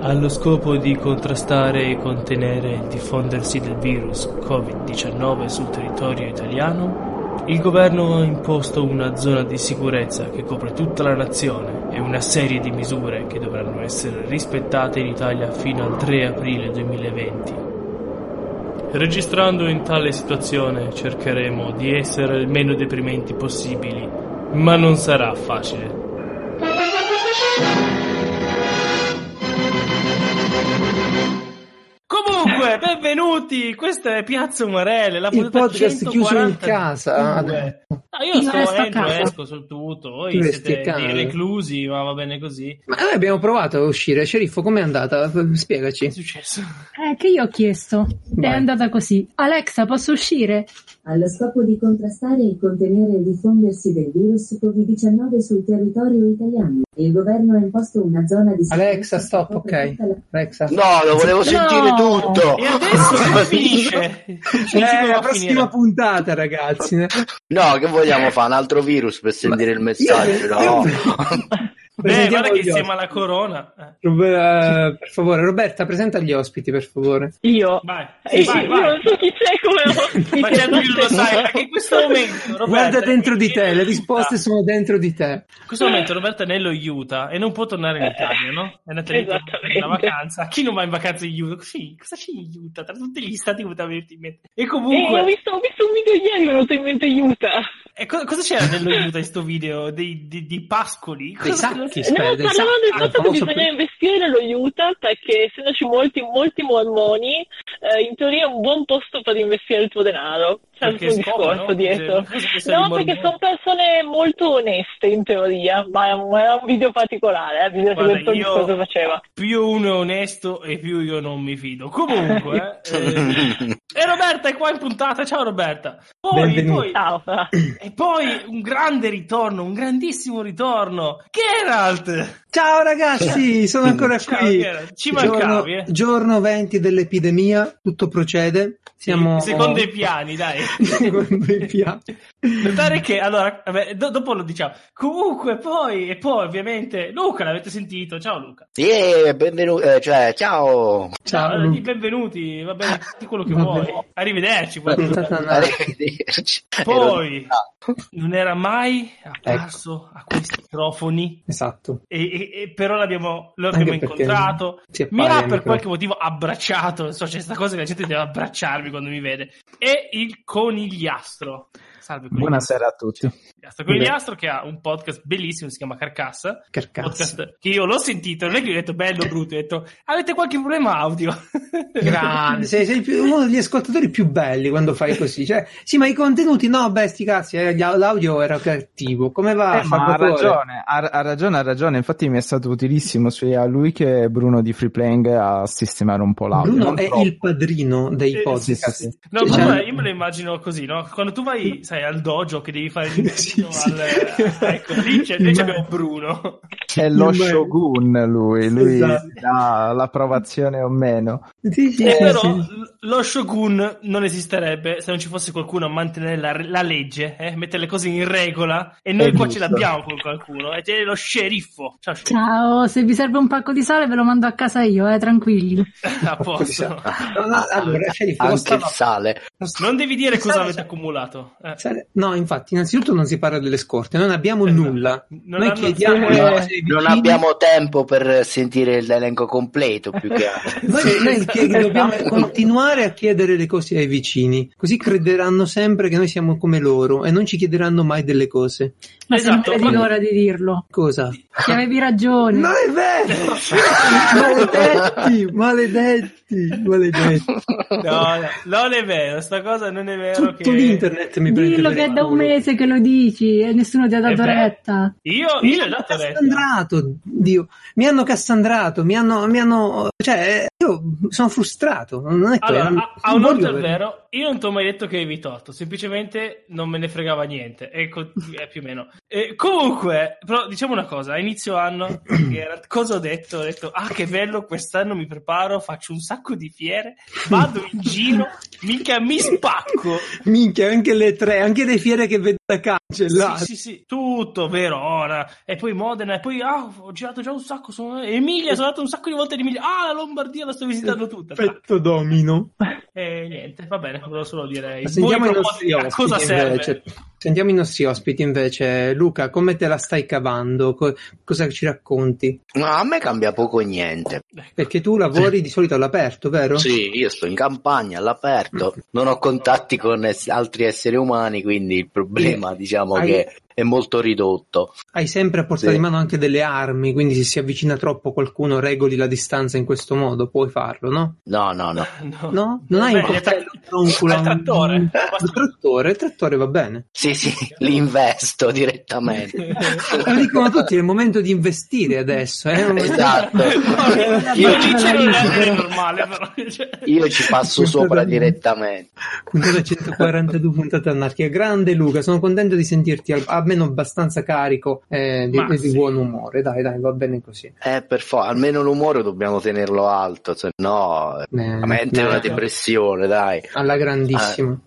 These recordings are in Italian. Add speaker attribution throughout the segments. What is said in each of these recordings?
Speaker 1: allo scopo di contrastare e contenere il diffondersi del virus Covid-19 sul territorio italiano, il governo ha imposto una zona di sicurezza che copre tutta la nazione e una serie di misure che dovranno essere rispettate in Italia fino al 3 aprile 2020. Registrando in tale situazione cercheremo di essere il meno deprimenti possibili, ma non sarà facile. Comunque, benvenuti! Questa è Piazza Umarelle, la
Speaker 2: Il
Speaker 1: puntata
Speaker 2: podcast chiuso in
Speaker 1: 140.
Speaker 2: casa.
Speaker 1: Due. Ah, io
Speaker 3: Io
Speaker 1: sto
Speaker 3: resto a
Speaker 1: entro,
Speaker 3: casa.
Speaker 1: esco sul tutto, voi
Speaker 2: Tu resti
Speaker 1: siete
Speaker 2: a casa.
Speaker 1: dei reclusi, ma va bene così.
Speaker 2: Ma noi abbiamo provato a uscire. Sceriffo, com'è andata?
Speaker 1: Che è
Speaker 2: Spiegaci.
Speaker 1: successo?
Speaker 3: Eh, che io ho chiesto.
Speaker 2: Vai.
Speaker 3: È andata così. Alexa, posso uscire?
Speaker 4: allo scopo di contrastare e contenere il diffondersi del virus Covid-19 sul territorio italiano. Il governo ha imposto una zona di
Speaker 2: Alexa, stop,
Speaker 4: che copre
Speaker 2: ok.
Speaker 4: tutta la-
Speaker 2: Alexa.
Speaker 5: No, lo volevo sentire tutto.
Speaker 1: E adesso come finisce? Cioè,
Speaker 2: Eh,
Speaker 1: come
Speaker 2: la
Speaker 1: va a
Speaker 2: prossima
Speaker 1: finire?
Speaker 2: puntata, ragazzi.
Speaker 5: No, che vogliamo fare? Un altro virus per sentire il messaggio? No.
Speaker 1: Beh, guarda che
Speaker 2: gli
Speaker 1: insieme alla corona... eh.
Speaker 2: ospiti. Rob- eh, per favore, Roberta, presenta gli ospiti, per favore.
Speaker 6: Io?
Speaker 1: Vai,
Speaker 6: Eh,
Speaker 1: vai,
Speaker 6: io
Speaker 1: vai.
Speaker 6: non so chi sei come ospite.
Speaker 1: Ma certo che lo sai, perché in questo momento... Roberta,
Speaker 2: Guarda dentro di
Speaker 1: è
Speaker 2: te,
Speaker 1: in
Speaker 2: le
Speaker 1: Utah.
Speaker 2: risposte sono dentro di te.
Speaker 1: In questo momento Roberta è nello Utah e non può tornare in Italia, no? È andata lì per
Speaker 6: Eh, Esattamente.
Speaker 1: una vacanza. Chi non va in vacanza in Utah? Sì, cosa c'è in Utah? Tra tutti gli stati che poteva venirti in mente. E
Speaker 6: Eh, ho,
Speaker 1: comunque,
Speaker 6: visto, ho visto un video ieri, mi è venuto in mente Utah.
Speaker 1: e co- cosa c'era nello Utah in sto video? Dei, di, di pascoli?
Speaker 2: Dei
Speaker 1: Cosa
Speaker 2: sacchi,
Speaker 6: No,
Speaker 2: spero, dei
Speaker 6: parlavano del
Speaker 2: sacchi. Ah,
Speaker 6: fatto che
Speaker 2: famoso-
Speaker 6: bisogna investire nello Utah perché essendoci molti, molti mormoni, eh, in teoria è un buon posto per investire il tuo denaro. C'è
Speaker 1: Perché
Speaker 6: tutto un
Speaker 1: scopano,
Speaker 6: discorso
Speaker 1: no?
Speaker 6: dietro.
Speaker 1: Cioè, cosa che sono i
Speaker 6: No,
Speaker 1: mormoni?
Speaker 6: perché sono persone molto oneste in teoria, ma è un, era un video particolare, eh, bisogna
Speaker 1: Guarda,
Speaker 6: sapere tutto il
Speaker 1: io-
Speaker 6: discorso che faceva.
Speaker 1: Più uno è onesto e più io non mi fido. Comunque, eh, e Roberta è qua in puntata. Ciao Roberta. Poi,
Speaker 2: Benvenuta.
Speaker 1: poi,
Speaker 6: Ciao, Fra.
Speaker 1: e poi un grande ritorno, un grandissimo ritorno. Geralt!
Speaker 2: Ciao ragazzi, sono ancora
Speaker 1: Ciao,
Speaker 2: qui.
Speaker 1: Piero, ci mancavi, eh.
Speaker 2: giorno, giorno 20 dell'epidemia, tutto procede. Siamo
Speaker 1: Secondo i piani, dai.
Speaker 2: Secondo i piani.
Speaker 1: Notare che, allora, vabbè, do- dopo lo diciamo. Comunque, poi, e poi, ovviamente, Luca l'avete sentito. Ciao Luca.
Speaker 5: Yeah, benvenuti. eh, cioè, ciao.
Speaker 2: Ciao.
Speaker 1: Allora, di-
Speaker 2: Luca.
Speaker 1: benvenuti, va bene, tutti quello che
Speaker 2: Va
Speaker 1: vuoi.
Speaker 2: bene. Esatto.
Speaker 1: Arrivederci. poi.
Speaker 2: Puntata anale.
Speaker 5: Arrivederci.
Speaker 1: Poi.
Speaker 5: Ero- Ah,
Speaker 1: Non era mai
Speaker 2: Ecco.
Speaker 1: apparso a questi microfoni.
Speaker 2: Esatto.
Speaker 1: E, e- e per ora l'abbiamo, lo
Speaker 2: Anche
Speaker 1: abbiamo
Speaker 2: perché
Speaker 1: incontrato.
Speaker 2: si appare
Speaker 1: Mi ha
Speaker 2: il
Speaker 1: per
Speaker 2: microfono.
Speaker 1: qualche motivo abbracciato. Non So, c'è questa cosa che la gente deve abbracciarmi quando mi vede. E il conigliastro. Salve, conigliastro.
Speaker 7: Buonasera a tutti.
Speaker 1: Conigliastro. Conigliastro che ha un podcast bellissimo, si chiama Carcassa.
Speaker 2: Carcassa.
Speaker 1: Podcast che io l'ho sentito, non è che gli ho detto bello, brutto, ho detto avete qualche problema audio.
Speaker 2: Grande, sei, sei il più- uno degli ascoltatori più belli quando fai così. Cioè, sì, ma i contenuti no, beh, sti cazzi, eh, gli- l'audio era cattivo. Come va?
Speaker 7: Eh, ma ha
Speaker 2: Fabio Tore?
Speaker 7: ragione, ha, ha ragione, ha ragione. Infatti mi è stato utilissimo sia lui che Bruno di Free Playing a sistemare un po' l'audio.
Speaker 2: Bruno
Speaker 7: Non
Speaker 2: è
Speaker 7: troppo.
Speaker 2: il padrino dei
Speaker 1: Eh,
Speaker 2: podcast.
Speaker 7: sì, sì.
Speaker 1: No,
Speaker 2: Cioè-
Speaker 1: ma io me lo immagino così, no? Quando tu vai, sai, al dojo che devi fare il
Speaker 2: Sì,
Speaker 1: al...
Speaker 2: sì.
Speaker 1: Ecco, lì c'è, noi
Speaker 2: Ma-
Speaker 1: abbiamo Bruno.
Speaker 7: È lo
Speaker 2: Beh.
Speaker 7: Shogun lui, lui
Speaker 2: Esatto.
Speaker 7: dà l'approvazione o meno.
Speaker 2: Sì, sì,
Speaker 1: E
Speaker 2: sì,
Speaker 1: Eh, però
Speaker 2: sì.
Speaker 1: l- lo Shogun non esisterebbe se non ci fosse qualcuno a mantenere la, la legge, eh? mettere le cose in regola. E noi
Speaker 7: È
Speaker 1: qua ce
Speaker 7: giusto.
Speaker 1: l'abbiamo con qualcuno, e c'è lo sceriffo. Ciao, sceriffo.
Speaker 3: Ciao, se vi serve un pacco di sale ve lo mando a casa io, eh, tranquilli.
Speaker 1: A posto.
Speaker 2: No, no, allora, sceriffo, lo
Speaker 5: Ah, Anche il
Speaker 2: stavo-
Speaker 5: sale.
Speaker 1: Non devi dire cosa
Speaker 2: Sale-
Speaker 1: avete accumulato. eh.
Speaker 2: sale- No, infatti, innanzitutto non si parla delle scorte, non
Speaker 5: Eh
Speaker 2: abbiamo
Speaker 1: Esatto.
Speaker 2: nulla.
Speaker 1: Non
Speaker 2: Noi
Speaker 1: hanno- Eh,
Speaker 2: chiediamo le cose ai
Speaker 5: Non
Speaker 2: vicini.
Speaker 5: abbiamo tempo per sentire l'elenco completo, più che altro.
Speaker 2: Noi,
Speaker 1: Sì,
Speaker 2: noi
Speaker 1: esatto.
Speaker 2: chied- dobbiamo continuare a chiedere le cose ai vicini, così crederanno sempre che noi siamo come loro e non ci chiederanno mai delle cose.
Speaker 3: Ma
Speaker 1: Esatto,
Speaker 3: se non vedi
Speaker 1: ma-
Speaker 3: l'ora di dirlo,
Speaker 2: Cosa?
Speaker 3: che avevi ragione.
Speaker 2: Non è vero! maledetti, maledetti, maledetti.
Speaker 1: No, no, non è vero, sta cosa non è vero.
Speaker 2: Tutto
Speaker 1: che...
Speaker 2: l'internet mi prende
Speaker 3: Dillo
Speaker 2: per
Speaker 3: che è
Speaker 2: il
Speaker 3: da un
Speaker 2: culo.
Speaker 3: mese che lo dici e nessuno ti ha
Speaker 1: Eh
Speaker 3: dato
Speaker 1: beh.
Speaker 3: retta.
Speaker 1: Io, io
Speaker 2: Mi
Speaker 1: gli ho
Speaker 2: hanno
Speaker 1: dato retta.
Speaker 2: cassandrato, Dio. Mi hanno cassandrato, mi hanno, mi hanno- cioè, eh, io sono frustrato. Non è che
Speaker 1: Allora,
Speaker 2: non-
Speaker 1: a, a
Speaker 2: non
Speaker 1: onor
Speaker 2: voglio
Speaker 1: del
Speaker 2: per-
Speaker 1: vero, io non ti ho mai detto che avevi torto, semplicemente non me ne fregava niente, ecco, è più o meno. E comunque, però diciamo una cosa, a inizio anno, che era- cosa ho detto? Ho detto, ah che bello, quest'anno mi preparo, faccio un sacco di fiere, vado in giro, mica mi spacco.
Speaker 2: Minchia, anche le tre, anche le fiere che vedo cancellate.
Speaker 1: Sì, sì, sì, tutto, Verona, e poi Modena, e poi ah, ho girato già un sacco, sono... Emilia, sono andato un sacco di volte in Emilia, ah la Lombardia la sto visitando tutta.
Speaker 2: Perfetto domino.
Speaker 1: E niente, va bene, volevo solo dire
Speaker 2: Ma
Speaker 1: i
Speaker 2: Sentiamo
Speaker 1: buoni
Speaker 2: i
Speaker 1: propositi,
Speaker 2: nostri
Speaker 1: a cosa
Speaker 2: ospiti
Speaker 1: serve?
Speaker 2: invece. cioè, Sentiamo i nostri ospiti invece. Luca, come te la stai cavando? Co- cosa ci racconti?
Speaker 5: Ma a me cambia poco e niente.
Speaker 2: Perché tu lavori di solito all'aperto, vero?
Speaker 5: Sì, io sto in campagna all'aperto, non ho contatti con es- altri esseri umani, quindi il problema diciamo
Speaker 2: Hai-
Speaker 5: che è molto ridotto.
Speaker 2: Hai sempre a portata
Speaker 5: Sì.
Speaker 2: di mano anche delle armi, quindi se si avvicina troppo qualcuno regoli la distanza in questo modo, puoi farlo, no?
Speaker 5: No, no, no.
Speaker 1: No,
Speaker 2: No? Non hai un
Speaker 1: Beh, gli
Speaker 2: coltello,
Speaker 1: attac-
Speaker 2: un culo,
Speaker 1: al trattore.
Speaker 2: un- Il trattore, il trattore va bene.
Speaker 5: Sì, sì, li investo direttamente.
Speaker 2: Lo dicono tutti, è il momento di investire adesso. Eh?
Speaker 5: Esatto.
Speaker 1: Io
Speaker 5: Io,
Speaker 1: dice
Speaker 2: ci-
Speaker 1: non è normale, però. cioè,
Speaker 5: io ci passo sopra direttamente.
Speaker 2: Puntata 142, puntata anarchia. Grande Luca, sono contento di sentirti al- almeno abbastanza carico eh, di,
Speaker 1: Ma
Speaker 2: di
Speaker 1: sì.
Speaker 2: buon umore. Dai, dai, va bene così.
Speaker 5: Eh, per forza, almeno l'umore dobbiamo tenerlo alto, se no eh,
Speaker 2: Eh,
Speaker 5: veramente è una
Speaker 2: eh,
Speaker 5: depressione, dai.
Speaker 2: Alla grandissima.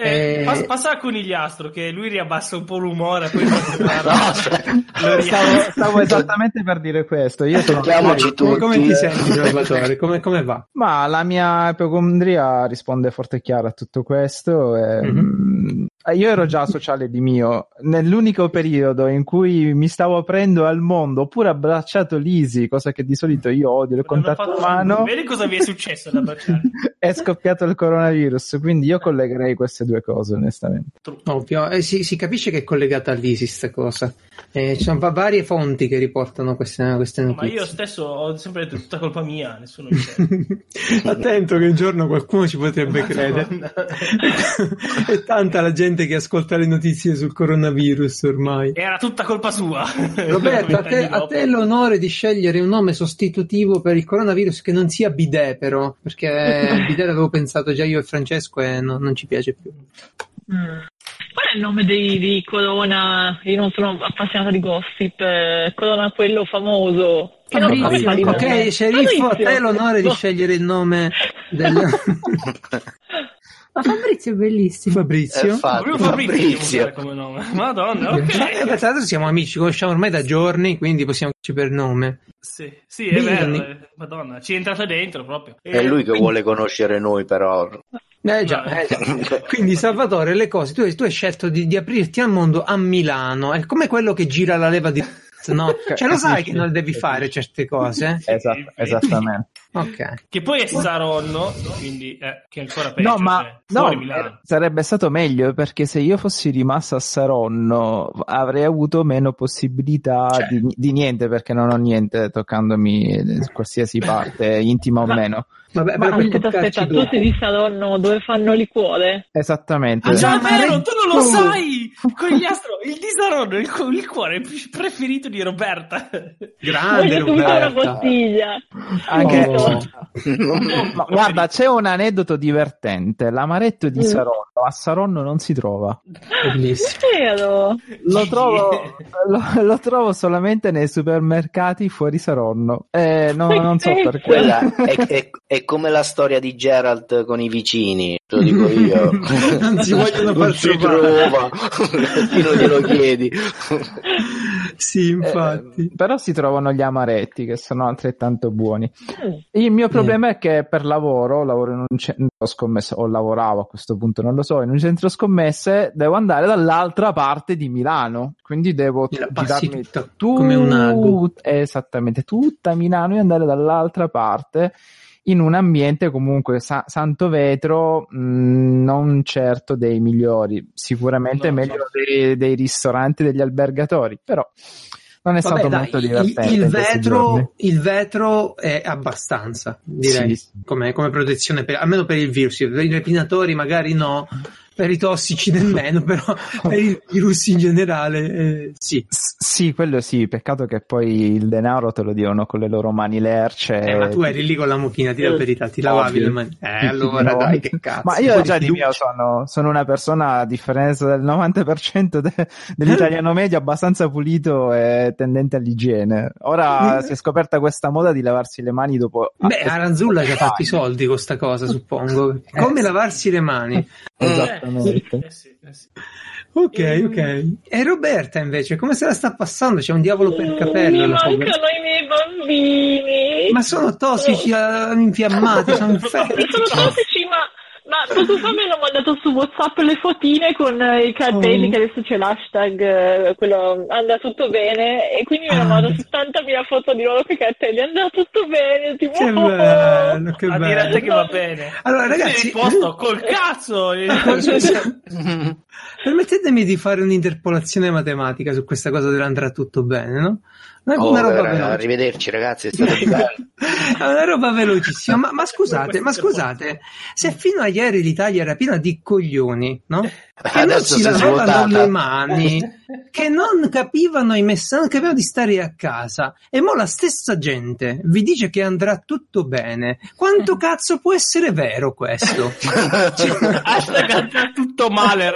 Speaker 1: Eh,
Speaker 2: Eh,
Speaker 1: pas- passa a conigliastro che lui riabbassa un po' l'umore, poi fa
Speaker 5: No, cioè,
Speaker 1: Lo ri-
Speaker 7: Stavo, stavo esattamente per dire questo. Io sono...
Speaker 5: Tocchiamoci
Speaker 2: come,
Speaker 5: tutti.
Speaker 2: come ti senti, Salvatore? Come, come va?
Speaker 7: Ma la mia ipocondria risponde forte e chiara a tutto questo. e,
Speaker 2: Mhm.
Speaker 7: mh, Io ero già sociale di mio. Nell'unico periodo in cui mi stavo aprendo al mondo, oppure abbracciato l'Isi, cosa che di solito io odio, il contatto
Speaker 1: Fatto-
Speaker 7: umano,
Speaker 1: Vedi cosa mi è successo da baciare?
Speaker 7: è scoppiato il coronavirus. Quindi io collegherei queste due cose, onestamente.
Speaker 2: Ovvio, eh, si, si capisce che è collegata all'ISIS sta cosa. Eh, ci sono va- varie fonti che riportano queste, queste
Speaker 1: No, ma
Speaker 2: notizie.
Speaker 1: io stesso ho sempre detto tutta colpa mia, nessuno mi crede.
Speaker 2: Attento che un giorno qualcuno ci potrebbe credere.
Speaker 1: Madonna.
Speaker 2: È tanta la gente che ascolta le notizie sul coronavirus ormai.
Speaker 1: Era tutta colpa sua.
Speaker 2: Roberto, a te,
Speaker 1: Vent'anni
Speaker 2: a
Speaker 1: dopo.
Speaker 2: te l'onore di scegliere un nome sostitutivo per il coronavirus che non sia bidet, però, perché bidet l'avevo pensato già io e Francesco e no- non ci piace più.
Speaker 6: Mm. Qual è il nome di, di Corona? Io non sono appassionata di gossip. eh, Corona quello famoso. Che non so come fa
Speaker 3: Fabrizio.
Speaker 6: di nome.
Speaker 2: Ok, sceriffo, a te
Speaker 6: Fabrizio.
Speaker 2: l'onore di
Speaker 6: No.
Speaker 2: scegliere il nome del
Speaker 3: Ma Fabrizio è bellissimo.
Speaker 5: Eh,
Speaker 2: Fabrizio.
Speaker 5: infatti,
Speaker 1: Proprio Fabrizio.
Speaker 5: Fabrizio.
Speaker 1: usare Come nome. Madonna,
Speaker 2: Eh,
Speaker 1: ok.
Speaker 2: Tra l'altro siamo amici, ci conosciamo ormai da giorni, quindi possiamo chiamarci per nome.
Speaker 1: Sì, sì, è
Speaker 2: Birni.
Speaker 1: vero. eh, Madonna, ci è entrata dentro proprio.
Speaker 5: È lui che vuole conoscere noi, però.
Speaker 2: Eh già,
Speaker 1: No.
Speaker 2: eh già. quindi Salvatore, le cose, tu, tu hai scelto di, di aprirti al mondo a Milano, è come quello che gira la leva di... No? Cioè lo sai che non devi fare certe cose?
Speaker 7: Esatto, esattamente.
Speaker 2: Ok.
Speaker 1: Che poi è Saronno, quindi eh, che è ancora peggio.
Speaker 7: No, ma
Speaker 1: cioè,
Speaker 7: no, eh,
Speaker 1: fuori Milano.
Speaker 7: sarebbe stato meglio perché se io fossi rimasto a Saronno avrei avuto meno possibilità
Speaker 1: Certo.
Speaker 7: di, di niente perché non ho niente toccandomi eh, qualsiasi parte, intima o
Speaker 6: Ma-
Speaker 7: meno.
Speaker 2: Vabbè,
Speaker 6: Ma
Speaker 2: però per
Speaker 6: aspetta,
Speaker 2: toccarci
Speaker 6: aspetta, tu
Speaker 2: dopo.
Speaker 6: sei di Saronno dove fanno liquore?
Speaker 7: Esattamente.
Speaker 1: Ah, già,
Speaker 2: Ma
Speaker 1: è vero, tu non lo
Speaker 2: Renzo!
Speaker 1: sai! Cogliastro, il di Saronno, il, cu- il cuore preferito di Roberta.
Speaker 2: Grande
Speaker 6: Voglio subito una
Speaker 2: Roberta.
Speaker 6: bottiglia.
Speaker 7: Anche-
Speaker 2: Oh.
Speaker 1: Oh.
Speaker 7: Ma guarda, c'è un aneddoto divertente. L'amaretto di
Speaker 6: Mm.
Speaker 7: Saronno a Saronno non si trova.
Speaker 2: Bellissimo.
Speaker 6: Vero?
Speaker 7: Lo
Speaker 1: Gigi.
Speaker 7: trovo, lo, lo trovo solamente nei supermercati fuori Saronno. Eh, no,
Speaker 6: Che
Speaker 7: non so
Speaker 6: bello.
Speaker 7: perché.
Speaker 5: Quella è, è- è come la storia di Geralt con i vicini, te lo dico io.
Speaker 2: Non si vogliono
Speaker 5: non
Speaker 2: far
Speaker 5: si
Speaker 2: trovare.
Speaker 5: trova, tu non glielo chiedi.
Speaker 2: Sì,
Speaker 7: Eh,
Speaker 2: infatti.
Speaker 7: però si trovano gli amaretti che sono altrettanto buoni.
Speaker 6: Mm.
Speaker 7: Il mio problema è che per lavoro, lavoro in un centro scommesse, o lavoravo a questo punto, non lo so, in un centro scommesse devo andare dall'altra parte di Milano, quindi devo
Speaker 2: La passi
Speaker 7: girarmi
Speaker 2: tutta
Speaker 7: tut-
Speaker 2: come un ago.
Speaker 7: esattamente tutta Milano e andare dall'altra parte in un ambiente comunque sa- santo vetro mh, non certo dei migliori sicuramente
Speaker 1: No,
Speaker 7: meglio
Speaker 1: no.
Speaker 7: Dei, dei ristoranti degli albergatori però non è
Speaker 2: Vabbè,
Speaker 7: stato
Speaker 2: dai,
Speaker 7: molto
Speaker 2: il-
Speaker 7: divertente
Speaker 2: il,
Speaker 7: in questi giorni.
Speaker 2: vetro, il vetro è abbastanza, direi,
Speaker 7: Sì.
Speaker 2: come, come protezione, per- almeno per il virus. Per i repinatori magari no, per i tossici nemmeno, però per i virus in generale eh, sì.
Speaker 7: S- sì, quello sì, peccato che poi il denaro te lo diano con le loro mani lerce.
Speaker 2: Eh, ma tu eri lì con la mucchina, di la verità, ti lavavi
Speaker 7: Ovvio.
Speaker 2: le mani. Eh,
Speaker 7: Ti-
Speaker 2: allora
Speaker 7: no.
Speaker 2: dai, che cazzo.
Speaker 7: Ma io
Speaker 2: Poi
Speaker 7: già di
Speaker 2: fiducia.
Speaker 7: mio sono, sono una persona, a differenza del 90% de- dell'italiano medio, abbastanza pulito e tendente all'igiene. Ora
Speaker 2: Eh.
Speaker 7: si è scoperta questa moda di lavarsi le mani dopo...
Speaker 2: Beh,
Speaker 7: ah,
Speaker 2: Aranzulla ci ha fatto i soldi con sta cosa,
Speaker 7: Eh,
Speaker 2: suppongo. Come lavarsi le mani.
Speaker 7: Esattamente.
Speaker 1: Eh, sì, eh, sì.
Speaker 2: Ok, ok. E Roberta invece, come se la sta passando? C'è un diavolo per capello. la
Speaker 6: Mi mancano
Speaker 2: povera.
Speaker 6: i miei bambini.
Speaker 2: Ma sono tossici, eh, infiammati, sono infetti.
Speaker 6: Sono tossici, ma, ma poco fa me l'ho mandato su WhatsApp le fotine con eh, i capelli,
Speaker 2: Mm.
Speaker 6: che adesso c'è l'hashtag, eh, quello anda tutto bene, e quindi mi hanno
Speaker 2: Ah.
Speaker 6: mandato 70.000 foto di loro con i cartelli, anda tutto bene, tipo... "Oh,
Speaker 2: Che bello, che
Speaker 1: La
Speaker 2: bello.
Speaker 1: diretta che va bene.
Speaker 2: Allora, ragazzi-
Speaker 1: Ti risposto col cazzo.
Speaker 2: Permettetemi di fare un'interpolazione matematica su questa cosa dell'andrà tutto bene, no? Una,
Speaker 5: Oh,
Speaker 2: una roba
Speaker 5: eh,
Speaker 2: veloce.
Speaker 5: arrivederci ragazzi, è stato bello.
Speaker 2: È una roba velocissima. Ma, ma scusate, ma scusate, se fino a ieri l'Italia era piena di coglioni, no? Che non
Speaker 5: Eh, Adesso
Speaker 2: si
Speaker 5: si è
Speaker 2: lavavano
Speaker 5: svuotata.
Speaker 2: le mani, che non capivano i messaggi, non capivano di stare a casa. E mo la stessa gente vi dice che andrà tutto bene. Quanto cazzo può essere vero questo? Cioè,
Speaker 1: Hashtag andrà tutto male,
Speaker 2: Eh,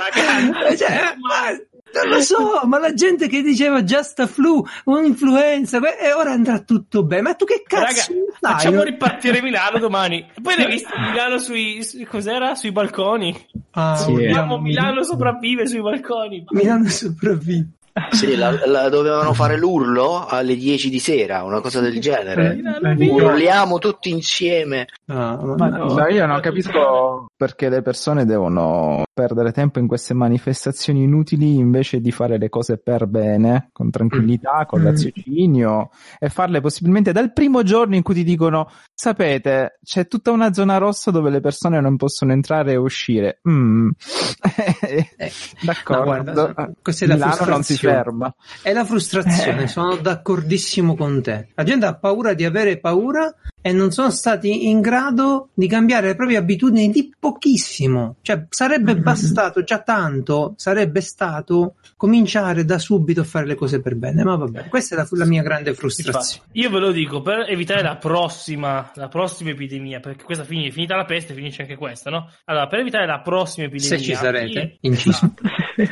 Speaker 1: ragazzi.
Speaker 2: cioè, ma non lo so, ma la gente che diceva just a flu, un'influenza, que- e ora andrà tutto bene. Ma tu che
Speaker 1: Raga,
Speaker 2: cazzo stai?
Speaker 1: facciamo ripartire Milano domani. Poi l'hai visto Milano sui, su- cos'era? Sui balconi.
Speaker 2: Ah,
Speaker 7: Sì,
Speaker 5: eh.
Speaker 1: Vogliamo
Speaker 2: vogliamo-
Speaker 1: Milano sopravvive sui balconi.
Speaker 2: Milano sopravvive.
Speaker 5: Sì, la- la- dovevano fare l'urlo alle 10 di sera, una cosa del genere.
Speaker 1: Milano migliore.
Speaker 5: Urliamo tutti insieme.
Speaker 2: Ah,
Speaker 7: Ma
Speaker 2: no.
Speaker 7: no, io non capisco perché le persone devono perdere tempo in queste manifestazioni inutili invece di fare le cose per bene, con tranquillità, con
Speaker 2: Mm.
Speaker 7: raziocinio e farle possibilmente dal primo giorno in cui ti dicono: Sapete, c'è tutta una zona rossa dove le persone non possono entrare e uscire. Mm.
Speaker 2: Eh, no,
Speaker 7: D'accordo,
Speaker 2: guarda, so- questa è la
Speaker 7: Milano non si
Speaker 2: frustrazione.
Speaker 7: ferma.
Speaker 2: È la frustrazione,
Speaker 7: Eh.
Speaker 2: sono d'accordissimo con te. La gente ha paura di avere paura e non sono stati in grado di cambiare le proprie abitudini di pochissimo. Cioè, sarebbe bastato già tanto, sarebbe stato cominciare da subito a fare le cose per bene. Ma vabbè, questa è la, la mia grande
Speaker 1: Infatti,
Speaker 2: frustrazione.
Speaker 1: Io ve lo dico per evitare la prossima, la prossima epidemia, perché questa fine, è finita la peste, finisce anche questa, no? Allora, per evitare la prossima epidemia,
Speaker 2: Se ci sarete,
Speaker 1: io-
Speaker 2: inciso.
Speaker 1: Esatto, se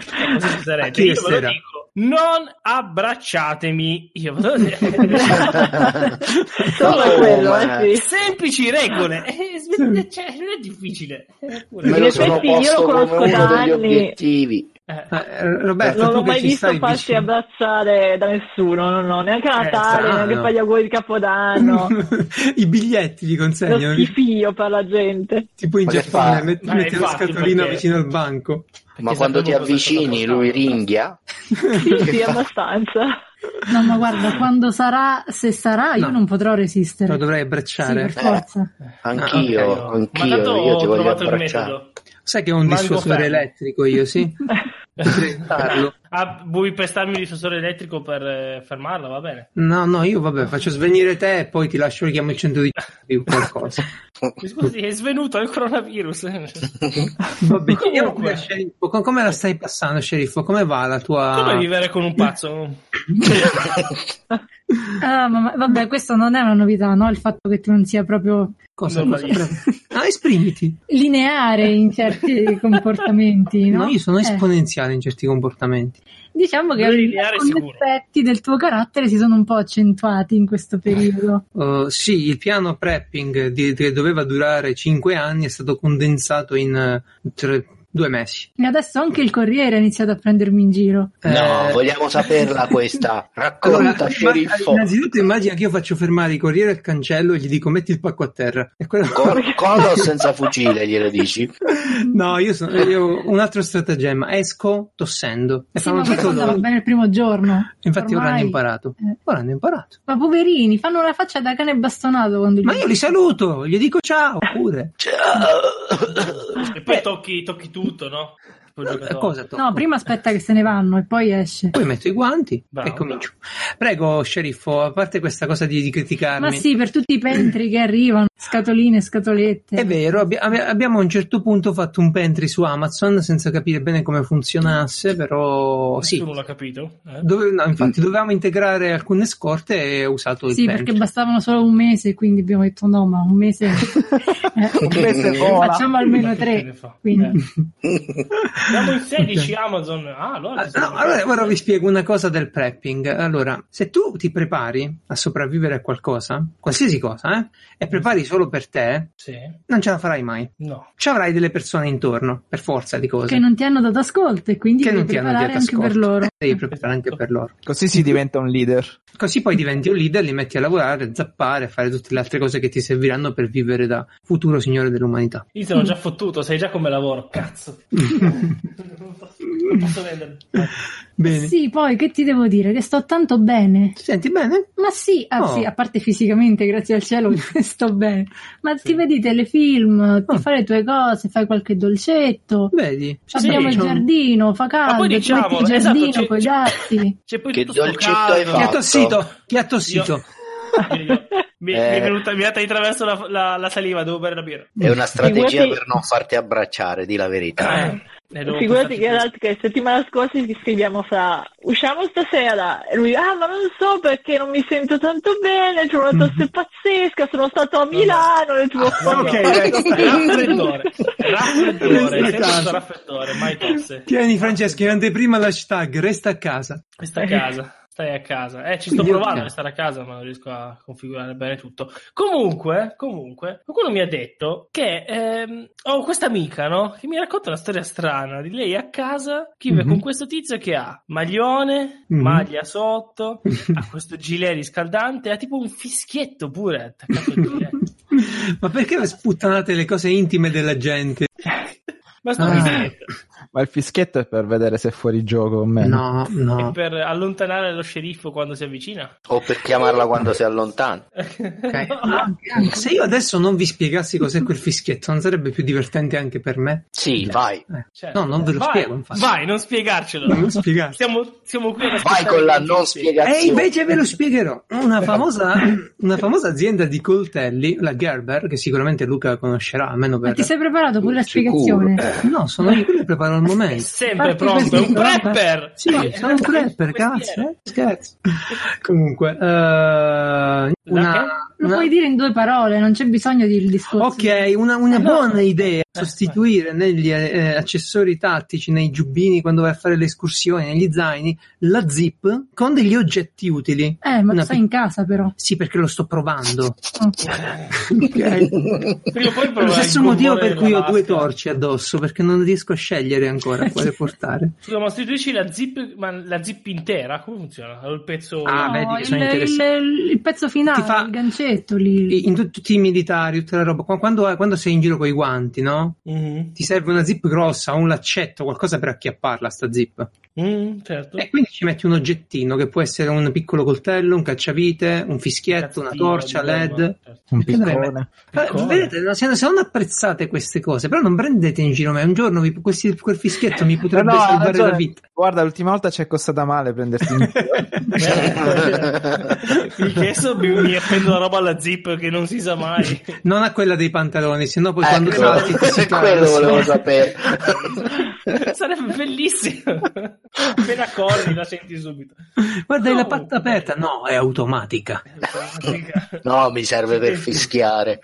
Speaker 1: ci sarete,
Speaker 2: A chi
Speaker 1: io ve lo
Speaker 2: resterà?
Speaker 1: dico, non abbracciatemi. Io ve lo dico.
Speaker 6: Solo
Speaker 5: Oh,
Speaker 6: quello,
Speaker 5: ma-
Speaker 6: eh, sì.
Speaker 1: Semplici regole, Eh, smet- cioè, non è difficile. Eppure-
Speaker 5: Me
Speaker 6: In
Speaker 5: lo sono
Speaker 6: effetti io lo
Speaker 5: posto
Speaker 6: conosco
Speaker 5: come uno
Speaker 6: da
Speaker 5: degli
Speaker 6: anni.
Speaker 5: obiettivi.
Speaker 1: Eh,
Speaker 2: Ma, eh, Roberto,
Speaker 6: Non
Speaker 2: tu
Speaker 6: l'ho
Speaker 2: che
Speaker 6: mai
Speaker 2: ci
Speaker 6: visto
Speaker 2: stai
Speaker 6: farsi
Speaker 2: vicino.
Speaker 6: abbracciare da nessuno, no, no, neanche a
Speaker 1: Eh,
Speaker 6: Natale,
Speaker 2: strano.
Speaker 6: neanche per gli auguri di Capodanno.
Speaker 2: I biglietti li consegnano
Speaker 6: Lo Eh, schifio per la gente.
Speaker 2: tipo in
Speaker 5: Ma che
Speaker 2: Giappone,
Speaker 5: fa?
Speaker 2: met-
Speaker 1: Ma
Speaker 2: metti la
Speaker 1: infatti,
Speaker 2: scatolina
Speaker 1: perché-
Speaker 2: vicino al banco.
Speaker 1: perché
Speaker 5: Ma quando ti
Speaker 1: sapevo cosa è stato
Speaker 5: avvicini
Speaker 1: portato.
Speaker 5: lui ringhia.
Speaker 6: Sì, sì, abbastanza.
Speaker 3: No, ma guarda, quando sarà, se sarà, Ah, io
Speaker 2: No.
Speaker 3: non potrò resistere.
Speaker 2: Lo dovrei
Speaker 3: Sì,
Speaker 2: abbracciare.
Speaker 3: per forza.
Speaker 5: Anch'io,
Speaker 2: Ah, ok.
Speaker 1: Ma
Speaker 5: anch'io,
Speaker 1: tanto
Speaker 5: io ti
Speaker 1: ho
Speaker 5: voglio
Speaker 1: trovato il
Speaker 5: abbracciare.
Speaker 1: metodo.
Speaker 2: Sai che ho un
Speaker 1: Mango
Speaker 2: dissuasore
Speaker 1: fermo.
Speaker 2: elettrico io, sì? Potrei inventarlo.
Speaker 1: Ah, vuoi prestarmi il difensore elettrico per eh, fermarla? Va bene.
Speaker 2: No, no, io vabbè, faccio svenire te e poi ti lascio, richiamo il 112 o qualcosa.
Speaker 1: Mi scusi, è svenuto il coronavirus.
Speaker 5: Ah.
Speaker 1: Come
Speaker 2: Vabbè, chiediamo
Speaker 1: Comunque.
Speaker 2: pure al sceriffo, co- come la stai passando, sceriffo? Come va la tua...
Speaker 1: vivere con un pazzo?
Speaker 3: Ah, ma- ma- vabbè, questo non è una novità, no? Il fatto che tu non sia proprio
Speaker 2: Cosa?
Speaker 1: Non
Speaker 2: cosa?
Speaker 1: la-
Speaker 2: Ah, esprimiti.
Speaker 3: lineare in certi comportamenti, no?
Speaker 2: No, io sono
Speaker 3: Eh,
Speaker 2: esponenziale in certi comportamenti.
Speaker 3: diciamo che
Speaker 1: Non lineare
Speaker 3: alcuni
Speaker 1: sicuro.
Speaker 3: aspetti del tuo carattere si sono un po' accentuati in questo periodo.
Speaker 2: Uh, sì, il piano prepping di- che doveva durare 5 anni è stato condensato in 2 mesi.
Speaker 3: E adesso anche il Corriere ha iniziato a prendermi in giro.
Speaker 5: No,
Speaker 2: Eh,
Speaker 5: vogliamo saperla questa.
Speaker 2: Allora,
Speaker 5: Racconta,
Speaker 2: ma-
Speaker 5: sceriffo.
Speaker 2: innanzitutto immagina che io faccio fermare i corriere al cancello e gli dico metti il pacco a terra. E quello-
Speaker 5: Co- cosa o senza fucile glielo dici?
Speaker 2: no, io, sono, io ho un altro stratagemma. Esco tossendo. E
Speaker 3: Sì,
Speaker 2: fanno
Speaker 3: ma questo
Speaker 2: tutto
Speaker 3: andava
Speaker 2: loro.
Speaker 3: bene il primo giorno.
Speaker 2: Infatti ora
Speaker 3: Ormai-
Speaker 2: hanno imparato.
Speaker 3: Eh.
Speaker 2: Ora hanno imparato.
Speaker 3: Ma poverini, fanno una faccia da cane bastonato quando
Speaker 2: Ma
Speaker 3: gli-
Speaker 2: io li saluto, gli dico ciao pure.
Speaker 5: Ciao.
Speaker 1: E poi tocchi, tocchi tutto, no? Tipo il giocatore.
Speaker 2: Eh, Cosa tocco?
Speaker 3: No, prima aspetta che se ne vanno e poi esce.
Speaker 2: Poi metto i guanti
Speaker 1: Bravo,
Speaker 2: e comincio. Prego, sceriffo, a parte questa cosa di, di criticarmi.
Speaker 3: Ma sì, per tutti i pentri che arrivano. Scatoline, scatolette.
Speaker 2: È vero, abbi- abbi- abbiamo a un certo punto fatto un pantry su Amazon senza capire bene come funzionasse, però Oh, sì.
Speaker 1: Nessuno l'ha capito? eh?
Speaker 2: Dove- no, infatti dovevamo integrare alcune scorte e ho usato il
Speaker 3: Sì,
Speaker 2: pantry.
Speaker 3: perché bastavano solo un mese, quindi abbiamo detto no, ma un mese eh,
Speaker 7: Un mese vola.
Speaker 3: facciamo almeno
Speaker 1: Ma che se
Speaker 3: tre.
Speaker 1: ne fa?
Speaker 3: Quindi.
Speaker 1: Eh. Siamo in 16 Amazon. Ah, allora.
Speaker 2: Ah,
Speaker 1: ci
Speaker 2: no,
Speaker 1: sono-
Speaker 2: allora ora vi spiego una cosa del prepping. Allora, se tu ti prepari a sopravvivere a qualcosa, qualsiasi cosa, eh, e prepari solo per te,
Speaker 1: Sì.
Speaker 2: non ce la farai mai.
Speaker 1: No.
Speaker 2: Ci avrai delle persone intorno, per forza di cose.
Speaker 3: Che non ti hanno dato ascolto e quindi
Speaker 2: che
Speaker 3: devi
Speaker 2: non ti hanno
Speaker 3: preparare
Speaker 2: dietro
Speaker 3: anche
Speaker 2: ascolto.
Speaker 3: per loro.
Speaker 2: Devi preparare anche per loro.
Speaker 7: Così si diventa un leader.
Speaker 2: Così poi diventi un leader, li metti a lavorare, zappare, fare tutte le altre cose che ti serviranno per vivere da futuro signore dell'umanità.
Speaker 1: Io sono già fottuto, sai già come lavoro. Cazzo. non posso, non posso venderlo.
Speaker 2: Bene.
Speaker 3: Sì, poi che ti devo dire? Che sto tanto bene.
Speaker 2: Ti senti bene?
Speaker 3: Ma sì, ah,
Speaker 2: Oh.
Speaker 3: sì, a parte fisicamente, grazie al cielo, sto bene. Ma ti vedi telefilm, ti
Speaker 2: Ah.
Speaker 3: fai le tue cose, fai qualche dolcetto.
Speaker 2: Vedi? Ci
Speaker 3: Abbiamo il
Speaker 2: sei.
Speaker 3: giardino, fa
Speaker 1: Ma
Speaker 3: caldo,
Speaker 1: poi
Speaker 3: ti metti
Speaker 1: diciamo,
Speaker 3: il giardino
Speaker 1: esatto, c'è-
Speaker 3: con i gatti.
Speaker 1: C'è poi
Speaker 5: Che
Speaker 1: tutto sto
Speaker 5: dolcetto
Speaker 1: caldo.
Speaker 5: hai
Speaker 2: Chi ha
Speaker 5: fatto?
Speaker 2: tossito? Chi ha tossito?
Speaker 1: Mi, mi è
Speaker 5: Eh.
Speaker 1: venuta mi è andata di traverso la, la- la saliva, devo bere la birra.
Speaker 5: È una strategia
Speaker 6: Figurati-
Speaker 5: per non farti abbracciare, di la verità.
Speaker 1: Eh, ne devo
Speaker 6: Figurati
Speaker 1: pensarci
Speaker 6: Geralt che settimana scorsa ci scriviamo fra usciamo stasera e lui ah ma non so perché non mi sento tanto bene, c'è una tosse pazzesca, sono stato a Milano e tu
Speaker 1: No, no,
Speaker 2: Ok,
Speaker 1: Raffreddore, raffreddore,
Speaker 2: Resta a
Speaker 1: sempre
Speaker 2: casa.
Speaker 1: sto raffreddore, mai tosse.
Speaker 2: Esatto. Tieni Francesco, in anteprima l'hashtag, resta a casa.
Speaker 1: Questa a casa, stai a casa. Eh, ci sto
Speaker 2: Eh. Quindi,
Speaker 1: provando
Speaker 2: ok.
Speaker 1: a stare a casa, ma non riesco a configurare bene tutto. Comunque, comunque, qualcuno mi ha detto che ehm, ho questa amica, no? Che mi racconta una storia strana di lei a casa che vive
Speaker 2: Mhm.
Speaker 1: con questo tizio che ha maglione,
Speaker 2: Mhm.
Speaker 1: maglia sotto, ha questo gilet riscaldante, ha tipo un fischietto pure attaccato al gilet.
Speaker 2: Ma perché sputtanate le cose intime della gente?
Speaker 1: Ma sto
Speaker 2: Ah.
Speaker 1: fischietto
Speaker 7: Ma il fischietto è per vedere se è fuori gioco o meno.
Speaker 2: No,
Speaker 1: è
Speaker 2: no.
Speaker 1: per allontanare lo sceriffo quando si avvicina.
Speaker 5: O per chiamarla quando si allontana.
Speaker 1: Eh,
Speaker 2: ok. Se io adesso non vi spiegassi cos'è quel fischietto, non sarebbe più divertente anche per me?
Speaker 5: Sì, vai.
Speaker 2: Eh.
Speaker 1: Cioè,
Speaker 2: no, non ve lo
Speaker 1: vai,
Speaker 2: spiego, infatti.
Speaker 1: Vai, non spiegarcelo.
Speaker 2: Non lo spiegate.
Speaker 1: Siamo, siamo qui ad
Speaker 5: Vai
Speaker 1: aspettare
Speaker 5: con la
Speaker 1: che-
Speaker 5: non spiegazione.
Speaker 2: E Eh, invece ve lo spiegherò. Una famosa, una famosa azienda di coltelli, la Gerber, che sicuramente Luca conoscerà, almeno
Speaker 3: Ma
Speaker 2: per...
Speaker 3: ti sei preparato pure la
Speaker 5: Sicuro.
Speaker 3: spiegazione?
Speaker 2: No, sono io che le preparo al
Speaker 1: È
Speaker 2: momento.
Speaker 1: sempre
Speaker 3: Parti
Speaker 1: pronto, è un
Speaker 3: questo, guarda.
Speaker 1: prepper.
Speaker 2: Sì,
Speaker 1: È
Speaker 2: sono un prepper, cazzo,
Speaker 1: forestiere.
Speaker 2: eh? scherzo. Comunque, eh, una,
Speaker 3: Lo
Speaker 2: una-
Speaker 3: puoi dire in due parole, non c'è bisogno del discorso.
Speaker 2: Ok, una, una buona idea sostituire negli eh, accessori tattici, nei giubbini quando vai a fare le escursioni, negli zaini, la zip con degli oggetti utili.
Speaker 3: Eh, ma
Speaker 2: Una
Speaker 3: tu sei
Speaker 2: pic-
Speaker 3: in casa però.
Speaker 2: Sì, perché lo sto provando.
Speaker 1: Prima o poi
Speaker 2: Lo
Speaker 1: proverai
Speaker 2: stesso
Speaker 1: il
Speaker 2: motivo
Speaker 1: gommone
Speaker 2: per cui ho
Speaker 1: della
Speaker 2: due
Speaker 1: vasca.
Speaker 2: torce addosso, perché non riesco a scegliere ancora quale portare.
Speaker 1: Scusa, ma sostituisci la zip, ma la zip intera? Come funziona? Ho il pezzo.
Speaker 2: Ah,
Speaker 3: No,
Speaker 2: vedi che sono
Speaker 3: il,
Speaker 2: interessante.
Speaker 3: il- il pezzo finale,
Speaker 2: Ti fa-
Speaker 3: il gancetto lì.
Speaker 2: In tut- tutti i militari, tutta la roba. Qua- Quando, quando sei in giro con i guanti, no?
Speaker 1: Mhm.
Speaker 2: Ti serve una zip grossa, un laccetto, qualcosa per acchiapparla sta zip.
Speaker 1: Mm, certo.
Speaker 2: E quindi ci metti un oggettino che può essere un piccolo coltello, un cacciavite, un fischietto, una
Speaker 1: Cazzino,
Speaker 2: torcia,
Speaker 1: di gomma,
Speaker 2: LED.
Speaker 1: certo.
Speaker 7: Un
Speaker 2: Perché dovrei
Speaker 7: piccone.
Speaker 2: Eh,
Speaker 1: Piccolo.
Speaker 2: vedete, no, se, se non apprezzate queste cose, però non prendete in giro me. Un giorno vi- questi- quel fischietto mi potrebbe
Speaker 7: No, no, hai
Speaker 2: salvare
Speaker 7: ragione.
Speaker 2: la vita.
Speaker 7: Guarda, l'ultima volta ci è costata male prenderti in
Speaker 1: Certo. Mi chiesto mi, mi appendo la roba alla zip che non si sa mai.
Speaker 2: non a quella dei pantaloni, sennò poi quando salti ti si
Speaker 5: Ecco,
Speaker 2: cade.
Speaker 5: quello volevo sapere.
Speaker 1: Sarebbe bellissimo. Appena corri la senti subito.
Speaker 2: Guarda, hai la
Speaker 1: Oh.
Speaker 2: patta aperta. No, è automatica.
Speaker 5: No, mi serve per fischiare.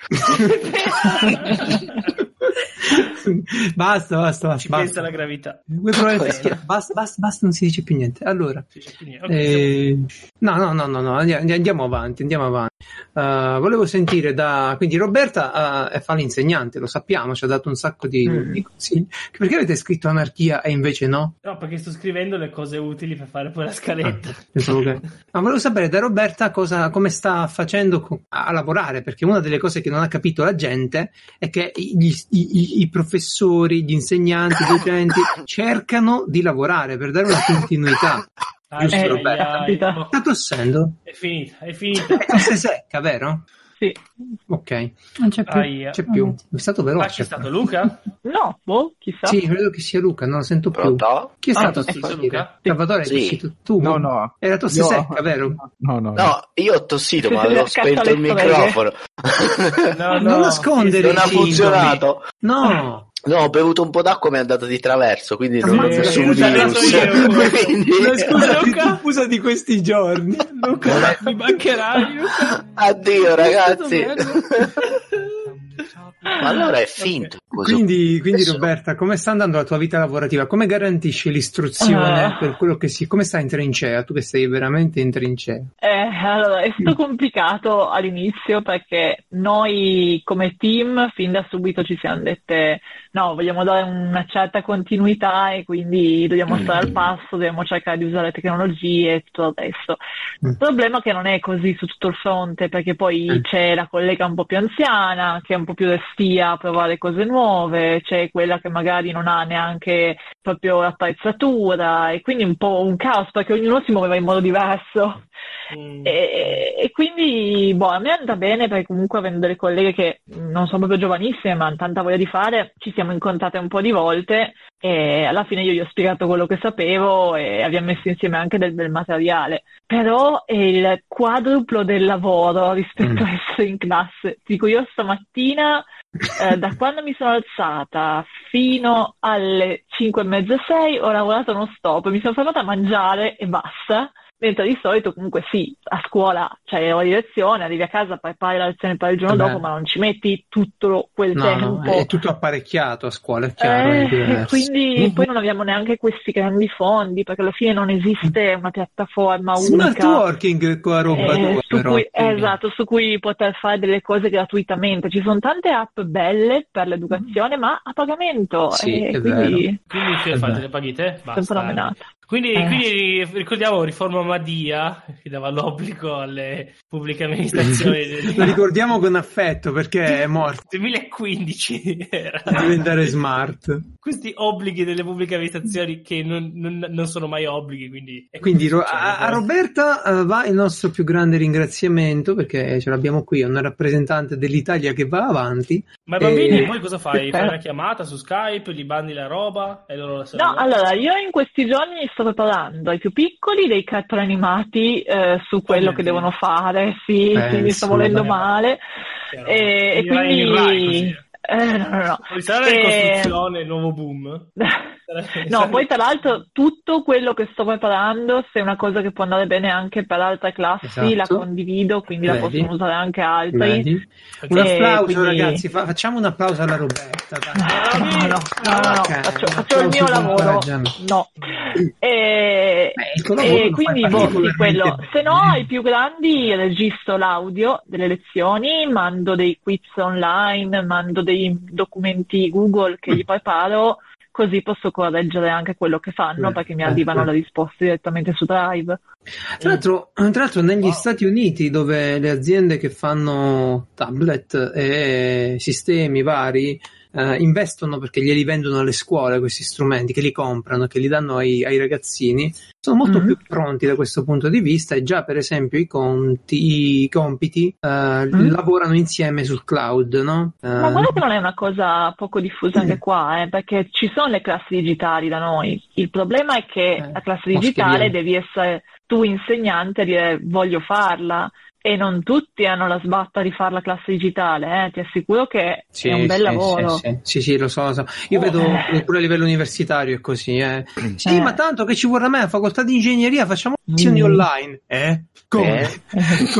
Speaker 2: basta, basta, basta.
Speaker 1: Ci pensa
Speaker 2: basta.
Speaker 1: la gravità.
Speaker 2: Vuoi provare il fischietto? Basta, basta, basta, non si dice più niente. Allora,
Speaker 1: Sì, sì, quindi- ok,
Speaker 2: Eh, no, no, no, no, no, andi- andi- andiamo avanti, andiamo avanti. Eh, volevo sentire da... Quindi Roberta eh, fa l'insegnante, lo sappiamo, ci ha dato un sacco di,
Speaker 7: Mm.
Speaker 2: di consigli. Perché avete scritto anarchia e invece no?
Speaker 1: No, perché sto scrivendo le cose utili per fare poi la scaletta.
Speaker 2: Ah, Pensavo che- Ma volevo sapere da Roberta cosa, come sta facendo co- a a lavorare, perché una delle cose che non ha capito la gente è che gli- i- i- i professori, gli insegnanti, i docenti cercano di lavorare per dare una continuità.
Speaker 1: Ai,
Speaker 2: Giusto,
Speaker 1: ai,
Speaker 2: Roberta.
Speaker 1: ai,
Speaker 6: Capita.
Speaker 1: no.
Speaker 2: Sta tossendo?
Speaker 1: È finita, è finita.
Speaker 2: Sei secca, vero?
Speaker 6: Sì.
Speaker 2: Ok,
Speaker 3: Non c'è più.
Speaker 1: Aia.
Speaker 2: c'è più. È stato
Speaker 1: Ah,
Speaker 2: veloce.
Speaker 1: c'è stato Luca?
Speaker 6: No, boh, chissà.
Speaker 2: Sì, credo che sia Luca, non lo sento più.
Speaker 5: Pronto?
Speaker 2: Chi è
Speaker 1: Ah,
Speaker 2: stato?
Speaker 1: sì,
Speaker 2: a
Speaker 1: sì,
Speaker 2: tossire?
Speaker 1: Luca.
Speaker 2: Salvatore,
Speaker 5: Sì.
Speaker 2: sei uscito tu?
Speaker 7: No, no.
Speaker 2: Era tosse
Speaker 7: Io-
Speaker 2: secca, vero?
Speaker 7: No, no.
Speaker 5: No, io ho tossito,
Speaker 6: Sì,
Speaker 5: ma
Speaker 6: sì,
Speaker 5: avevo
Speaker 6: le scatole
Speaker 5: spento il
Speaker 6: streghe.
Speaker 5: microfono.
Speaker 1: No,
Speaker 2: Non nascondere.
Speaker 5: non ha
Speaker 2: i sintomi.
Speaker 5: funzionato.
Speaker 2: No,
Speaker 5: No, ho bevuto un po' d'acqua e mi è andata di traverso, quindi non ho
Speaker 2: Ammazza,
Speaker 5: nessun
Speaker 2: l'ho
Speaker 1: usato
Speaker 5: virus.
Speaker 1: io, quello.
Speaker 5: Quindi-
Speaker 2: la scusa,
Speaker 6: Luca?
Speaker 2: la scusa di questi giorni.
Speaker 1: Luca, mi mancherai. Luca.
Speaker 5: Addio ragazzi.
Speaker 1: È stato
Speaker 5: Ma allora è finto. così.
Speaker 2: Quindi, quindi
Speaker 5: Adesso-
Speaker 2: Roberta, come sta andando la tua vita lavorativa? Come garantisci l'istruzione
Speaker 6: Ah.
Speaker 2: per quello che si... Come stai in trincea? Tu che sei veramente in trincea.
Speaker 6: Eh, allora, è stato complicato all'inizio perché noi come team fin da subito ci siamo dette no, vogliamo dare una certa continuità e quindi dobbiamo stare al passo, dobbiamo cercare di usare tecnologie e tutto il resto. Il problema è che non è così su tutto il fronte perché poi c'è la collega un po' più anziana che è un po' più restia a provare cose nuove, c'è quella che magari non ha neanche proprio l'attrezzatura e quindi un po' un caos perché ognuno si muoveva in modo diverso. Eh, E, e quindi boh, a me è andata bene perché comunque avendo delle colleghe che non sono proprio giovanissime ma hanno tanta voglia di fare, ci siamo incontrate un po' di volte e alla fine io gli ho spiegato quello che sapevo e abbiamo messo insieme anche del bel materiale. Però è il quadruplo del lavoro rispetto a essere in classe. Ti Dico io stamattina eh, da quando mi sono alzata fino alle 5 e mezza, 6 ho lavorato non stop, mi sono fermata a mangiare e basta. Mentre di solito comunque sì, a scuola c'è la lezione, arrivi a casa, prepari la lezione per il giorno
Speaker 2: Eh Beh.
Speaker 6: dopo, ma non ci metti tutto quel
Speaker 2: No,
Speaker 6: tempo.
Speaker 2: no, è tutto apparecchiato a scuola, è chiaro. è
Speaker 6: Eh,
Speaker 2: diverso.
Speaker 6: quindi
Speaker 2: Mhm.
Speaker 6: poi non abbiamo neanche questi grandi fondi perché alla fine non esiste una piattaforma
Speaker 2: Smart
Speaker 6: unica
Speaker 2: working qua roba
Speaker 6: eh,
Speaker 2: tua,
Speaker 6: su
Speaker 2: però.
Speaker 6: cui, eh, esatto, su cui poter fare delle cose gratuitamente. Ci sono tante app belle per l'educazione, ma a pagamento.
Speaker 2: Sì,
Speaker 6: e
Speaker 2: è
Speaker 6: quindi
Speaker 1: Quindi che
Speaker 2: Eh
Speaker 1: fate?
Speaker 2: beh.
Speaker 1: Le paghite? Basta.
Speaker 6: sempre una menata.
Speaker 1: Quindi,
Speaker 6: Eh.
Speaker 1: quindi ricordiamo Riforma Madia che dava l'obbligo alle pubbliche amministrazioni del
Speaker 2: Lo ricordiamo con affetto perché è morto.
Speaker 1: 2015 era.
Speaker 2: Diventare smart.
Speaker 1: Questi obblighi delle pubbliche amministrazioni che non, non- non sono mai obblighi, quindi... e
Speaker 2: Quindi Ro-
Speaker 1: cioè,
Speaker 2: a, a Roberta eh, va il nostro più grande ringraziamento perché ce l'abbiamo qui, è una rappresentante dell'Italia che va avanti.
Speaker 1: Ma i bambini,
Speaker 2: Eh,
Speaker 1: poi cosa fai? Fai
Speaker 6: eh.
Speaker 1: una chiamata su Skype, gli bandi la roba e loro la
Speaker 6: No,
Speaker 1: salutano?
Speaker 6: allora, io in questi giorni sto preparando ai più piccoli dei cartoni animati eh, su quello
Speaker 1: mio
Speaker 6: che
Speaker 1: Dio.
Speaker 6: devono fare, sì,
Speaker 2: Penso,
Speaker 6: sì, mi sto volendo
Speaker 1: vabbè.
Speaker 6: male. Eh,
Speaker 1: Chiaro.
Speaker 6: E, e
Speaker 1: Finirai in Rai
Speaker 6: quindi...
Speaker 1: così.
Speaker 6: eh, no, no, no. Eh,
Speaker 1: Poi sarà in
Speaker 6: E-
Speaker 1: costruzione il nuovo boom? Eh, cioè,
Speaker 6: No, poi tra l'altro tutto quello che sto preparando, se è una cosa che può andare bene anche per altre classi,
Speaker 2: Esatto.
Speaker 6: la condivido, quindi la
Speaker 2: Vedi?
Speaker 6: possono usare anche altri.
Speaker 2: vedi?
Speaker 1: Perché-
Speaker 2: Un
Speaker 6: eh,
Speaker 2: applauso
Speaker 6: quindi-
Speaker 2: ragazzi, fa- facciamo un applauso alla Roberta. dai.
Speaker 6: No, no, no, no, no, no,
Speaker 2: Ok,
Speaker 6: faccio,
Speaker 2: un
Speaker 6: faccio il mio
Speaker 2: applauso
Speaker 6: lavoro.
Speaker 2: incoraggiante.
Speaker 6: No.
Speaker 2: Beh,
Speaker 6: E,
Speaker 2: il tuo
Speaker 6: e
Speaker 2: lavoro lo fai
Speaker 6: quindi boh, sì,
Speaker 2: particolarmente
Speaker 6: quello.
Speaker 2: bene.
Speaker 6: Se no, ai più grandi registro l'audio delle lezioni, mando dei quiz online, mando dei documenti Google che gli preparo, così posso correggere anche quello che fanno
Speaker 2: Eh,
Speaker 6: perché mi
Speaker 2: eh,
Speaker 6: arrivano
Speaker 2: eh.
Speaker 6: le risposte direttamente su Drive.
Speaker 2: Tra l'altro, tra l'altro negli
Speaker 1: Wow.
Speaker 2: Stati Uniti, dove le aziende che fanno tablet e sistemi vari eh, investono perché glieli vendono alle scuole questi strumenti, che li comprano, che li danno ai, ai ragazzini, sono molto
Speaker 6: Mhm.
Speaker 2: più pronti da questo punto di vista e già per esempio i, conti, i compiti eh,
Speaker 6: Mhm.
Speaker 2: lavorano insieme sul cloud, no? Eh,
Speaker 6: Ma guarda che non è una cosa poco diffusa anche qua, eh, perché ci sono le classi digitali da noi. Il problema è che
Speaker 2: Eh,
Speaker 6: la classe
Speaker 2: moscheria.
Speaker 6: digitale devi essere tu insegnante e dire voglio farla. E non tutti hanno la sbatta di fare la classe digitale, eh. Ti assicuro che
Speaker 2: Sì,
Speaker 6: è un bel
Speaker 2: sì,
Speaker 6: lavoro.
Speaker 2: Sì, sì, Sì, sì, lo so, lo so. Io
Speaker 6: Oh,
Speaker 2: vedo
Speaker 6: eh.
Speaker 2: pure a livello universitario è così. eh. Sì,
Speaker 6: Eh. Mm.
Speaker 2: ma tanto che ci vorrà me, a facoltà di ingegneria facciamo lezioni online. Eh? Come?
Speaker 5: Eh?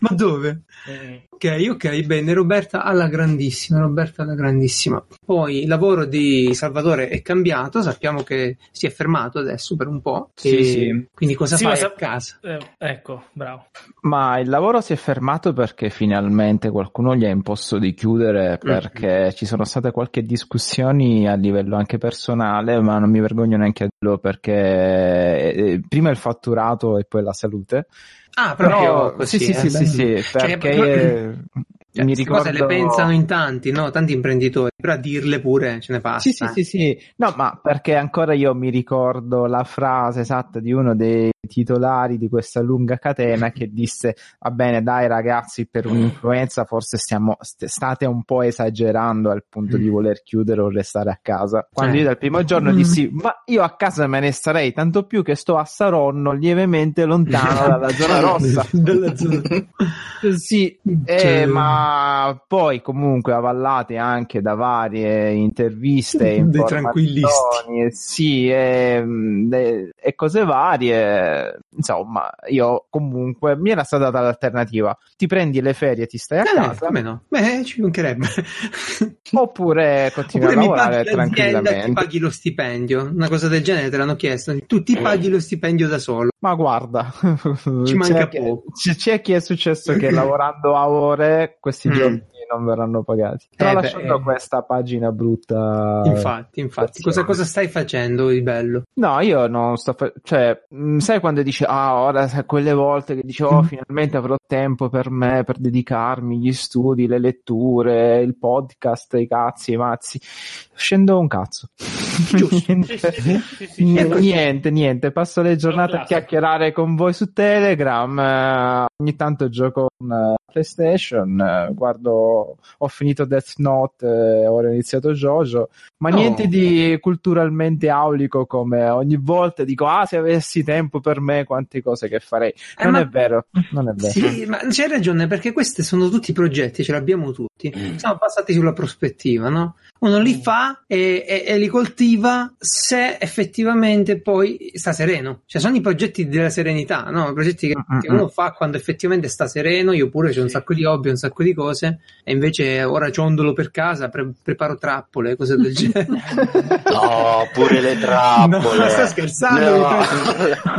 Speaker 2: ma dove?
Speaker 1: Mm.
Speaker 2: Ok, ok, bene, Roberta alla grandissima, Roberta alla grandissima. Poi il lavoro di Salvatore è cambiato, sappiamo che si è fermato adesso per un po'.
Speaker 7: Sì,
Speaker 2: e
Speaker 7: sì.
Speaker 2: Quindi cosa
Speaker 1: Sì, ma
Speaker 2: fai
Speaker 1: sa-
Speaker 2: a casa?
Speaker 1: Eh, ecco, bravo.
Speaker 7: Ma il lavoro si è fermato perché finalmente qualcuno gli ha imposto di
Speaker 2: Mm.
Speaker 7: chiudere perché ci sono state qualche discussioni a livello anche personale, ma non mi vergogno neanche a dirlo perché eh, prima il fatturato e poi la salute.
Speaker 2: Ah, proprio
Speaker 7: Però
Speaker 2: così.
Speaker 7: sì,
Speaker 2: eh,
Speaker 7: sì, sì,
Speaker 2: bene.
Speaker 7: sì, sì,
Speaker 2: Cioè,
Speaker 7: perché
Speaker 2: proprio-
Speaker 7: eh,
Speaker 2: Cioè,
Speaker 7: mi
Speaker 2: queste
Speaker 7: ricordo...
Speaker 2: cose le pensano in tanti, no? Tanti imprenditori, però a dirle pure ce ne passa.
Speaker 7: Sì, sì, sì, sì. No, ma perché ancora io mi ricordo la frase esatta di uno dei titolari di questa lunga catena che disse: Va bene, dai ragazzi, per un'influenza forse stiamo, st- state un po' esagerando al punto di voler chiudere o restare a casa. Quando
Speaker 2: Eh.
Speaker 7: io dal primo giorno
Speaker 6: Mm.
Speaker 7: dissi: Ma io a casa me ne starei, tanto più che sto a Saronno, lievemente lontano dalla zona rossa.
Speaker 2: Dalla zona-
Speaker 7: Sì, eh,
Speaker 2: Cioè-
Speaker 7: ma poi comunque avallate anche da varie interviste,
Speaker 2: Dei
Speaker 7: informazioni,
Speaker 2: tranquillisti.
Speaker 7: eh, Sì, e, mm, e- e cose varie. Insomma, io comunque mi era stata data l'alternativa: ti prendi le ferie, e ti stai a
Speaker 2: Eh, no,
Speaker 7: casa,
Speaker 2: come no? Beh, ci mancherebbe.
Speaker 7: oppure continui
Speaker 2: Oppure
Speaker 7: a
Speaker 2: mi
Speaker 7: lavorare
Speaker 2: paghi l'azienda, ti
Speaker 7: tranquillamente.
Speaker 2: paghi lo stipendio. Una cosa del genere te l'hanno chiesto. Tu ti paghi lo stipendio da solo.
Speaker 7: Ma guarda,
Speaker 2: Ci manca
Speaker 7: c'è, chi-
Speaker 2: poco.
Speaker 7: c'è- c'è chi è successo che lavorando a ore questi
Speaker 2: Mm.
Speaker 7: giorni non verranno pagati. Tralasciando
Speaker 2: beh, eh.
Speaker 7: questa pagina brutta.
Speaker 2: Infatti, infatti.
Speaker 7: Sì.
Speaker 2: Cosa, cosa stai facendo di bello?
Speaker 7: No, io non sto fa- cioè, mh, sai quando dici, ah, ora sai, quelle volte che dicevo, oh,
Speaker 2: Mm.
Speaker 7: finalmente avrò tempo per me, per dedicarmi agli studi, le letture, il podcast, i cazzi, i mazzi. Scendo un cazzo.
Speaker 2: Giusto.
Speaker 1: Sì, sì, sì, sì, sì.
Speaker 7: N-
Speaker 2: Ecco.
Speaker 7: niente, niente, passo le giornate a
Speaker 1: Classico.
Speaker 7: chiacchierare con voi su Telegram, eh, ogni tanto gioco con eh, PlayStation, eh, guardo, ho finito Death Note, eh, ora ho iniziato Jojo, ma
Speaker 2: Oh.
Speaker 7: niente di culturalmente aulico come ogni volta dico, ah se avessi tempo per me quante cose che farei.
Speaker 2: Eh,
Speaker 7: non
Speaker 2: ma-
Speaker 7: è vero, non è vero.
Speaker 2: Sì, ma c'hai ragione perché questi sono tutti progetti, ce l'abbiamo tutti.
Speaker 5: Mm.
Speaker 2: Siamo passati sulla prospettiva, no? Uno li fa e, e- e li coltiva se effettivamente poi sta sereno. Cioè, sono i progetti della serenità, no? I progetti che,
Speaker 7: Mm, mm,
Speaker 2: che uno
Speaker 7: mm.
Speaker 2: fa quando effettivamente sta sereno. Io pure ho un
Speaker 1: Sì.
Speaker 2: sacco di hobby, un sacco di cose, e invece ora ciondolo per casa, pre- preparo trappole, cose del genere.
Speaker 5: No, pure le trappole.
Speaker 2: No, sto scherzando.
Speaker 5: No.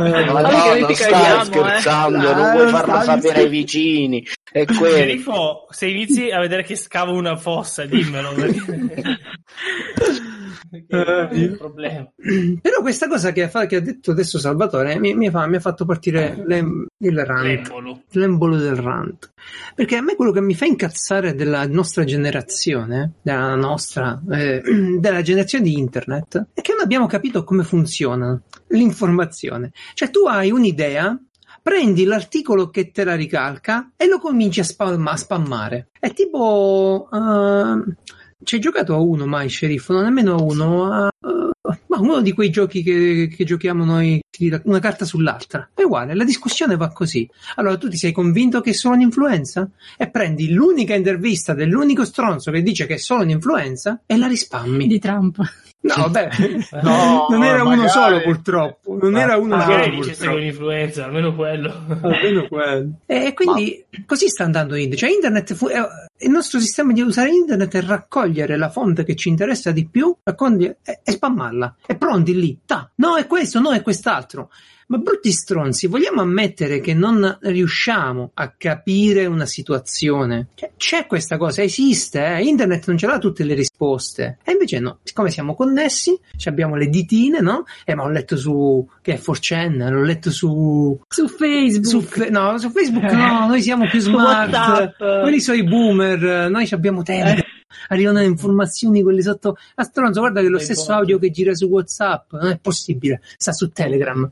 Speaker 2: mi-
Speaker 5: Ma
Speaker 6: Guarda
Speaker 5: no,
Speaker 6: che noi
Speaker 5: non
Speaker 6: ti
Speaker 5: stai
Speaker 6: crediamo,
Speaker 5: scherzando,
Speaker 2: eh.
Speaker 5: non vuoi
Speaker 2: Ah,
Speaker 5: farlo
Speaker 2: stavi-
Speaker 5: sapere ai vicini. E quello.
Speaker 1: Federico, se inizi a vedere che scavo una fossa, dimmelo. Perché...
Speaker 7: Eh,
Speaker 1: perché è un problema.
Speaker 2: Però questa cosa che, fa- che ha detto adesso Salvatore mi, mi fa- mi ha fatto partire l'em- il
Speaker 7: Ah,
Speaker 2: rant,
Speaker 1: L'embolo.
Speaker 2: l'embolo del rant. Perché a me quello che mi fa incazzare della nostra generazione, della nostra, eh, della generazione di internet, è che non abbiamo capito come funziona l'informazione. Cioè tu hai un'idea, prendi l'articolo che te la ricalca e lo cominci a, spalma- a spammare. È tipo... ehm, ci hai giocato a uno mai, sceriffo? Non nemmeno a uno, a, eh, ma uno di quei giochi che, che giochiamo noi, ti dà una carta sull'altra. È uguale, la discussione va così. Allora tu ti sei convinto che è solo un'influenza? E prendi l'unica intervista dell'unico stronzo che dice che è solo un'influenza e la rispammi.
Speaker 3: di Trump.
Speaker 2: No, vabbè,
Speaker 7: No,
Speaker 2: non era uno
Speaker 7: magari.
Speaker 2: solo purtroppo, non era uno
Speaker 7: Ah,
Speaker 1: Magari
Speaker 2: solo
Speaker 1: dicesse
Speaker 2: purtroppo.
Speaker 1: con influenza, almeno quello.
Speaker 2: Almeno quello. E quindi così sta andando internet. Cioè, internet fu- è- il nostro sistema di usare internet è raccogliere la fonte che ci interessa di più raccoglie- e, e spammarla. E pronti lì. Ta. No, è questo, no, è quest'altro. Ma brutti stronzi, vogliamo ammettere che non riusciamo a capire una situazione? Cioè, c'è questa cosa, esiste, eh? internet non ce l'ha tutte le risposte. E invece no, siccome siamo connessi, ci abbiamo le ditine, no? Eh, ma ho letto su, che è 4chan, l'ho letto su,
Speaker 3: Su Facebook.
Speaker 2: su, Fe- no, su Facebook no, noi siamo più
Speaker 6: Su
Speaker 2: smart,
Speaker 6: Eh. WhatsApp.
Speaker 2: quelli sono i boomer, noi ci abbiamo tempo. Arrivano le informazioni quelle sotto. A stronzo, guarda che lo
Speaker 1: Dai
Speaker 2: stesso
Speaker 1: bot.
Speaker 2: audio che gira su WhatsApp non è possibile, sta su Telegram.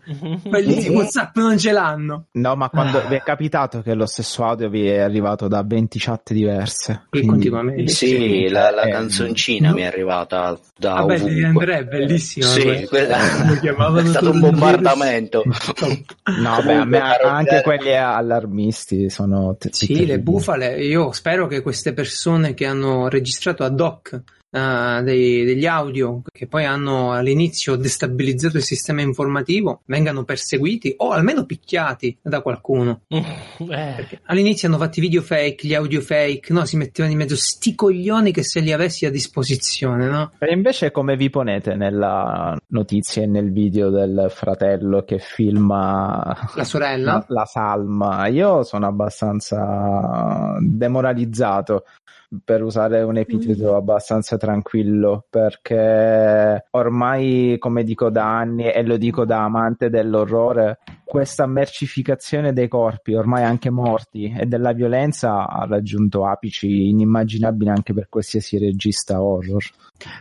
Speaker 2: Quelli di WhatsApp non ce l'hanno.
Speaker 7: No, ma quando
Speaker 2: Ah.
Speaker 7: vi è capitato che lo stesso audio vi è arrivato da 20 chat diverse?
Speaker 2: E
Speaker 7: Quindi-
Speaker 2: continuamente.
Speaker 5: Sì, la, la
Speaker 7: Eh,
Speaker 5: canzoncina
Speaker 2: no.
Speaker 5: mi è arrivata da
Speaker 2: Vabbè,
Speaker 5: ovunque.
Speaker 2: è bellissima.
Speaker 5: Sì,
Speaker 2: quella.
Speaker 5: quella
Speaker 2: Lo chiamavano
Speaker 5: è stato
Speaker 2: solo
Speaker 5: un
Speaker 2: virus.
Speaker 5: bombardamento. Eh,
Speaker 7: No, beh, a me anche quelli allarmisti sono te-
Speaker 2: Sì,
Speaker 7: terribili.
Speaker 2: le bufale. Io spero che queste persone che hanno registrato ad hoc eh, dei- degli audio che poi hanno all'inizio destabilizzato il sistema informativo vengano perseguiti o almeno picchiati da qualcuno.
Speaker 1: Eh,
Speaker 2: All'inizio hanno fatto i video fake, gli audio fake, no? Si mettevano in mezzo sti coglioni che se li avessi a disposizione, no?
Speaker 7: E invece come vi ponete nella notizia e nel video del fratello che filma
Speaker 2: La sorella.
Speaker 7: la, la salma? Io sono abbastanza demoralizzato, per usare un epiteto abbastanza tranquillo, perché ormai, come dico da anni e lo dico da amante dell'orrore, questa mercificazione dei corpi ormai anche morti e della violenza ha raggiunto apici inimmaginabili anche per qualsiasi regista horror.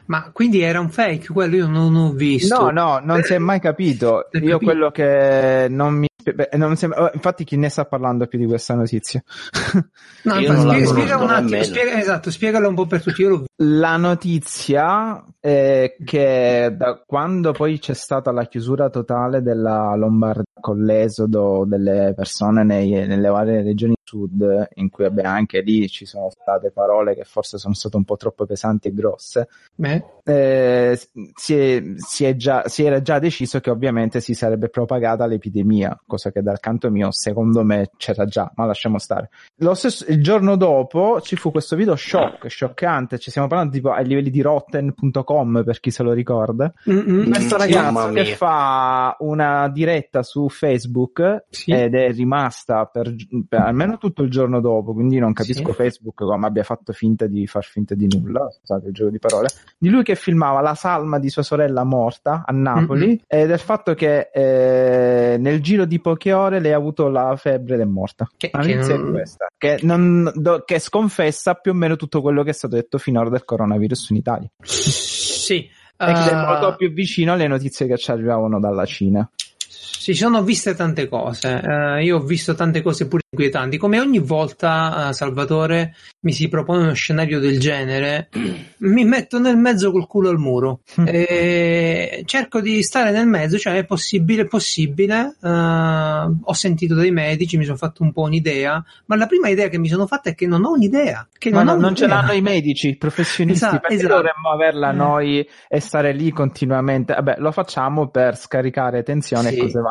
Speaker 2: Ma quindi era un fake, quello io non ho visto.
Speaker 7: No, no, non si è mai capito.
Speaker 2: Si è
Speaker 7: Io
Speaker 2: capito.
Speaker 7: quello che non mi. beh, non sembra- oh, infatti, chi ne sta parlando più di questa notizia?
Speaker 2: No,
Speaker 5: Io
Speaker 2: infatti,
Speaker 5: non la
Speaker 2: spiega,
Speaker 5: conosco
Speaker 2: spiega un attimo,
Speaker 5: nemmeno.
Speaker 2: spiega, esatto, spiegalo un po' per tutti. Io l'ho visto.
Speaker 7: La notizia è che da quando poi c'è stata la chiusura totale della Lombardia con l'esodo delle persone nei- nelle varie regioni sud, in cui vabbè, anche lì ci sono state parole che forse sono state un po' troppo pesanti e grosse,
Speaker 2: Eh?
Speaker 7: eh, si, è- si è già- si era già deciso che ovviamente si sarebbe propagata l'epidemia, cosa che dal canto mio secondo me c'era già, ma lasciamo stare. Lo stesso, il giorno dopo ci fu questo video shock, scioccante, ci stiamo parlando tipo ai livelli di rotten.com per chi se lo ricorda.
Speaker 2: Mm-mm.
Speaker 5: Mm,
Speaker 7: Questo
Speaker 5: mamma
Speaker 7: ragazzo
Speaker 5: mia.
Speaker 7: che fa una diretta su Facebook
Speaker 2: Sì.
Speaker 7: ed è rimasta per, per almeno tutto il giorno dopo, quindi non capisco
Speaker 2: Sì.
Speaker 7: Facebook come abbia fatto finta di far finta di nulla, scusate il gioco di parole, di lui che filmava la salma di sua sorella morta a Napoli
Speaker 2: Mhm.
Speaker 7: e del fatto che eh, nel giro di poche ore lei ha avuto la febbre ed è morta.
Speaker 2: Che-
Speaker 7: La
Speaker 2: che
Speaker 7: notizia è
Speaker 2: non-
Speaker 7: questa, che, non- do- che sconfessa più o meno tutto quello che è stato detto finora del coronavirus in Italia.
Speaker 2: Sì.
Speaker 7: E che è
Speaker 2: Ah,
Speaker 7: molto più vicino alle notizie che ci arrivavano dalla Cina.
Speaker 2: si sono viste tante cose. Eh, io ho visto tante cose pure inquietanti. Come ogni volta, eh, Salvatore mi si propone uno scenario del genere, mi metto nel mezzo col culo al muro.
Speaker 7: Mm. Eh,
Speaker 2: E Eh, cerco di stare nel mezzo, cioè è possibile, è possibile. Eh, ho sentito dei medici, mi sono fatto un po' un'idea, ma la prima idea che mi sono fatta è che non ho un'idea. Che
Speaker 7: Ma
Speaker 2: Eh, non,
Speaker 7: no,
Speaker 2: ho
Speaker 7: non ce
Speaker 2: un'idea.
Speaker 7: l'hanno i medici, i professionisti,
Speaker 2: Esatto,
Speaker 7: perché
Speaker 2: esatto.
Speaker 7: dovremmo averla
Speaker 2: Eh.
Speaker 7: noi e stare lì continuamente? Vabbè, lo facciamo per scaricare tensione
Speaker 2: Sì.
Speaker 7: e cose varie.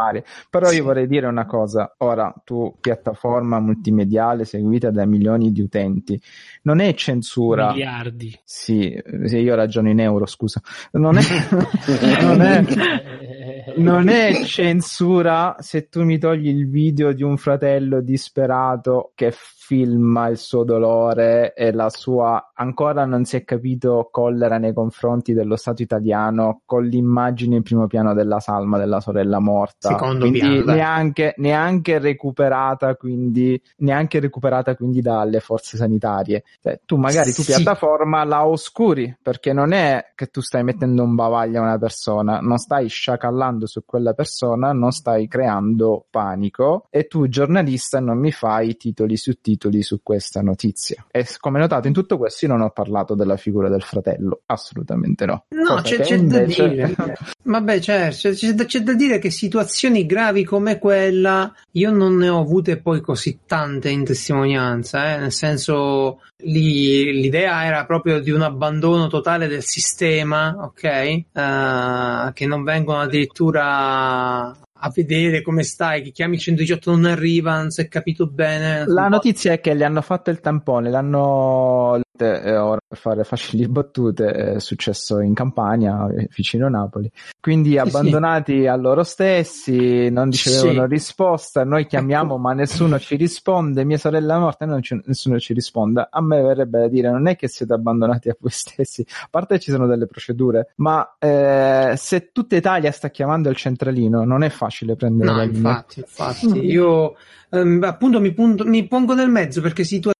Speaker 7: Però
Speaker 2: Sì.
Speaker 7: io vorrei dire una cosa, ora tu, piattaforma multimediale seguita da milioni di utenti, non è censura.
Speaker 1: Miliardi.
Speaker 7: Sì, sì, io ragiono in euro, scusa. Non è, non è,
Speaker 1: Eh,
Speaker 7: non è censura se tu mi togli il video di un fratello disperato che filma il suo dolore e la sua ancora non si è capito collera nei confronti dello Stato italiano con l'immagine in primo piano della salma della sorella morta.
Speaker 2: Secondo
Speaker 7: quindi
Speaker 2: piano, dai.
Speaker 7: neanche, neanche recuperata quindi neanche recuperata quindi dalle forze sanitarie. Cioè, tu magari tu
Speaker 2: Sì.
Speaker 7: piattaforma la oscuri perché non è che tu stai mettendo un bavaglio a una persona, non stai sciacallando su quella persona, non stai creando panico e tu giornalista non mi fai titoli su titoli su questa notizia. E s- come notato in tutto questo io non ho parlato della figura del fratello, assolutamente no.
Speaker 2: No,
Speaker 7: Cosa
Speaker 2: c'è,
Speaker 7: che
Speaker 2: c'è da
Speaker 7: invece-
Speaker 2: dire. Vabbè, certo, c'è, c'è da, c'è da dire che situazioni gravi come quella io non ne ho avute poi così tante in testimonianza, eh, nel senso lì, l'idea era proprio di un abbandono totale del sistema, ok? Eh, che non vengono addirittura a vedere come stai, che chiami il 118 non arriva, non si è capito bene.
Speaker 7: La notizia è che le hanno fatto il tampone, l'hanno eh, ora per fare facili battute, è successo in Campania, eh, vicino Napoli. Quindi abbandonati a loro stessi, non ricevevano
Speaker 2: Sì.
Speaker 7: risposta, noi chiamiamo ma nessuno ci risponde, mia sorella è morta e non ci- nessuno ci risponde. A me verrebbe da dire, non è che siete abbandonati a voi stessi, a parte ci sono delle procedure, ma eh, se tutta Italia sta chiamando il centralino non è facile prendere
Speaker 2: No,
Speaker 7: la linea.
Speaker 2: infatti, infatti. Io ehm, appunto mi, punto- mi pongo nel mezzo perché situazioni,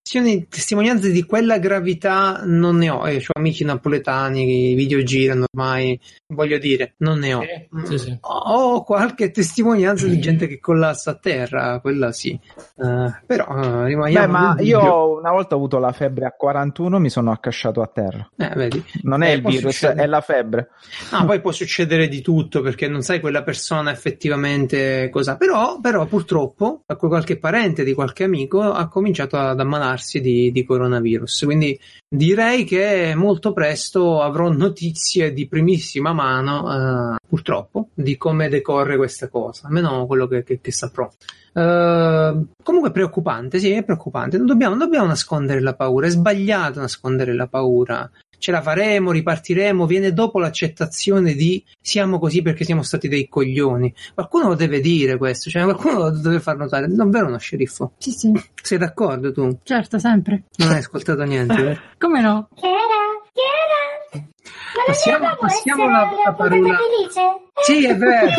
Speaker 2: testimonianze di quella gravità non ne ho. Eh, ho amici napoletani, i video girano ormai, voglio dire, non ne
Speaker 7: Eh.
Speaker 2: ho.
Speaker 1: Sì, sì, sì.
Speaker 2: Ho ho qualche testimonianza di gente che collassa a terra, quella sì. Eh, però eh, rimaniamo.
Speaker 7: Beh, ma
Speaker 2: nel dubbio.
Speaker 7: io una volta ho avuto la febbre a 41, mi sono accasciato a terra.
Speaker 2: Eh, vedi.
Speaker 7: Non è
Speaker 2: Eh,
Speaker 7: il
Speaker 2: può
Speaker 7: virus,
Speaker 2: succedere.
Speaker 7: è la febbre.
Speaker 2: Ah, poi può succedere di tutto perché non sai quella persona effettivamente cosa. Però, però purtroppo qual- qualche parente di qualche amico ha cominciato ad ammalarsi di, di coronavirus. Quindi direi che molto presto avrò notizie di primissima mano, eh, purtroppo, di come decorre questa cosa. Almeno quello che, che- che saprò. Eh, comunque è preoccupante, sì, è preoccupante. Non dobbiamo, non dobbiamo nascondere la paura. È sbagliato nascondere la paura ce la faremo, ripartiremo, viene dopo l'accettazione di siamo così perché siamo stati dei coglioni. Qualcuno lo deve dire questo, cioè qualcuno lo deve far notare, non vero uno sceriffo?
Speaker 3: Sì, sì,
Speaker 2: Sei d'accordo tu?
Speaker 3: certo, sempre.
Speaker 2: Non hai ascoltato niente, vero?
Speaker 3: Come no?
Speaker 8: Chiara, Chiara, ma la
Speaker 2: Passiamo-
Speaker 8: mia mamma può
Speaker 2: passiamo
Speaker 8: essere
Speaker 2: alla-
Speaker 8: la,
Speaker 2: alla
Speaker 8: puntata
Speaker 2: parola-
Speaker 8: felice?
Speaker 2: Sì, è vero.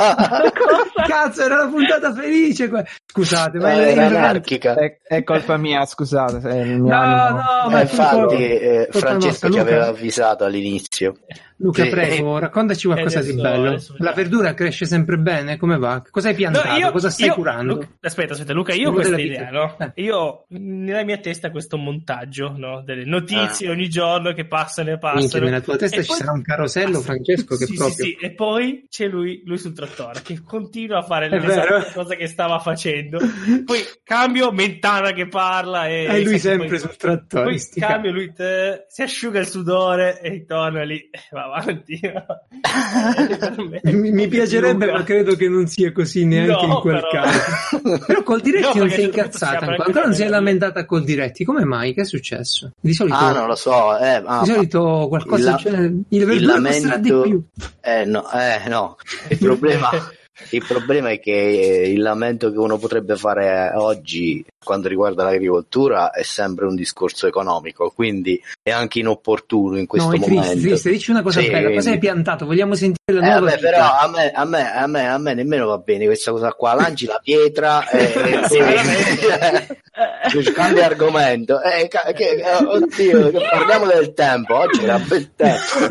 Speaker 6: Cosa?
Speaker 2: Cazzo, era una puntata felice. que- Scusate, ma
Speaker 5: Eh,
Speaker 2: è
Speaker 5: era anarchica.
Speaker 7: È, è colpa mia, scusate. se il mio
Speaker 2: No,
Speaker 7: animo-
Speaker 2: no,
Speaker 5: Eh,
Speaker 2: ma è
Speaker 5: infatti,
Speaker 2: tutto-
Speaker 5: eh,
Speaker 2: colpa nostra,
Speaker 5: Francesco ci
Speaker 2: Luca.
Speaker 5: aveva avvisato all'inizio.
Speaker 2: Luca,
Speaker 5: Sì.
Speaker 2: prego, raccontaci qualcosa
Speaker 1: Eh, Adesso-
Speaker 2: di bello.
Speaker 1: adesso vediamo.
Speaker 2: La verdura cresce sempre bene? Come va? Cosa hai piantato?
Speaker 1: No, io-
Speaker 2: Cosa stai
Speaker 1: io-
Speaker 2: curando?
Speaker 1: Luca- aspetta, aspetta, Luca, io ho
Speaker 2: Luca
Speaker 1: questa
Speaker 2: della
Speaker 1: idea,
Speaker 2: pizza.
Speaker 1: no? Io ho nella mia testa questo montaggio, no? Delle notizie
Speaker 5: Ah.
Speaker 1: ogni giorno che passano e passano.
Speaker 2: Minchia, nella tua testa
Speaker 1: E
Speaker 2: ci
Speaker 1: poi-
Speaker 2: sarà un carosello, Francesco, che
Speaker 1: Sì, sì,
Speaker 2: proprio...
Speaker 1: sì, e poi c'è lui, lui sul trattore che continua a fare
Speaker 2: È
Speaker 1: l'esatta
Speaker 2: vero.
Speaker 1: cosa che stava facendo. Poi cambio Mentana che parla e, esatto,
Speaker 2: E lui sempre
Speaker 1: poi-
Speaker 2: sul trattore,
Speaker 1: Poi
Speaker 2: sti
Speaker 1: cambio lui te- si asciuga il sudore e torna lì e va avanti. Eh,
Speaker 2: Mi, mi piacerebbe,
Speaker 1: Luca.
Speaker 2: ma credo che non sia così neanche
Speaker 1: No,
Speaker 2: in quel
Speaker 1: però.
Speaker 2: caso. Però col diretti
Speaker 1: No,
Speaker 2: non
Speaker 1: perché a un certo
Speaker 2: sei
Speaker 1: punto si
Speaker 2: incazzata
Speaker 1: apre
Speaker 2: ancora,
Speaker 1: anche
Speaker 2: ancora non si è
Speaker 1: quella via.
Speaker 2: lamentata col diretti. Come mai? Che è successo? Di solito,
Speaker 5: Ah, non lo so. Eh, ah,
Speaker 2: di solito
Speaker 5: il
Speaker 2: qualcosa
Speaker 5: la-
Speaker 2: del genere. Il verdura costerà di più.
Speaker 5: Eh no, eh, no. Il, problema, il problema è che eh, il lamento che uno potrebbe fare oggi quando riguarda l'agricoltura è sempre un discorso economico, quindi è anche inopportuno in questo
Speaker 2: no, è
Speaker 5: momento.
Speaker 2: triste, triste. Dici una cosa
Speaker 5: Sì,
Speaker 2: bella, cosa hai
Speaker 5: quindi-
Speaker 2: piantato? Vogliamo sentire la
Speaker 5: Eh,
Speaker 2: nuova
Speaker 5: vabbè,
Speaker 2: vita.
Speaker 5: però a me, a, me, a, me, a me nemmeno va bene questa cosa qua. Lanci la pietra e, e
Speaker 1: Sì,
Speaker 5: poi Cioè, cambia argomento. Eh, ca- che- eh, oddio, che parliamo del tempo. Oggi era bel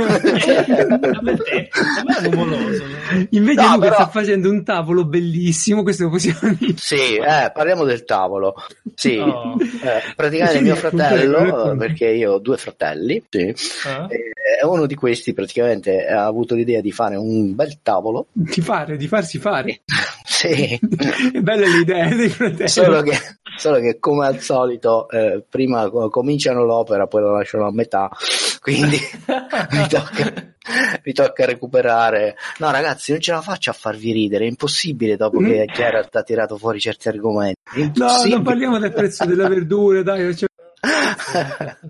Speaker 5: tempo.
Speaker 1: A me te- a me è nuvoloso.
Speaker 2: Invece
Speaker 5: No,
Speaker 2: Luca
Speaker 5: però-
Speaker 2: sta facendo un tavolo bellissimo, questo lo possiamo dire.
Speaker 5: Sì, eh, parliamo del tavolo. Sì,
Speaker 1: No.
Speaker 5: eh, praticamente
Speaker 2: Sì,
Speaker 5: mio
Speaker 2: racconta,
Speaker 5: fratello,
Speaker 2: racconta.
Speaker 5: eh, perché io ho due fratelli, sì,
Speaker 1: Ah?
Speaker 5: e uno di questi praticamente ha avuto l'idea di fare un bel tavolo.
Speaker 2: Di fare, di farsi fare.
Speaker 5: Sì,
Speaker 2: È bella l'idea dei fratelli.
Speaker 5: Eh. solo che, solo che come al solito eh, prima co- cominciano l'opera, poi la lasciano a metà, quindi mi tocca, mi tocca recuperare. No ragazzi, non ce la faccio a farvi ridere, è impossibile dopo che Gerard ha tirato fuori certi argomenti. È
Speaker 2: No,
Speaker 5: impossibile.
Speaker 2: non parliamo del prezzo della verdura, dai. cioè-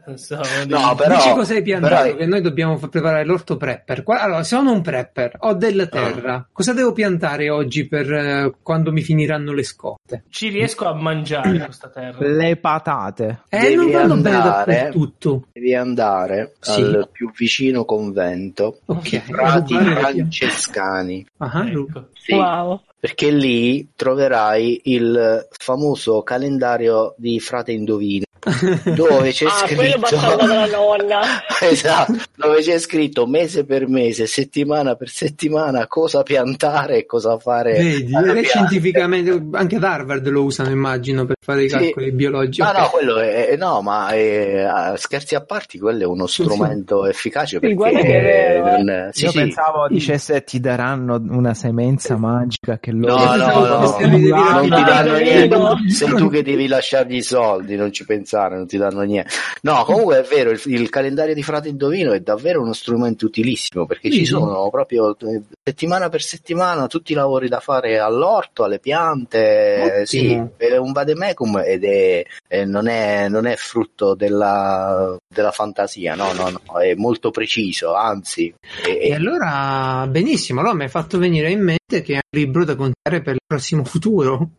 Speaker 1: Non so,
Speaker 5: No,
Speaker 1: dici-
Speaker 5: però,
Speaker 2: Dici cosa hai piantato?
Speaker 5: però-
Speaker 2: Che noi dobbiamo fa- preparare l'orto prepper. Qua- Allora, sono un prepper, ho
Speaker 5: Ah.
Speaker 2: della terra. Cosa devo piantare oggi per eh, quando mi finiranno le scotte?
Speaker 1: ci riesco a mangiare questa terra.
Speaker 7: Le patate.
Speaker 2: Eh,
Speaker 5: Devi
Speaker 2: non vanno bene
Speaker 5: andare.
Speaker 2: dappertutto.
Speaker 5: devi andare
Speaker 2: Sì.
Speaker 5: al più vicino convento
Speaker 2: Ok,
Speaker 5: prati
Speaker 2: rubare le
Speaker 5: francescani
Speaker 2: Ah, Lu-
Speaker 1: Ecco.
Speaker 5: Sì,
Speaker 6: Wow.
Speaker 5: perché lì troverai il famoso calendario di frate indovino dove c'è
Speaker 6: Ah, quello
Speaker 5: scritto
Speaker 6: bastava dalla nonna.
Speaker 5: esatto dove c'è scritto mese per mese settimana per settimana cosa piantare e cosa fare
Speaker 2: Vedi,
Speaker 5: alle
Speaker 2: è
Speaker 5: piante.
Speaker 2: scientificamente anche ad Harvard lo usano, immagino, per fare i
Speaker 5: Sì.
Speaker 2: calcoli biologici.
Speaker 5: Ah,
Speaker 2: Ok.
Speaker 5: no, quello è, è- no, ma eh, ah, scherzi a parte, quello è uno
Speaker 2: Sì,
Speaker 5: strumento efficace perché
Speaker 6: guarda che è vero, eh.
Speaker 5: non- sì,
Speaker 7: Io
Speaker 5: sì.
Speaker 7: pensavo dicesse ti daranno una semenza magica che loro
Speaker 5: No, no, no,
Speaker 2: Queste le devi
Speaker 5: non ti
Speaker 2: raffidare.
Speaker 5: danno niente.
Speaker 6: Capito?
Speaker 5: Sei tu che devi lasciargli i soldi, non ci pensare, non ti danno niente. No, comunque è vero, il, il calendario di Frate Indovino è davvero uno strumento utilissimo perché
Speaker 2: Sì,
Speaker 5: ci
Speaker 2: sì.
Speaker 5: sono proprio eh, settimana per settimana tutti i lavori da fare all'orto, alle piante.
Speaker 2: Ottimo.
Speaker 5: Sì, è un vademecum ed è, eh, non, è, non è frutto della, della fantasia, no, no, no, è molto preciso, anzi. è-
Speaker 2: E allora, benissimo, allora mi hai fatto venire in mente che è un libro da contare per il prossimo futuro.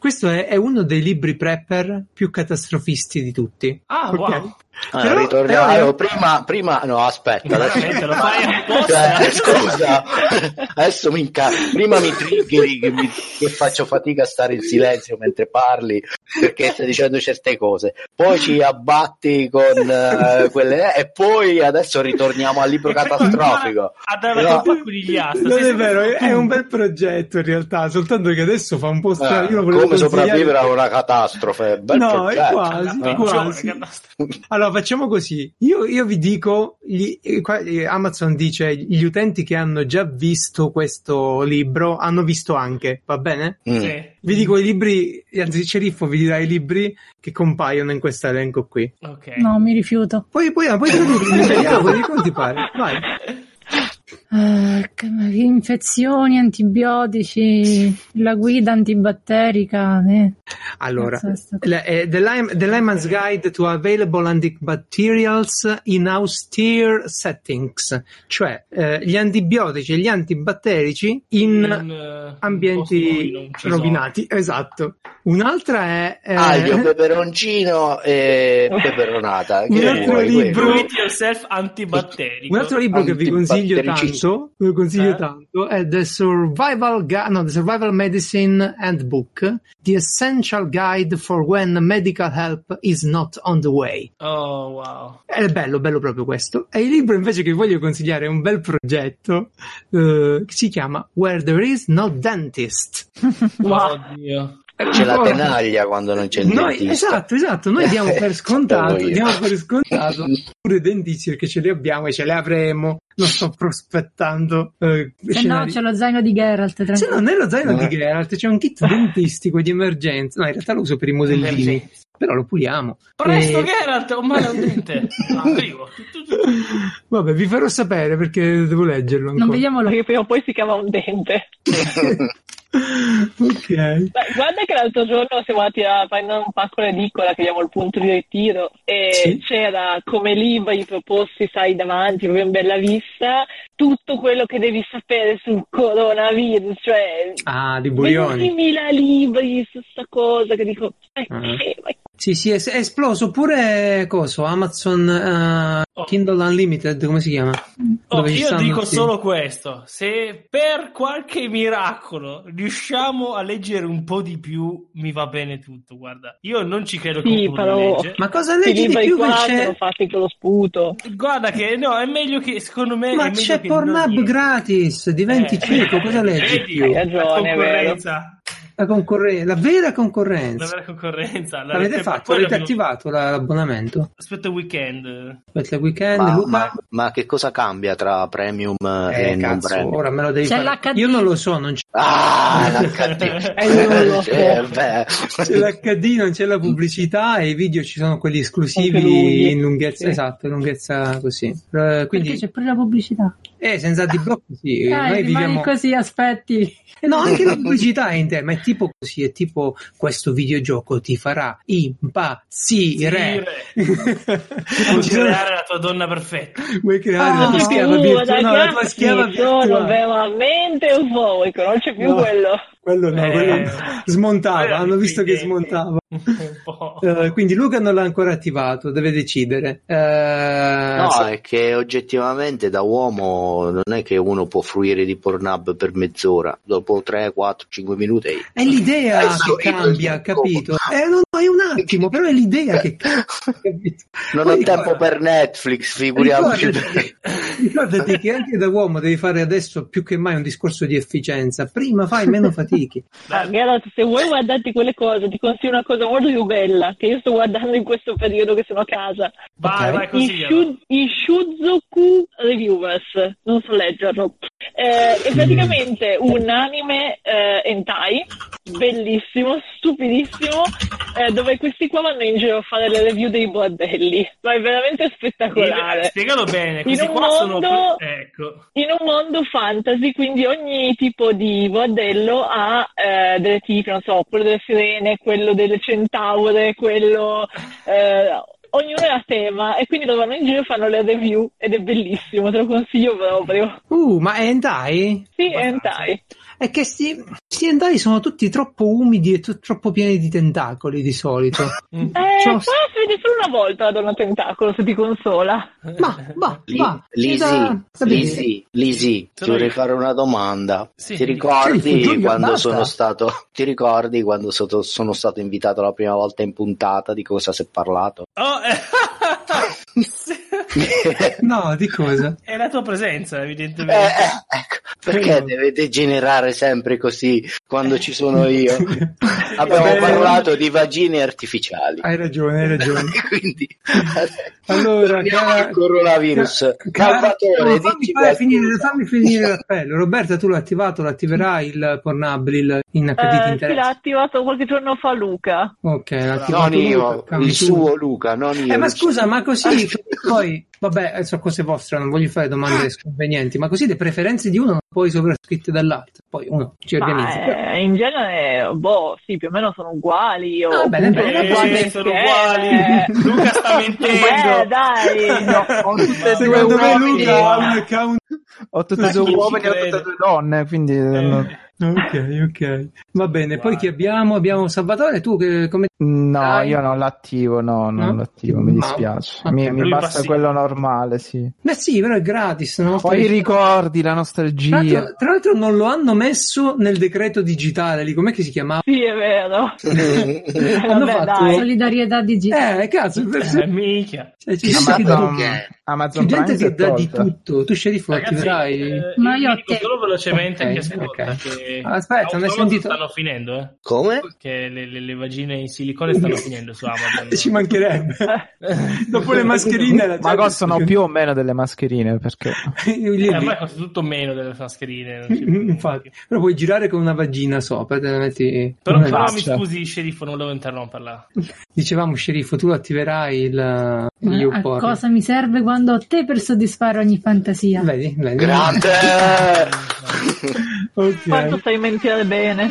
Speaker 2: Questo è, è uno dei libri prepper più catastrofisti di tutti.
Speaker 1: Ah,
Speaker 2: Ok.
Speaker 1: wow.
Speaker 5: Ah,
Speaker 2: Però-
Speaker 5: ritorniamo
Speaker 2: però io-
Speaker 5: prima, prima no aspetta
Speaker 1: Veramente, lo fai apposta?
Speaker 5: Cioè, scusa adesso mi inca- prima mi triggeri che, mi- che faccio fatica a stare in silenzio mentre parli perché stai dicendo certe cose poi ci abbatti con eh, quelle e poi adesso ritorniamo al libro
Speaker 1: E prima-
Speaker 5: catastrofico
Speaker 1: A dare
Speaker 5: No.
Speaker 1: la colpa a Curigliasta.
Speaker 2: Non
Speaker 1: Sei
Speaker 2: è
Speaker 1: sempre
Speaker 2: vero,
Speaker 1: stato
Speaker 2: è
Speaker 1: tu.
Speaker 2: un bel progetto in realtà, soltanto che adesso fa un po'
Speaker 5: Eh,
Speaker 2: strano. cioè, Io lo volevo
Speaker 5: come
Speaker 2: consigliare-
Speaker 5: sopravvivere a una catastrofe bel
Speaker 2: No, è
Speaker 5: progetto.
Speaker 1: Ah,
Speaker 2: quasi,
Speaker 5: Eh.
Speaker 2: è quasi. Allora facciamo così, io, io vi dico, gli- eh, qua- eh, Amazon dice gli utenti che hanno già visto questo libro hanno visto anche, va bene?
Speaker 5: Mm.
Speaker 1: Sì.
Speaker 2: Vi dico i libri, anzi il sceriffo vi dirà i libri che compaiono in questo elenco qui.
Speaker 1: Ok.
Speaker 3: No, mi rifiuto.
Speaker 2: Poi, poi, ah, poi tradurli in italiano, quelli che non ti pare. Vai.
Speaker 3: Ah, che- ma che infezioni, antibiotici, la guida antibatterica. eh.
Speaker 2: Allora,
Speaker 3: Pazzesco.
Speaker 2: la- eh, the, Lyme- the Lyman's Guide to Available Antibacterials in Austere Settings, cioè eh, gli antibiotici e gli antibatterici in
Speaker 1: eh,
Speaker 2: ambienti
Speaker 1: un posto dove non ci sono.
Speaker 2: rovinati. Esatto. Un'altra è. eh,
Speaker 5: aglio peperoncino e peperonata che
Speaker 2: Un altro
Speaker 5: vuoi,
Speaker 2: libro-
Speaker 5: quello?
Speaker 1: Bruit yourself antibatterico.
Speaker 2: un altro libro che vi consiglio tanto preso, lo consiglio
Speaker 8: Eh?
Speaker 2: tanto, è The Survival, Gu- no, The Survival Medicine Handbook, The Essential Guide for When Medical Help is Not on the Way.
Speaker 1: Oh, wow.
Speaker 2: È bello, bello proprio questo. E il libro invece che voglio consigliare è un bel progetto eh, che si chiama Where There Is No Dentist. Eh.
Speaker 1: Oddio.
Speaker 5: C'è la tenaglia quando non c'è il
Speaker 2: Noi,
Speaker 5: Cioè, dentista. Cioè,
Speaker 2: esatto, esatto, noi diamo per scontato,
Speaker 5: Stavo io.
Speaker 2: diamo per scontato pure i dentisti perché ce li abbiamo e ce li avremo. Non sto prospettando. eh,
Speaker 3: Se no,
Speaker 2: scenari.
Speaker 3: c'è lo zaino di Geralt.
Speaker 2: Se no,
Speaker 3: tranquillo.
Speaker 2: nello zaino
Speaker 5: No.
Speaker 2: di Geralt c'è un kit dentistico di emergenza. No, in realtà lo uso per i modellini, però lo puliamo.
Speaker 1: Presto,
Speaker 2: Eh,
Speaker 1: Geralt, Ah, ho male a un dente. Arrivo.
Speaker 2: Vabbè, vi farò sapere perché devo leggerlo
Speaker 3: Non
Speaker 2: ancora.
Speaker 3: vediamo l'ora.
Speaker 6: Perché prima o poi si cava un dente.
Speaker 2: ok.
Speaker 6: Beh, guarda che l'altro giorno siamo andati a prendere un pacco edicola che abbiamo il punto di ritiro e
Speaker 2: Sì.
Speaker 6: c'era come libri proposti, sai, davanti, proprio in bella vista, tutto quello che devi sapere sul coronavirus, cioè
Speaker 2: Ah, di Burioni.
Speaker 6: 20.000 libri su sta cosa che dico, eh,
Speaker 2: Ah.
Speaker 6: sì, ma
Speaker 2: Sì, sì, è, è esploso pure coso, Amazon eh,
Speaker 1: Oh.
Speaker 2: Kindle Unlimited, come si chiama?
Speaker 1: Oh,
Speaker 2: Dove ci
Speaker 1: io
Speaker 2: stanno-
Speaker 1: dico
Speaker 2: sì.
Speaker 1: solo questo: se per qualche miracolo riusciamo a leggere un po' di più, mi va bene tutto. Guarda, io non ci credo che
Speaker 6: Sì,
Speaker 1: qualcuno
Speaker 6: però-
Speaker 1: legge.
Speaker 2: Ma cosa
Speaker 6: i
Speaker 2: leggi di
Speaker 6: libri
Speaker 2: più che
Speaker 6: quattro
Speaker 2: c'è?
Speaker 6: fatti con lo sputo.
Speaker 1: Guarda, che no, è meglio che secondo me. è
Speaker 2: Ma
Speaker 1: meglio
Speaker 2: c'è
Speaker 1: che non
Speaker 2: Pornhub
Speaker 1: leggi.
Speaker 2: gratis, diventi
Speaker 1: Eh,
Speaker 2: cieco, cosa leggi di
Speaker 1: vedi? eh.
Speaker 2: più?
Speaker 6: Hai ragione,
Speaker 1: La
Speaker 6: vero.
Speaker 1: concorrenza.
Speaker 2: La concorrenza, la vera
Speaker 1: La
Speaker 2: concorrenza.
Speaker 1: vera concorrenza. La
Speaker 2: L'avete
Speaker 1: rete-
Speaker 2: fatto?
Speaker 1: quello
Speaker 2: Avete
Speaker 1: che-
Speaker 2: attivato la- l'abbonamento?
Speaker 1: Aspetta il weekend.
Speaker 2: Aspetta il weekend,
Speaker 5: Ma,
Speaker 2: Luca?
Speaker 5: ma- ma che cosa cambia tra premium
Speaker 2: Eh,
Speaker 5: e non
Speaker 2: cazzo,
Speaker 5: premium?
Speaker 2: ora me lo devi
Speaker 3: C'è
Speaker 2: fare.
Speaker 3: l'HD.
Speaker 2: Io non lo so, non c'è,
Speaker 5: Ah, l'HD.
Speaker 6: Eh, io non lo so.
Speaker 5: Eh, beh.
Speaker 2: c'è l'HD, non c'è la pubblicità e i video ci sono quelli esclusivi
Speaker 6: Anche lunghi.
Speaker 2: in lunghezza,
Speaker 6: Sì.
Speaker 2: esatto, in lunghezza così. Eh, quindi
Speaker 3: Perché c'è pure la pubblicità.
Speaker 2: Eh, senza adblock sì,
Speaker 3: Eh,
Speaker 2: noi
Speaker 3: rimani
Speaker 2: viviamo...
Speaker 3: così, aspetti.
Speaker 2: No, anche la pubblicità è in tema, è tipo così, è tipo questo videogioco ti farà impazzire.
Speaker 1: Puoi
Speaker 2: Ci sono-
Speaker 1: creare la tua donna perfetta.
Speaker 2: Cioè, Vuoi creare la
Speaker 3: Ah,
Speaker 2: tua
Speaker 6: Sì,
Speaker 2: schiava virtuale? No, la tua
Speaker 6: ragazzi,
Speaker 2: schiava
Speaker 6: sono
Speaker 2: virtuale.
Speaker 6: veramente euforico, non c'è più
Speaker 2: No.
Speaker 6: quello.
Speaker 2: Quello no,
Speaker 1: Eh,
Speaker 2: quello smontava,
Speaker 1: quella
Speaker 2: hanno
Speaker 1: di
Speaker 2: visto che
Speaker 1: Fidel.
Speaker 2: smontava.
Speaker 1: Un po'.
Speaker 2: Eh, quindi Luca non l'ha ancora attivato, deve decidere. Eh,
Speaker 5: No,
Speaker 2: sì.
Speaker 5: è che oggettivamente da uomo non è che uno può fruire di Pornhub per mezz'ora, dopo 3, 4, 5 minuti. eh.
Speaker 2: È l'idea
Speaker 5: Eh, so,
Speaker 2: che
Speaker 5: io-
Speaker 2: cambia, capito? Eh, no, no, è un attimo, però è l'idea che cambia, capito?
Speaker 5: Non ho
Speaker 2: Poi
Speaker 5: tempo
Speaker 2: ricorda-
Speaker 5: per Netflix, figuriamoci.
Speaker 2: Ricordati, ricordati che anche da uomo devi fare adesso più che mai un discorso di efficienza. Prima fai meno fatiche.
Speaker 6: Ah, Geralt, se vuoi guardarti quelle cose, ti consiglio una cosa molto più bella che io sto guardando in questo periodo che sono a casa.
Speaker 1: Vai,
Speaker 2: Ok.
Speaker 1: vai,
Speaker 6: I,
Speaker 1: consiglialo.
Speaker 6: Shu- i Shuzoku Reviewers, non so leggerlo. Eh, è praticamente un anime eh, hentai, bellissimo, stupidissimo, eh, dove questi qua vanno in giro a fare le review dei bordelli. Ma è veramente spettacolare.
Speaker 1: Spiegalo bene,
Speaker 6: In
Speaker 1: questi
Speaker 6: un
Speaker 1: qua sono.
Speaker 6: mondo-
Speaker 1: Ecco.
Speaker 6: in un mondo fantasy, quindi ogni tipo di bordello ha eh, delle tipi, non so, quello delle sirene, quello delle centaure, quello... eh, ognuno ha tema e quindi loro vanno in giro e fanno le review ed è bellissimo, te lo consiglio proprio.
Speaker 2: Uh, ma è hentai?
Speaker 6: Sì, è
Speaker 1: Abbastanza.
Speaker 6: hentai.
Speaker 2: È che sti, sti hentai sono tutti troppo umidi e tu- troppo pieni di tentacoli di solito. Cioè,
Speaker 1: Mm.
Speaker 6: Eh,
Speaker 2: Ciao.
Speaker 6: qua si vede solo una volta la donna tentacolo, se ti consola.
Speaker 2: Ma, ma,
Speaker 5: Li-
Speaker 2: ma.
Speaker 5: Lisi,
Speaker 2: da- da vedere.
Speaker 5: Lisi, Lisi, ti
Speaker 1: Sono
Speaker 5: vorrei
Speaker 1: io.
Speaker 5: fare una domanda.
Speaker 1: Sì,
Speaker 5: ti
Speaker 1: mi
Speaker 2: dica. Sì,
Speaker 5: ricordi
Speaker 2: Giulio,
Speaker 5: quando
Speaker 2: basta.
Speaker 5: sono stato ti ricordi quando sono, sono stato invitato la prima volta in puntata di cosa si è parlato?
Speaker 1: Oh, eh, se-
Speaker 2: No, di cosa?
Speaker 1: è la tua presenza,
Speaker 5: Eh, eh,
Speaker 1: evidentemente.
Speaker 5: ecco, perché deve degenerare sempre così quando ci sono io? Abbiamo
Speaker 2: Vabbè.
Speaker 5: parlato di vagine artificiali.
Speaker 2: Hai ragione, hai ragione.
Speaker 5: Quindi
Speaker 2: Allora,
Speaker 5: torniamo
Speaker 2: cara-
Speaker 5: al coronavirus.
Speaker 2: Ca-
Speaker 5: Salvatore,
Speaker 2: cara- fammi,
Speaker 5: dici
Speaker 2: fare
Speaker 5: qualcosa.
Speaker 2: finire, fammi finire l'appello. Roberta, tu l'hai attivato, lo attiverai il Pornhub il- in HD ti
Speaker 6: Eh, sì, l'ha
Speaker 2: interessa.
Speaker 6: attivato qualche giorno fa Luca.
Speaker 2: Ok, l'ha attivato
Speaker 5: Non
Speaker 2: lui,
Speaker 5: io,
Speaker 2: cambi
Speaker 5: il
Speaker 2: tu.
Speaker 5: suo Luca, non io. Ah,
Speaker 2: Eh, ma
Speaker 5: Lucia.
Speaker 2: scusa, ma così poi, vabbè, adesso cose vostre, non voglio fare
Speaker 5: Ah.
Speaker 2: domande sconvenienti, ma così le preferenze di uno poi sovrascritte dall'altro, poi uno ci
Speaker 6: Ma,
Speaker 2: organizza. Però-
Speaker 6: eh, in genere, boh, sì, più o meno sono uguali. Io
Speaker 2: Ah, bene,
Speaker 6: comunque
Speaker 2: bene.
Speaker 6: sono uguali
Speaker 1: Eh, sono uguali.
Speaker 6: insieme.
Speaker 1: Luca sta mentendo.
Speaker 6: Eh, dai.
Speaker 7: ho tutte e due
Speaker 2: Secondo me
Speaker 7: uomini,
Speaker 2: Luca ha un account
Speaker 7: ho tutte
Speaker 1: Ma
Speaker 7: e due
Speaker 1: chi ci
Speaker 7: uomini e ho
Speaker 1: crede?
Speaker 7: tutte e due donne, quindi...
Speaker 1: Eh,
Speaker 2: Ok, ok. Va bene, poi chi abbiamo? Abbiamo Salvatore, tu che come...
Speaker 7: No,
Speaker 2: Dai.
Speaker 7: io non l'attivo, no, non
Speaker 2: No?
Speaker 7: l'attivo, mi
Speaker 2: Ma-
Speaker 7: dispiace.
Speaker 2: ok,
Speaker 7: mi mi
Speaker 1: lui
Speaker 7: basta
Speaker 1: passivo.
Speaker 7: quello normale, sì.
Speaker 2: Beh sì, però è gratis, no?
Speaker 7: Poi i ricordi, la nostalgia.
Speaker 2: Tra l'altro, tra l'altro non lo hanno messo nel decreto digitale lì, com'è che si chiamava?
Speaker 6: Sì, è vero.
Speaker 5: Esatto,
Speaker 6: Eh, vabbè,
Speaker 2: fatto-
Speaker 6: dai.
Speaker 3: Solidarietà digitale.
Speaker 2: Eh, cazzo,
Speaker 1: Eh, mica.
Speaker 2: cioè, c'è gente che dà,
Speaker 7: Amazon,
Speaker 5: perché?
Speaker 2: c'è
Speaker 7: Amazon
Speaker 2: gente
Speaker 7: Prime
Speaker 2: che
Speaker 7: si è
Speaker 2: dà di
Speaker 7: tolta.
Speaker 2: tutto, tu sceriffo
Speaker 1: Ragazzi,
Speaker 2: attiverai...
Speaker 1: eh,
Speaker 3: Ma
Speaker 1: vi
Speaker 3: io a
Speaker 1: dico
Speaker 3: te-
Speaker 1: solo velocemente
Speaker 2: Ok,
Speaker 1: chi ascolta
Speaker 2: ok.
Speaker 1: che
Speaker 2: Aspetta, non hai
Speaker 1: Amazon
Speaker 2: sentito-
Speaker 1: stanno finendo, eh?
Speaker 5: Come?
Speaker 1: Che le, le- le vagine in silicone stanno finendo su Amazon.
Speaker 2: Ci mancherebbe.
Speaker 1: Eh,
Speaker 2: Dopo le mascherine... la
Speaker 7: Ma
Speaker 2: gente-
Speaker 7: costano più o meno delle mascherine perché
Speaker 2: Io li-
Speaker 1: ormai Eh, costa tutto meno delle mascherine. non ci-
Speaker 2: Infatti, però puoi girare con una vagina sopra, te la metti...
Speaker 1: Però,
Speaker 2: come-
Speaker 1: però mi
Speaker 7: faccia.
Speaker 1: scusi, sceriffo, non volevo interromperla.
Speaker 2: Dicevamo, sceriffo, tu attiverai il...
Speaker 3: Ma
Speaker 2: il
Speaker 3: a
Speaker 2: YouPorn.
Speaker 3: cosa mi serve quando ho te per soddisfare ogni fantasia?
Speaker 2: Vedi, vedi.
Speaker 5: Grande!
Speaker 2: Ok.
Speaker 6: Quanto sai mentire bene.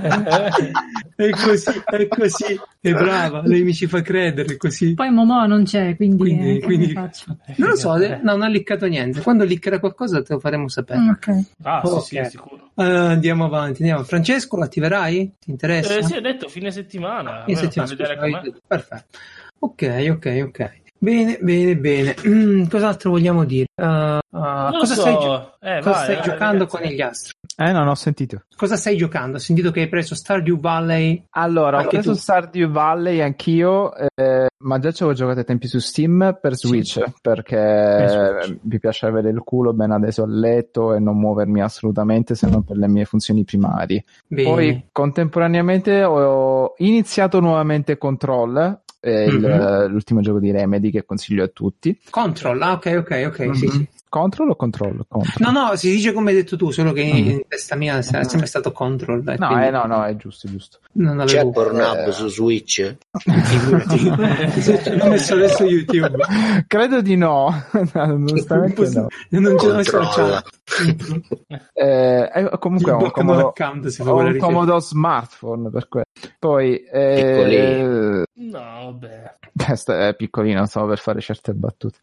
Speaker 2: è così, è così, è brava, lei mi ci fa credere, è così.
Speaker 3: Poi Momò non c'è, quindi,
Speaker 2: Quindi-
Speaker 3: eh, che
Speaker 2: quindi-
Speaker 3: ne faccio?
Speaker 2: Non lo so, eh, no, non ha liccato niente. Quando liccherà qualcosa te lo faremo sapere.
Speaker 3: Mm, ok.
Speaker 1: Ah, sì, sì,
Speaker 2: Ok.
Speaker 1: sicuro.
Speaker 2: Eh, andiamo avanti, andiamo. Francesco, lo attiverai? Ti interessa?
Speaker 1: Eh, sì, ho detto fine settimana.
Speaker 2: In
Speaker 1: almeno
Speaker 2: settimana,
Speaker 1: per vedere
Speaker 2: scusa,
Speaker 1: com'è.
Speaker 2: hai- Perfetto. Ok, ok, ok. Bene, bene, bene. Mm, cos'altro vogliamo dire? Eh, eh,
Speaker 1: Non
Speaker 2: cosa
Speaker 1: so.
Speaker 2: stai, gio-
Speaker 1: Eh,
Speaker 2: cosa
Speaker 1: vai,
Speaker 2: stai
Speaker 1: vai,
Speaker 2: giocando
Speaker 1: ragazzi.
Speaker 2: con gli astri?
Speaker 7: Eh non ho sentito.
Speaker 2: Cosa stai giocando? Ho sentito che hai preso Stardew Valley.
Speaker 7: Allora, ho
Speaker 2: Anche
Speaker 7: preso
Speaker 2: tu.
Speaker 7: Stardew Valley anch'io, eh, ma già ci avevo giocato ai tempi su Steam per Switch, perché
Speaker 2: Switch.
Speaker 7: mi piace avere il culo ben adesso a letto e non muovermi assolutamente se non per le mie funzioni primarie.
Speaker 2: Bene.
Speaker 7: Poi contemporaneamente ho iniziato nuovamente Control, eh, il-
Speaker 2: Mhm.
Speaker 7: l'ultimo gioco di Remedy che consiglio a tutti.
Speaker 2: Control, ah, ok, ok, ok. Sì,
Speaker 7: Mhm.
Speaker 2: sì.
Speaker 7: Control o Control? Control.
Speaker 2: No, no, si dice come hai detto tu, solo che in,
Speaker 7: Mm.
Speaker 2: in testa mia è sempre stato control. Dai,
Speaker 7: No,
Speaker 2: quindi
Speaker 7: eh, no, no, è giusto, è giusto.
Speaker 2: Non
Speaker 5: C'è
Speaker 2: avevo
Speaker 5: Pornhub
Speaker 7: eh.
Speaker 5: su Switch?
Speaker 2: figurati. Se ce l'ho messo adesso YouTube.
Speaker 7: Credo di no, onestamente no.
Speaker 2: Non ce l'ho messo la
Speaker 5: Controlla.
Speaker 2: chat.
Speaker 7: Eh, eh, comunque
Speaker 2: Ti
Speaker 7: ho un
Speaker 2: bloccano
Speaker 7: comodo,
Speaker 2: l'account se fa
Speaker 7: ho
Speaker 2: quella
Speaker 7: un
Speaker 2: ricerca.
Speaker 7: comodo smartphone per quello. Poi, eh,
Speaker 5: Piccolino.
Speaker 1: No, vabbè.
Speaker 7: questo è piccolino, stavo per fare certe battute.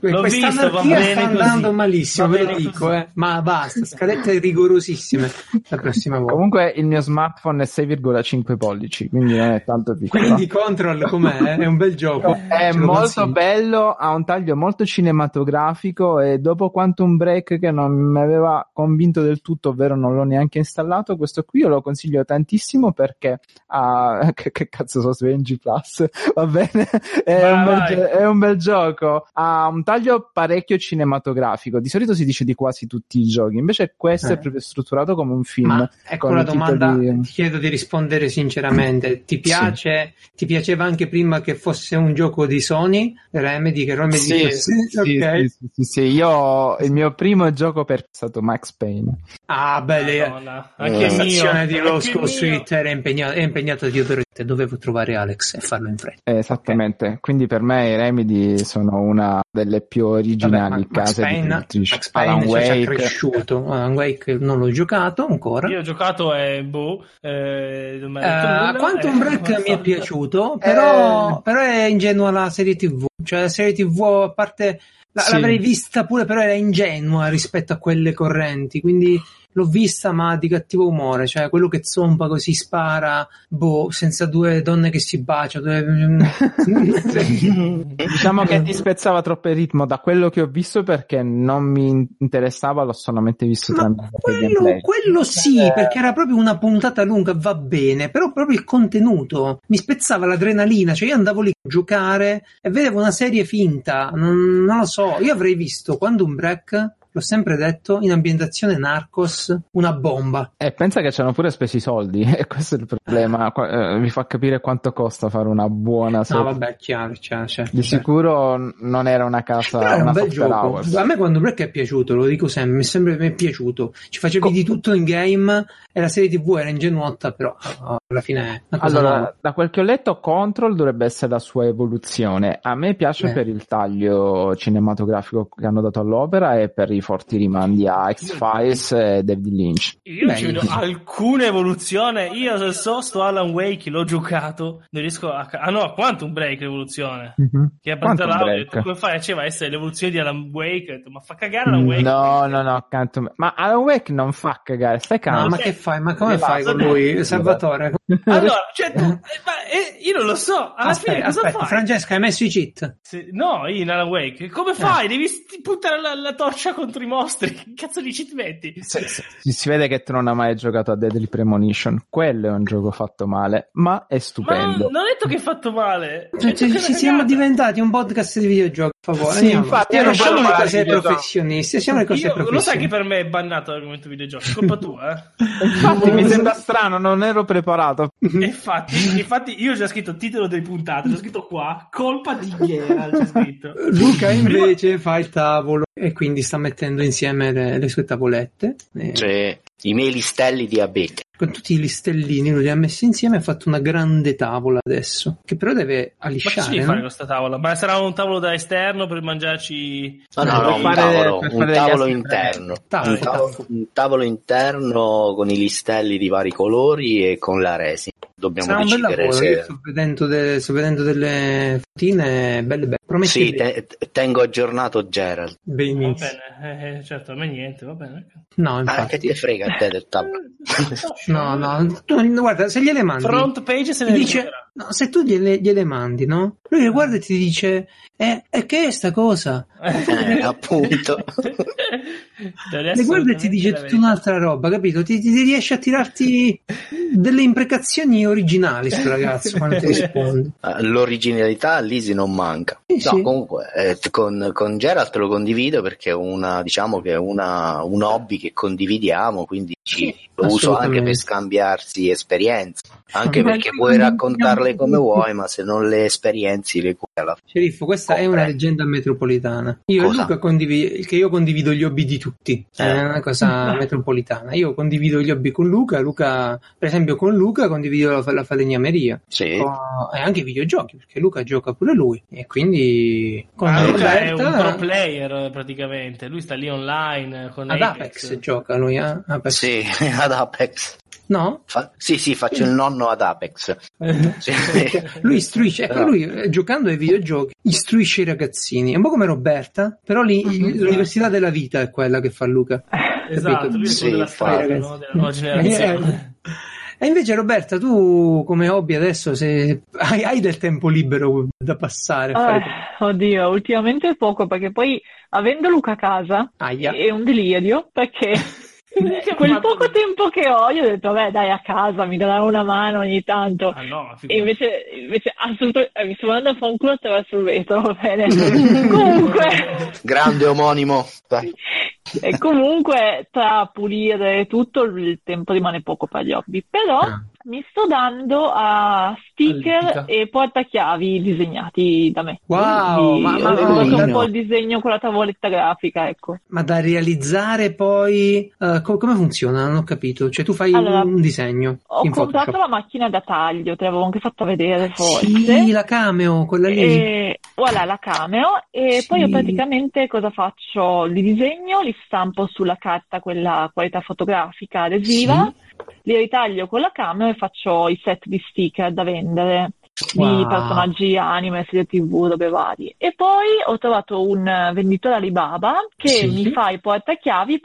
Speaker 1: L'ho
Speaker 2: Questa
Speaker 1: visto, va
Speaker 2: anarchia
Speaker 1: bene
Speaker 2: sta
Speaker 1: così.
Speaker 2: andando malissimo,
Speaker 1: Va
Speaker 2: ve lo
Speaker 1: bene
Speaker 2: dico,
Speaker 1: così.
Speaker 2: eh. ma basta, scalette rigorosissime la prossima volta.
Speaker 7: Comunque il mio smartphone è 6,5 pollici, quindi non è tanto piccolo.
Speaker 2: Quindi Control com'è? È un bel gioco.
Speaker 7: È
Speaker 2: Eh, Ce lo
Speaker 7: molto
Speaker 2: consiglio.
Speaker 7: bello, ha un taglio molto cinematografico e dopo Quantum Break che non mi aveva convinto del tutto, ovvero non l'ho neanche installato, questo qui io lo consiglio tantissimo perché ha... che, che cazzo so, Svengi Plus, va bene, è,
Speaker 1: Vai,
Speaker 7: un bel
Speaker 1: vai.
Speaker 7: gio- è un bel gioco, ha un taglio parecchio cinematografico, di solito si dice di quasi tutti i giochi, invece questo è
Speaker 2: Eh.
Speaker 7: proprio strutturato come un film.
Speaker 2: Ma ecco
Speaker 7: con
Speaker 2: la
Speaker 7: il titolo
Speaker 2: domanda,
Speaker 7: di-
Speaker 2: ti chiedo di rispondere sinceramente. Ti piace? Ti piaceva anche prima che fosse un gioco di Sony? Remedy che Remedy
Speaker 7: Sì,
Speaker 2: dicesse-
Speaker 7: sì, sì,
Speaker 2: ok.
Speaker 7: sì, sì, sì, sì. io il mio primo gioco per è stato Max Payne.
Speaker 2: Ah, beh, le
Speaker 1: Madonna,
Speaker 5: Eh.
Speaker 1: Anche
Speaker 2: stazione
Speaker 1: mio.
Speaker 2: di
Speaker 1: anche
Speaker 2: Roscoe
Speaker 1: mio.
Speaker 2: Street era impegnato, è impegnato di odorette. Dovevo trovare Alex e farlo in fretta.
Speaker 7: Eh, Esattamente, quindi per me i Remedy sono una delle più
Speaker 2: Vabbè, Ma-
Speaker 7: originali
Speaker 2: Max
Speaker 7: case di
Speaker 2: Payne,
Speaker 7: produttrici.
Speaker 2: Max Payne
Speaker 7: Alan
Speaker 2: cioè, ci ha
Speaker 7: Wake.
Speaker 2: cresciuto. Alan Wake non l'ho giocato ancora.
Speaker 1: Io ho giocato e boh. Eh, non mi ha detto
Speaker 2: Eh,
Speaker 1: nulla,
Speaker 2: Quantum
Speaker 1: eh,
Speaker 2: Break
Speaker 1: non
Speaker 2: mi è
Speaker 1: so. Eh,
Speaker 2: piaciuto, però, però è ingenua la serie TV. Cioè, la serie TV, a parte la-
Speaker 7: Sì.
Speaker 2: l'avrei vista pure, però era ingenua rispetto a quelle correnti. Quindi l'ho vista, ma di cattivo umore. Cioè, quello che zompa così spara, boh, senza due donne che si baciano. due-
Speaker 7: Diciamo che dispezzava troppo il ritmo da quello che ho visto perché non mi interessava, l'ho solamente visto
Speaker 2: Ma
Speaker 7: tramite il
Speaker 2: quello,
Speaker 7: gameplay.
Speaker 2: quello sì, perché era proprio una puntata lunga, va bene, però proprio il contenuto mi spezzava l'adrenalina, cioè io andavo lì a giocare e vedevo una serie finta, non, non lo so, io avrei visto Quantum Break, l'ho sempre detto, in ambientazione Narcos, una bomba.
Speaker 7: E Eh, pensa che ci hanno pure spesi i soldi, e questo è il problema. Qua- eh, vi fa capire quanto costa fare una buona
Speaker 2: No,
Speaker 7: serie.
Speaker 2: vabbè, chiaro, chiaro, certo,
Speaker 7: Di
Speaker 2: certo.
Speaker 7: sicuro n- non era una casa,
Speaker 2: Però è
Speaker 7: una
Speaker 2: un bel
Speaker 7: software
Speaker 2: gioco.
Speaker 7: house.
Speaker 2: A me quando Break è piaciuto, lo dico sempre, mi sembra che mi è piaciuto. Ci facevi
Speaker 7: Co-
Speaker 2: di tutto in game e la serie TV era ingenuotta, però oh, alla fine è una cosa nuova.
Speaker 7: Allora, da quel che ho letto, Control dovrebbe essere la sua evoluzione. A me piace
Speaker 2: Beh.
Speaker 7: per il taglio cinematografico che hanno dato all'opera e per i dei forti rimandi a X-Files e David Lynch.
Speaker 1: Io non ci
Speaker 2: Beh,
Speaker 1: vedo
Speaker 2: sì.
Speaker 1: alcuna evoluzione. Io se so sto Alan Wake, l'ho giocato, non riesco a... ca- Ah no, Quantum Break l'evoluzione. Che è partita
Speaker 7: Quantum
Speaker 1: l'audio, ho detto,
Speaker 7: Mhm. Break.
Speaker 1: come fai? Diceva essere l'evoluzione di Alan Wake, ho detto, ma fa cagare Alan Wake.
Speaker 7: No, no, no, accanto- ma Alan Wake non fa cagare, stai
Speaker 2: No,
Speaker 7: calmo.
Speaker 2: ma che fai? Ma come
Speaker 1: Basta,
Speaker 2: fai con
Speaker 1: dai.
Speaker 2: lui, Salvatore?
Speaker 1: Allora, cioè, tu, eh, ma, eh, io non lo so, alla fine
Speaker 2: aspetta,
Speaker 1: cosa
Speaker 2: aspetta,
Speaker 1: fai?
Speaker 2: Francesca, hai messo i cheat?
Speaker 1: Se- no, in Alan Wake,
Speaker 2: Eh.
Speaker 1: come fai? Devi st- puntare la, la torcia contro i mostri, che cazzo di cheat metti?
Speaker 7: Se- se- si, si vede che tu non hai mai giocato a Deadly Premonition. Quello è un gioco fatto male, ma
Speaker 1: Ma
Speaker 7: è
Speaker 1: non,
Speaker 7: stupendo.
Speaker 1: non ho detto che hai fatto male. ho
Speaker 2: Cioè,
Speaker 1: detto che
Speaker 2: ci
Speaker 1: è una
Speaker 2: ci siamo
Speaker 1: cagata.
Speaker 2: diventati un podcast di videogiochi, per favore.
Speaker 7: Sì,
Speaker 2: Andiamo.
Speaker 7: infatti,
Speaker 2: Io
Speaker 7: io
Speaker 2: non
Speaker 7: non
Speaker 2: siamo le
Speaker 7: voglio
Speaker 2: cose
Speaker 7: parlare di
Speaker 2: professionisti, siamo le cose
Speaker 1: Io- lo sai
Speaker 2: professionisti.
Speaker 1: che per me è bannato l'argomento videogiochi, colpa tua, eh?
Speaker 7: Infatti, mi sembra strano, non ero preparato.
Speaker 1: E infatti, infatti io ho già scritto il titolo delle puntate, l'ho scritto qua, colpa di Ghera, c'è scritto.
Speaker 2: Luca invece fa il tavolo e quindi sta mettendo insieme le, le sue tavolette eh,
Speaker 5: Cioè, i miei listelli di abete.
Speaker 2: con tutti i listellini lui li ha messi insieme e ha fatto una grande tavola adesso che però deve
Speaker 1: Ma che ci
Speaker 2: alisciare
Speaker 1: devi
Speaker 2: no?
Speaker 1: fare con questa tavola? Ma sarà un tavolo da esterno per mangiarci...
Speaker 5: No,
Speaker 7: Eh,
Speaker 5: no, no,
Speaker 7: per
Speaker 5: un
Speaker 7: fare-
Speaker 5: tavolo,
Speaker 7: per
Speaker 5: un
Speaker 7: fare gli
Speaker 5: tavolo
Speaker 7: assi
Speaker 5: interno.
Speaker 2: Taffo,
Speaker 5: un, tavolo,
Speaker 2: taffo.
Speaker 5: un tavolo interno con i listelli di vari colori e con la resina. Dobbiamo
Speaker 2: sarà un bel
Speaker 5: decidere
Speaker 2: lavoro io
Speaker 5: se...
Speaker 2: sto vedendo, de- sto vedendo delle fotine belle belle prometti
Speaker 5: Sì, te- te- tengo aggiornato Gerald.
Speaker 1: Va
Speaker 2: benissimo
Speaker 1: bene, eh, eh, certo, a me niente, va bene.
Speaker 2: no
Speaker 5: Ah, che
Speaker 2: infatti
Speaker 5: te frega a te del tablo?
Speaker 2: no no tu, guarda se gliele mandi
Speaker 1: Front page se
Speaker 2: ti
Speaker 1: ne
Speaker 2: dice,
Speaker 1: ricorderà.
Speaker 2: no, se tu gliele, gliele mandi no? lui
Speaker 1: Ah.
Speaker 2: le guarda e ti dice eh, eh, che è sta cosa?
Speaker 5: Eh, appunto.
Speaker 1: Devi
Speaker 2: Le guarda e ti dice
Speaker 1: assolutamente la
Speaker 2: tutta un'altra roba, capito? Ti, ti- ti riesce a tirarti delle imprecazioni originali sul ragazzo quando ti rispondi.
Speaker 5: Eh, L'originalità all'Isi non manca.
Speaker 2: Sì,
Speaker 5: no,
Speaker 2: sì.
Speaker 5: comunque eh, con, con Geralt lo condivido perché è una, diciamo che è una, un hobby che condividiamo, quindi ci-
Speaker 2: Sì,
Speaker 5: lo uso anche per
Speaker 2: assolutamente.
Speaker 5: scambiarsi esperienze. Anche
Speaker 3: Ma
Speaker 5: perché
Speaker 3: noi
Speaker 5: puoi
Speaker 3: condividiamo
Speaker 5: raccontarle come
Speaker 3: tutto.
Speaker 5: vuoi, ma se non le esperienzi le cui alla
Speaker 2: Sceriffo, questa è una
Speaker 5: Compre.
Speaker 2: leggenda metropolitana. Io
Speaker 5: Cosa?
Speaker 2: e Luca condivido, che io condivido gli hobby di tutti,
Speaker 5: Eh.
Speaker 2: è una cosa metropolitana. Io condivido gli hobby con Luca, Luca per esempio con Luca condivido la, fa- la falegnameria
Speaker 5: Sì.
Speaker 2: con- e anche i videogiochi, perché Luca gioca pure lui e quindi con
Speaker 1: Ma Luca è Ah, un
Speaker 2: Roberta-
Speaker 1: pro player eh, praticamente, lui sta lì online con
Speaker 2: ad Apex gioca lui, eh? Apex.
Speaker 5: Sì, ad Apex.
Speaker 2: No?
Speaker 5: Fa- sì, sì, faccio il nonno ad Apex. Sì.
Speaker 2: Eh. Lui istruisce, ecco,
Speaker 5: Però-
Speaker 2: lui eh, giocando ai videogiochi istruisce i ragazzini, è un po' come Roberta, però lì
Speaker 5: Mhm.
Speaker 2: l'università della vita è quella che fa Luca.
Speaker 1: Esatto,
Speaker 2: capito?
Speaker 1: lui è
Speaker 5: Sì,
Speaker 1: quello della
Speaker 5: infatti.
Speaker 1: strada, no? della nuova generazione.
Speaker 2: Mm. Eh, E invece Roberta, tu come hobby adesso se hai, hai del tempo libero da passare a fare...
Speaker 6: Ah, oddio, ultimamente poco perché poi avendo Luca a casa
Speaker 2: Aia.
Speaker 6: è un delirio perché
Speaker 1: Che
Speaker 6: quel
Speaker 1: fatto-
Speaker 6: poco tempo che ho io ho detto vabbè dai a casa mi darà una mano ogni tanto
Speaker 1: Ah no, ma figurati.
Speaker 6: E invece, invece assolutamente, eh, mi sono andata a fare un culo attraverso il vetro, va bene. comunque,
Speaker 5: Grande omonimo. Dai.
Speaker 6: e comunque, tra pulire e tutto, il tempo rimane poco per gli hobby. Però
Speaker 2: Ah.
Speaker 6: mi sto dando a sticker
Speaker 1: All'ipica.
Speaker 6: e portachiavi disegnati da me.
Speaker 2: Wow,
Speaker 6: Quindi
Speaker 2: ma- ma-
Speaker 6: ho lavorato
Speaker 5: ma-
Speaker 6: un po' il disegno con la tavoletta grafica, ecco.
Speaker 2: Ma da realizzare poi... eh, co- come funziona? Non ho capito. Cioè tu fai
Speaker 6: Allora,
Speaker 2: un disegno
Speaker 6: Ho
Speaker 2: in
Speaker 6: comprato
Speaker 2: Photoshop.
Speaker 6: la macchina da taglio, te l'avevo anche fatta vedere forse. Eh.
Speaker 2: Sì, la cameo, quella lì.
Speaker 6: E, voilà la cameo e
Speaker 2: Sì.
Speaker 6: poi io praticamente cosa faccio? Li disegno, li stampo sulla carta quella qualità fotografica adesiva, li ritaglio con la cameo e faccio i set di sticker da vendere di
Speaker 2: Wow.
Speaker 6: personaggi anime, serie tv, robe varie. E poi ho trovato un eh, venditore Alibaba che
Speaker 2: Sì.
Speaker 6: mi fa i portachiavi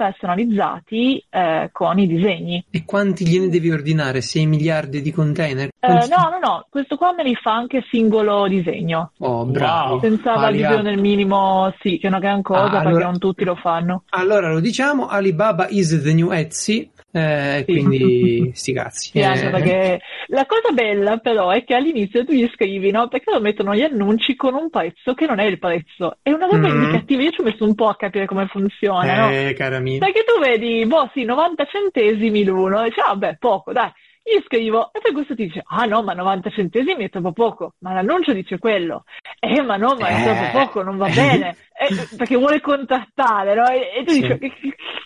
Speaker 6: personalizzati eh, con i disegni.
Speaker 2: E quanti gliene devi ordinare? 6 miliardi di container?
Speaker 6: Eh, no, no, no, questo qua me li fa anche singolo disegno.
Speaker 2: Oh, bravo.
Speaker 1: Wow.
Speaker 6: Senza
Speaker 2: Alia-
Speaker 6: validare nel minimo, sì, che è una gran cosa
Speaker 2: Ah,
Speaker 6: perché
Speaker 2: allora-
Speaker 6: non tutti lo fanno.
Speaker 2: Allora lo diciamo, Alibaba is the new Etsy, eh,
Speaker 6: Sì.
Speaker 2: quindi sti cazzi.
Speaker 6: Sì, anche
Speaker 2: Eh,
Speaker 6: perché la cosa bella però è che all'inizio tu gli scrivi, no? Perché lo mettono gli annunci con un prezzo che non è il prezzo. È una roba
Speaker 2: Mm.
Speaker 6: indicativa, io ci ho messo un po' a capire come funziona, no?
Speaker 2: eh, cara mia.
Speaker 6: Perché tu vedi, boh, sì, 90 centesimi l'uno, e dici, ah, beh, poco, dai. Gli scrivo e poi questo ti dice, ah no, ma 90 centesimi è troppo poco, ma l'annuncio dice quello. Eh, ma no, ma è
Speaker 2: Eh.
Speaker 6: troppo poco, non va bene, Eh, perché vuole contrattare, no? E, e tu
Speaker 2: Sì.
Speaker 6: dici, che che-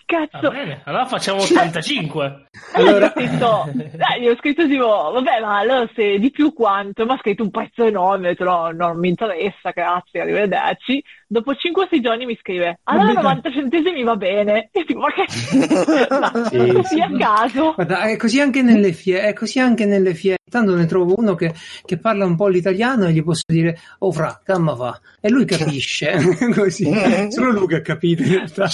Speaker 6: che
Speaker 1: Va
Speaker 6: cazzo?
Speaker 1: bene, allora facciamo
Speaker 6: Cioè,
Speaker 1: 85.
Speaker 6: Allora,
Speaker 2: Allora-
Speaker 6: ho scritto, dai, io ho scritto tipo, vabbè, ma allora se di più quanto? Ma ha scritto un pezzo enorme, ho detto, no, no, non mi interessa, grazie, arrivederci. Dopo 5-6 giorni mi scrive, allora
Speaker 2: Pubblica-
Speaker 6: 90 centesimi va bene. E tipo, ma che... ma
Speaker 5: Sì,
Speaker 6: così a caso.
Speaker 2: Guarda, è così anche nelle fie, è così anche nelle fie. Tanto ne trovo uno che, che parla un po' l'italiano e gli posso dire, oh fra, camma fa. E lui capisce, così. Solo lui che ha capito in realtà.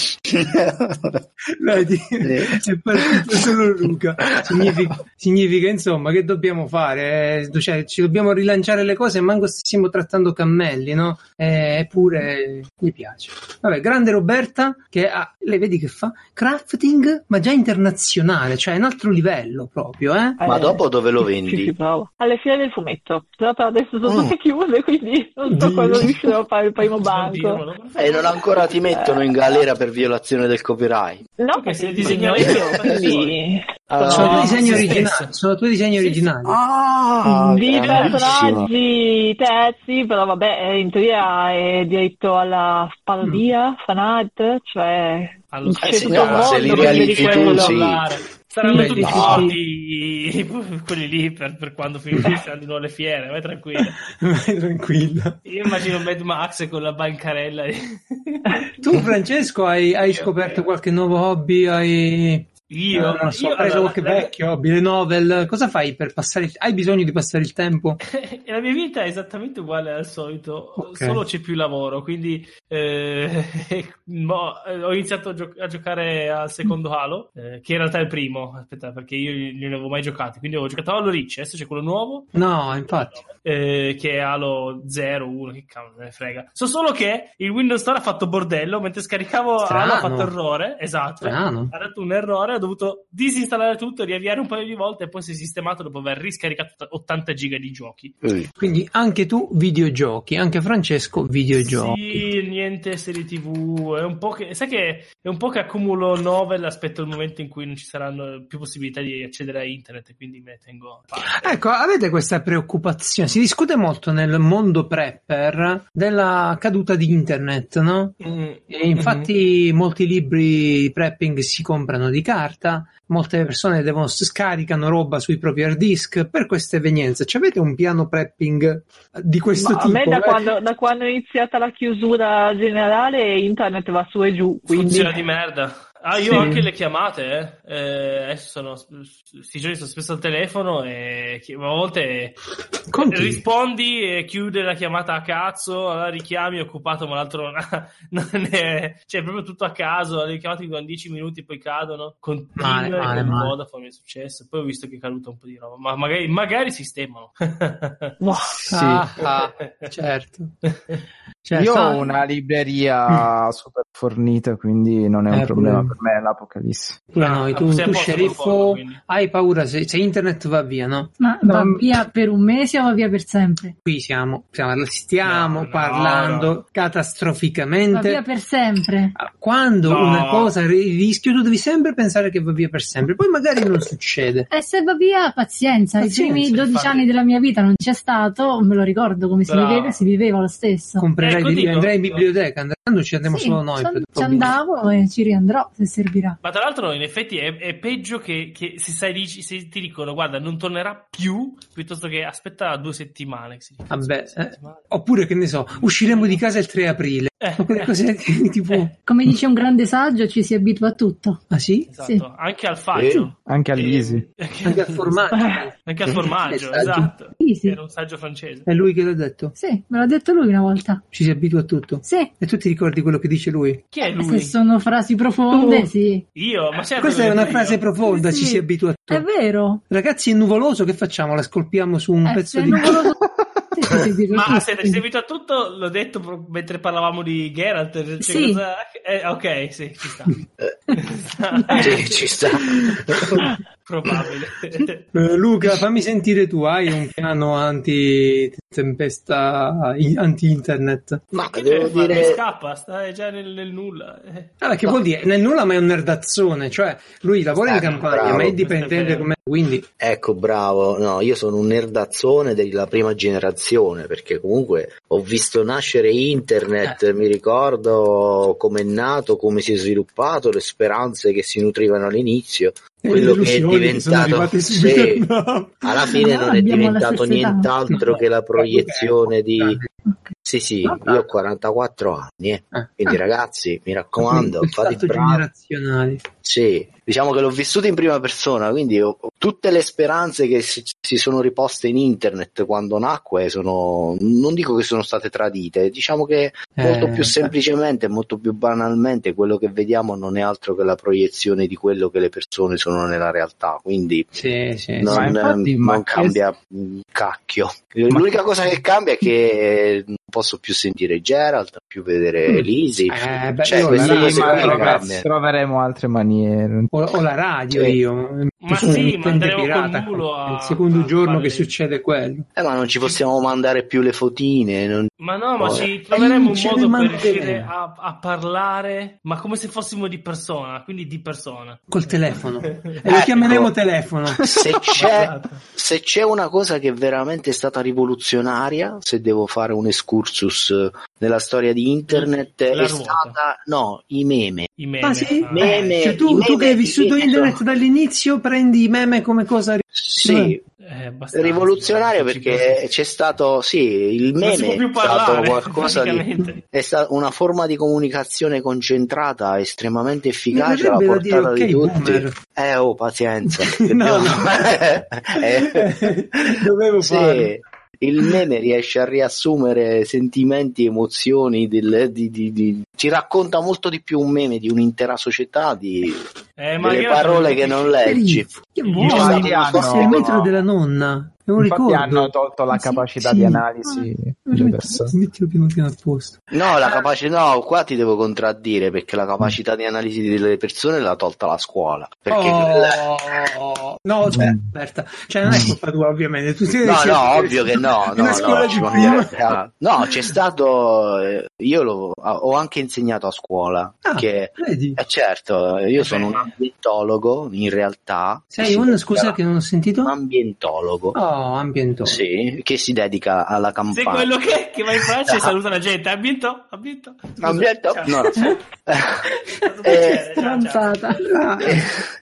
Speaker 2: Vedi? È partito solo Luca. Significa, significa, insomma, che dobbiamo fare? Eh, Cioè, ci dobbiamo rilanciare le cose e manco stiamo trattando cammelli, no? Eh, Eppure mi piace. Vabbè, grande Roberta, che ha, le vedi che fa? Crafting, ma già internazionale, cioè un altro livello proprio, eh?
Speaker 5: Ma
Speaker 6: Eh,
Speaker 5: dopo dove lo
Speaker 6: Ci si
Speaker 5: vendi?
Speaker 6: prova. Alle file del fumetto. Però per adesso sono
Speaker 5: Mm.
Speaker 6: tutte chiuse, quindi non so
Speaker 2: Dio.
Speaker 6: quando riuscirò a fare il primo
Speaker 1: Oddio,
Speaker 6: banco. Eh,
Speaker 1: ma non-
Speaker 5: E non ancora ti mettono in galera per violazione del copyright.
Speaker 6: No,
Speaker 1: Ok, se
Speaker 6: perché
Speaker 1: li
Speaker 6: disegno
Speaker 1: disegni
Speaker 6: io,
Speaker 1: io,
Speaker 6: quindi...
Speaker 5: Allora-
Speaker 2: sono
Speaker 1: no,
Speaker 2: tuoi disegni
Speaker 1: se
Speaker 2: originali.
Speaker 1: stessa.
Speaker 2: Sono tuoi disegni originali.
Speaker 5: Ah,
Speaker 6: di
Speaker 5: grandissimo.
Speaker 6: personaggi terzi, però vabbè, eh, in teoria è diritto alla
Speaker 5: Mm.
Speaker 6: parodia, fan art, cioè
Speaker 1: Allo
Speaker 6: c'è
Speaker 5: Eh sì,
Speaker 6: tutto
Speaker 5: no,
Speaker 6: un
Speaker 5: ma se
Speaker 6: mondo
Speaker 5: li
Speaker 6: per
Speaker 5: realizzi
Speaker 6: dire
Speaker 5: tu,
Speaker 6: quello.
Speaker 5: sì.
Speaker 1: Saranno
Speaker 2: Beh,
Speaker 1: tutti
Speaker 5: no.
Speaker 1: morti quelli lì per, per quando finiscono di nuovo le fiere, vai tranquillo.
Speaker 2: Vai tranquilla.
Speaker 1: Io immagino Mad Max con la bancarella.
Speaker 2: Tu, Francesco, hai, hai scoperto qualche nuovo hobby? Hai,
Speaker 1: Io,
Speaker 2: Eh, non so,
Speaker 1: io
Speaker 2: hai preso
Speaker 1: allora,
Speaker 2: qualche
Speaker 1: la-
Speaker 2: vecchio hobby, le novel? Cosa fai per passare? il- Hai bisogno di passare il tempo?
Speaker 1: E la mia vita è esattamente uguale al solito,
Speaker 2: Ok.
Speaker 1: solo c'è più lavoro, quindi eh, mo- eh, ho iniziato a, gio- a giocare al secondo Halo, eh, che in realtà è il primo, aspetta, perché io non avevo mai giocato, quindi ho giocato a Halo Reach, adesso c'è quello nuovo,
Speaker 2: No, infatti.
Speaker 1: eh, che è Halo 0, 1, che cavolo me ne frega. So solo che il Windows Store ha fatto bordello, mentre scaricavo
Speaker 2: Strano.
Speaker 1: Halo ha fatto errore, esatto,
Speaker 2: Strano.
Speaker 1: ha dato un errore, ho dovuto disinstallare tutto, riavviare un paio di volte e poi si è sistemato dopo aver riscaricato 80 giga di giochi.
Speaker 5: Eh,
Speaker 2: Quindi anche tu videogiochi, anche Francesco videogiochi.
Speaker 1: Sì, niente serie TV. È un po' che, sai che è un po' che accumulo novel. Aspetto il momento in cui non ci saranno più possibilità di accedere a internet, e quindi me ne tengo a parte.
Speaker 2: Ecco, avete questa preoccupazione? Si discute molto nel mondo prepper della caduta di internet, no?
Speaker 1: Mhm.
Speaker 2: E infatti molti libri di prepping si comprano di carta, molte persone devono, scaricano roba sui propri hard disk per questa evenienza. C'avete un piano prepping di questo
Speaker 6: Ma a
Speaker 2: tipo?
Speaker 6: me da
Speaker 2: Eh,
Speaker 6: quando, da quando è iniziata la chiusura generale internet va su e giù, quindi
Speaker 1: Funziona di merda. Ah, io
Speaker 6: Sì.
Speaker 1: ho anche le chiamate. Eh. Eh, adesso sono. Questi giorni sono spesso al telefono e chi- a volte
Speaker 2: Con chi?
Speaker 1: rispondi e chiude la chiamata a cazzo. Allora richiami occupato, ma l'altro non, ha- non è. Cioè, è proprio tutto a caso. Le chiamate che durano 10 minuti poi cadono. Con
Speaker 2: Male,
Speaker 1: Tim,
Speaker 2: male,
Speaker 1: con
Speaker 2: male.
Speaker 1: Vodafone è successo. Poi ho visto che è caduta un po' di roba. Ma magari, magari sistemano.
Speaker 6: boh,
Speaker 7: Sì.
Speaker 2: Ah, ah, certo. Certo.
Speaker 7: Io
Speaker 2: Ah,
Speaker 7: ho una libreria super fornita, quindi non è un
Speaker 2: Mm. Eh,
Speaker 7: problema
Speaker 2: pure-
Speaker 7: per me è l'apocalisse.
Speaker 2: pure noi,
Speaker 1: Ah,
Speaker 2: tu,
Speaker 1: sei a posto
Speaker 2: tu
Speaker 1: col fondo,
Speaker 2: sceriffo,
Speaker 1: quindi.
Speaker 2: hai paura se, se internet va via, no?
Speaker 3: Ma
Speaker 7: No.
Speaker 3: va via per un mese o va via per sempre?
Speaker 2: Qui siamo, stiamo, stiamo
Speaker 1: No, no,
Speaker 2: parlando
Speaker 1: no.
Speaker 3: Va
Speaker 2: catastroficamente.
Speaker 3: via per sempre.
Speaker 2: Ah, Quando
Speaker 1: No.
Speaker 2: una cosa è il rischio, tu devi sempre pensare che va via per sempre, poi magari non succede.
Speaker 3: E se va via, pazienza.
Speaker 2: Pazienza,
Speaker 3: I primi 12
Speaker 1: infatti.
Speaker 3: anni della mia vita non c'è stato, me lo ricordo come si
Speaker 1: Bravo.
Speaker 3: viveva, si viveva lo stesso.
Speaker 2: Comprerai
Speaker 1: Ecco,
Speaker 2: libri,
Speaker 1: dico.
Speaker 2: andrai in biblioteca, andando ci andremo
Speaker 3: Sì,
Speaker 2: solo noi.
Speaker 3: ci-
Speaker 2: per-
Speaker 3: ci andavo e ci riandrò se servirà.
Speaker 1: Ma tra l'altro, in effetti, è, è peggio che, che se, sai, dici- se ti dicono guarda, non tornerà più, piuttosto che aspetta due settimane. che si dice,
Speaker 2: Vabbè,
Speaker 1: aspetta due
Speaker 2: eh.
Speaker 1: settimane.
Speaker 2: Oppure, che ne so, usciremo di casa il 3 aprile.
Speaker 1: Eh,
Speaker 2: Ma quelle cose che tipo,
Speaker 1: eh,
Speaker 3: Come
Speaker 2: Mm.
Speaker 3: dice un grande saggio, ci si abitua a tutto.
Speaker 2: ah sì?
Speaker 1: esatto.
Speaker 3: sì.
Speaker 1: Anche al faggio.
Speaker 7: Anche all'Easy.
Speaker 1: Eh, anche,
Speaker 2: Anche al formaggio.
Speaker 1: anche al formaggio,
Speaker 2: Che saggio.
Speaker 1: esatto.
Speaker 3: Sì, sì.
Speaker 1: Era un saggio francese.
Speaker 2: È lui che l'ha detto.
Speaker 3: Sì, me l'ha detto lui una volta.
Speaker 2: Ci si abitua a tutto.
Speaker 3: Sì,
Speaker 2: E tu ti ricordi quello che dice lui?
Speaker 1: Chi è
Speaker 3: se
Speaker 1: lui?
Speaker 3: sono frasi profonde,
Speaker 6: Tu.
Speaker 3: sì.
Speaker 1: Io? Ma certo
Speaker 2: Questa
Speaker 1: che
Speaker 2: è una
Speaker 1: io.
Speaker 2: frase profonda,
Speaker 3: Sì,
Speaker 2: ci
Speaker 3: sì.
Speaker 2: si abitua a
Speaker 3: È
Speaker 2: tutto.
Speaker 3: vero.
Speaker 2: Ragazzi, è nuvoloso, che facciamo? La scolpiamo su un
Speaker 3: Eh,
Speaker 2: pezzo
Speaker 3: se
Speaker 2: di...
Speaker 3: non ve lo- Sì, sì, sì, dirlo
Speaker 1: Ma
Speaker 3: tutti.
Speaker 1: aspetta, ti sei seguito a tutto? L'ho detto pro- mentre parlavamo di Geralt. cioè,
Speaker 3: Sì.
Speaker 1: cosa- eh, ok, sì, ci sta.
Speaker 5: Sì, ci sta.
Speaker 1: Probabile.
Speaker 2: Eh, Luca, fammi sentire tu, hai un piano anti-tempesta, i- anti-internet?
Speaker 5: Ma
Speaker 1: Che
Speaker 5: devo
Speaker 1: deve fare?
Speaker 5: dire...
Speaker 1: Scappa, sta già nel, nel nulla. eh.
Speaker 2: Allora, che vuol dire? Nel nulla, ma è un nerdazzone, cioè lui lavora in
Speaker 5: Eh,
Speaker 2: campagna,
Speaker 5: bravo,
Speaker 2: ma è
Speaker 1: questo è
Speaker 2: dipendente
Speaker 1: vero.
Speaker 2: come quindi
Speaker 5: Ecco, bravo. No, io sono un nerdazzone della prima generazione perché comunque ho visto nascere internet, mi ricordo come è nato, come si è sviluppato, le speranze che si nutrivano all'inizio.
Speaker 2: e
Speaker 5: Quello
Speaker 2: eh, le
Speaker 5: che è
Speaker 2: illusioni sono
Speaker 5: diventato-
Speaker 2: arrivate
Speaker 5: sì.
Speaker 2: subito. Ah, no.
Speaker 5: Alla fine
Speaker 3: No,
Speaker 5: non è
Speaker 3: abbiamo la
Speaker 5: diventato
Speaker 3: stessa età.
Speaker 5: nient'altro che la proiezione di
Speaker 3: Ok.
Speaker 5: Sì, sì, io ho 44 anni, eh.
Speaker 2: Eh.
Speaker 5: quindi ragazzi, mi raccomando, fate i
Speaker 2: Salto
Speaker 5: bravi.
Speaker 2: generazionale.
Speaker 5: Sì, diciamo che l'ho vissuto in prima persona, quindi ho- ho tutte le speranze che si, si sono riposte in internet quando nacque sono, non dico che sono state tradite, diciamo che molto
Speaker 2: Eh,
Speaker 5: più semplicemente, molto più banalmente, quello che vediamo non è altro che la proiezione di quello che le persone sono nella realtà, quindi
Speaker 2: Sì, sì,
Speaker 5: non,
Speaker 2: sì.
Speaker 7: ma infatti,
Speaker 5: ehm,
Speaker 7: ma
Speaker 5: non
Speaker 7: che-
Speaker 5: cambia un cacchio.
Speaker 7: Ma-
Speaker 5: L'unica cosa che cambia è che eh, non posso più sentire Geralt, non più vedere
Speaker 2: Mm.
Speaker 5: Lizzie.
Speaker 2: Eh, beh,
Speaker 5: Cioè,
Speaker 2: io
Speaker 5: queste
Speaker 2: la-
Speaker 5: cose
Speaker 2: ma-
Speaker 5: qui
Speaker 2: ragazzi,
Speaker 5: cambiano.
Speaker 7: troveremo altre maniere.
Speaker 2: Ho, ho la radio
Speaker 5: Sì.
Speaker 2: io.
Speaker 1: Ma
Speaker 2: Sono
Speaker 1: sì,
Speaker 2: un
Speaker 1: ma andremo
Speaker 2: utente pirata.
Speaker 1: col mulo a-
Speaker 2: È Il secondo
Speaker 1: a
Speaker 2: giorno
Speaker 1: fare
Speaker 2: che
Speaker 1: le-
Speaker 2: succede quello.
Speaker 5: Eh, ma non ci possiamo mandare più le fotine. non-
Speaker 1: Ma no, ma
Speaker 5: Oh.
Speaker 1: ci troveremo un
Speaker 2: ce le
Speaker 1: modo per
Speaker 2: manderemo.
Speaker 1: riuscire a, a parlare, ma come se fossimo di persona, quindi di persona.
Speaker 2: Col telefono. E lo
Speaker 5: Ecco.
Speaker 2: chiameremo telefono.
Speaker 5: Se c'è,
Speaker 1: Guardate.
Speaker 5: se c'è una cosa che veramente è stata rivoluzionaria, se devo fare un excursus eh, nella storia di internet,
Speaker 1: La
Speaker 5: è
Speaker 1: ruota.
Speaker 5: stata no, i meme.
Speaker 1: I meme.
Speaker 2: Ah, sì?
Speaker 1: Ah.
Speaker 5: Meme,
Speaker 2: Cioè, tu,
Speaker 5: i
Speaker 2: tu che hai
Speaker 5: meme,
Speaker 2: vissuto
Speaker 5: i meme.
Speaker 2: internet dall'inizio prendi i meme come cosa
Speaker 5: Sì,
Speaker 1: Eh, abbastanza.
Speaker 5: rivoluzionario
Speaker 1: Non ci
Speaker 5: perché c'è stato, sì, il
Speaker 1: posso- Non si può
Speaker 5: meme è
Speaker 1: più
Speaker 5: stato
Speaker 1: parlare,
Speaker 5: qualcosa di
Speaker 1: praticamente.
Speaker 5: è stata una forma di comunicazione concentrata estremamente
Speaker 2: Mi
Speaker 5: efficace alla
Speaker 2: verrebbe da dire
Speaker 5: portata
Speaker 2: ok
Speaker 5: di tutti.
Speaker 2: boomer.
Speaker 5: Eh, oh, pazienza.
Speaker 2: No, no.
Speaker 5: Eh,
Speaker 2: Dovevo
Speaker 5: sì, Eh,
Speaker 2: farlo.
Speaker 5: Il meme riesce a riassumere sentimenti, emozioni, del- di- di- di- ci racconta molto di più un meme di un'intera società, di
Speaker 1: Eh, ma
Speaker 5: delle
Speaker 1: Geralt
Speaker 5: parole
Speaker 1: non
Speaker 5: che non
Speaker 1: capisci.
Speaker 5: leggi.
Speaker 2: Che
Speaker 1: Infatti
Speaker 2: buono, questo è il
Speaker 7: hanno-
Speaker 2: metro della nonna, è un
Speaker 7: Infatti
Speaker 2: ricordo.
Speaker 7: hanno tolto la
Speaker 2: Sì,
Speaker 7: capacità
Speaker 2: sì. Ah,
Speaker 7: di analisi delle persone.
Speaker 2: Mettilo piano piano a posto.
Speaker 5: No, la capacità, no, qua ti devo contraddire perché la capacità di analisi delle persone l'ha tolta la scuola. Perché quella-
Speaker 2: Oh, no, cioè, Berta, cioè non è colpa tua, ovviamente. Tu sei-
Speaker 5: No,
Speaker 2: sei-
Speaker 5: no, ovvio che no,
Speaker 2: una
Speaker 5: no,
Speaker 2: scuola
Speaker 5: no,
Speaker 2: di
Speaker 5: ci
Speaker 2: prima.
Speaker 5: mancherebbe. Ah, no, c'è stato, eh, io lo- ho anche insegnato a scuola,
Speaker 2: Ah,
Speaker 5: che
Speaker 2: vedi.
Speaker 5: eh, certo, io sono un
Speaker 1: bene.
Speaker 5: ambientologo in realtà. che
Speaker 2: Sei
Speaker 5: si
Speaker 2: un,
Speaker 5: dedica-
Speaker 2: scusa che non ho sentito?
Speaker 5: un ambientologo,
Speaker 2: Oh, ambientone.
Speaker 5: sì, che si dedica alla
Speaker 1: Sei
Speaker 5: campagna.
Speaker 1: quello che, che va in Francia e
Speaker 5: Ah.
Speaker 1: saluta la gente. Ha vinto? Ha vinto? Scusa. cioè.
Speaker 5: Ambiento?
Speaker 1: Ciao.
Speaker 5: No,
Speaker 1: È
Speaker 5: no.
Speaker 1: stato un
Speaker 5: Eh,
Speaker 1: piacere, ciao, ciao.
Speaker 3: Stronzata.
Speaker 2: Ah,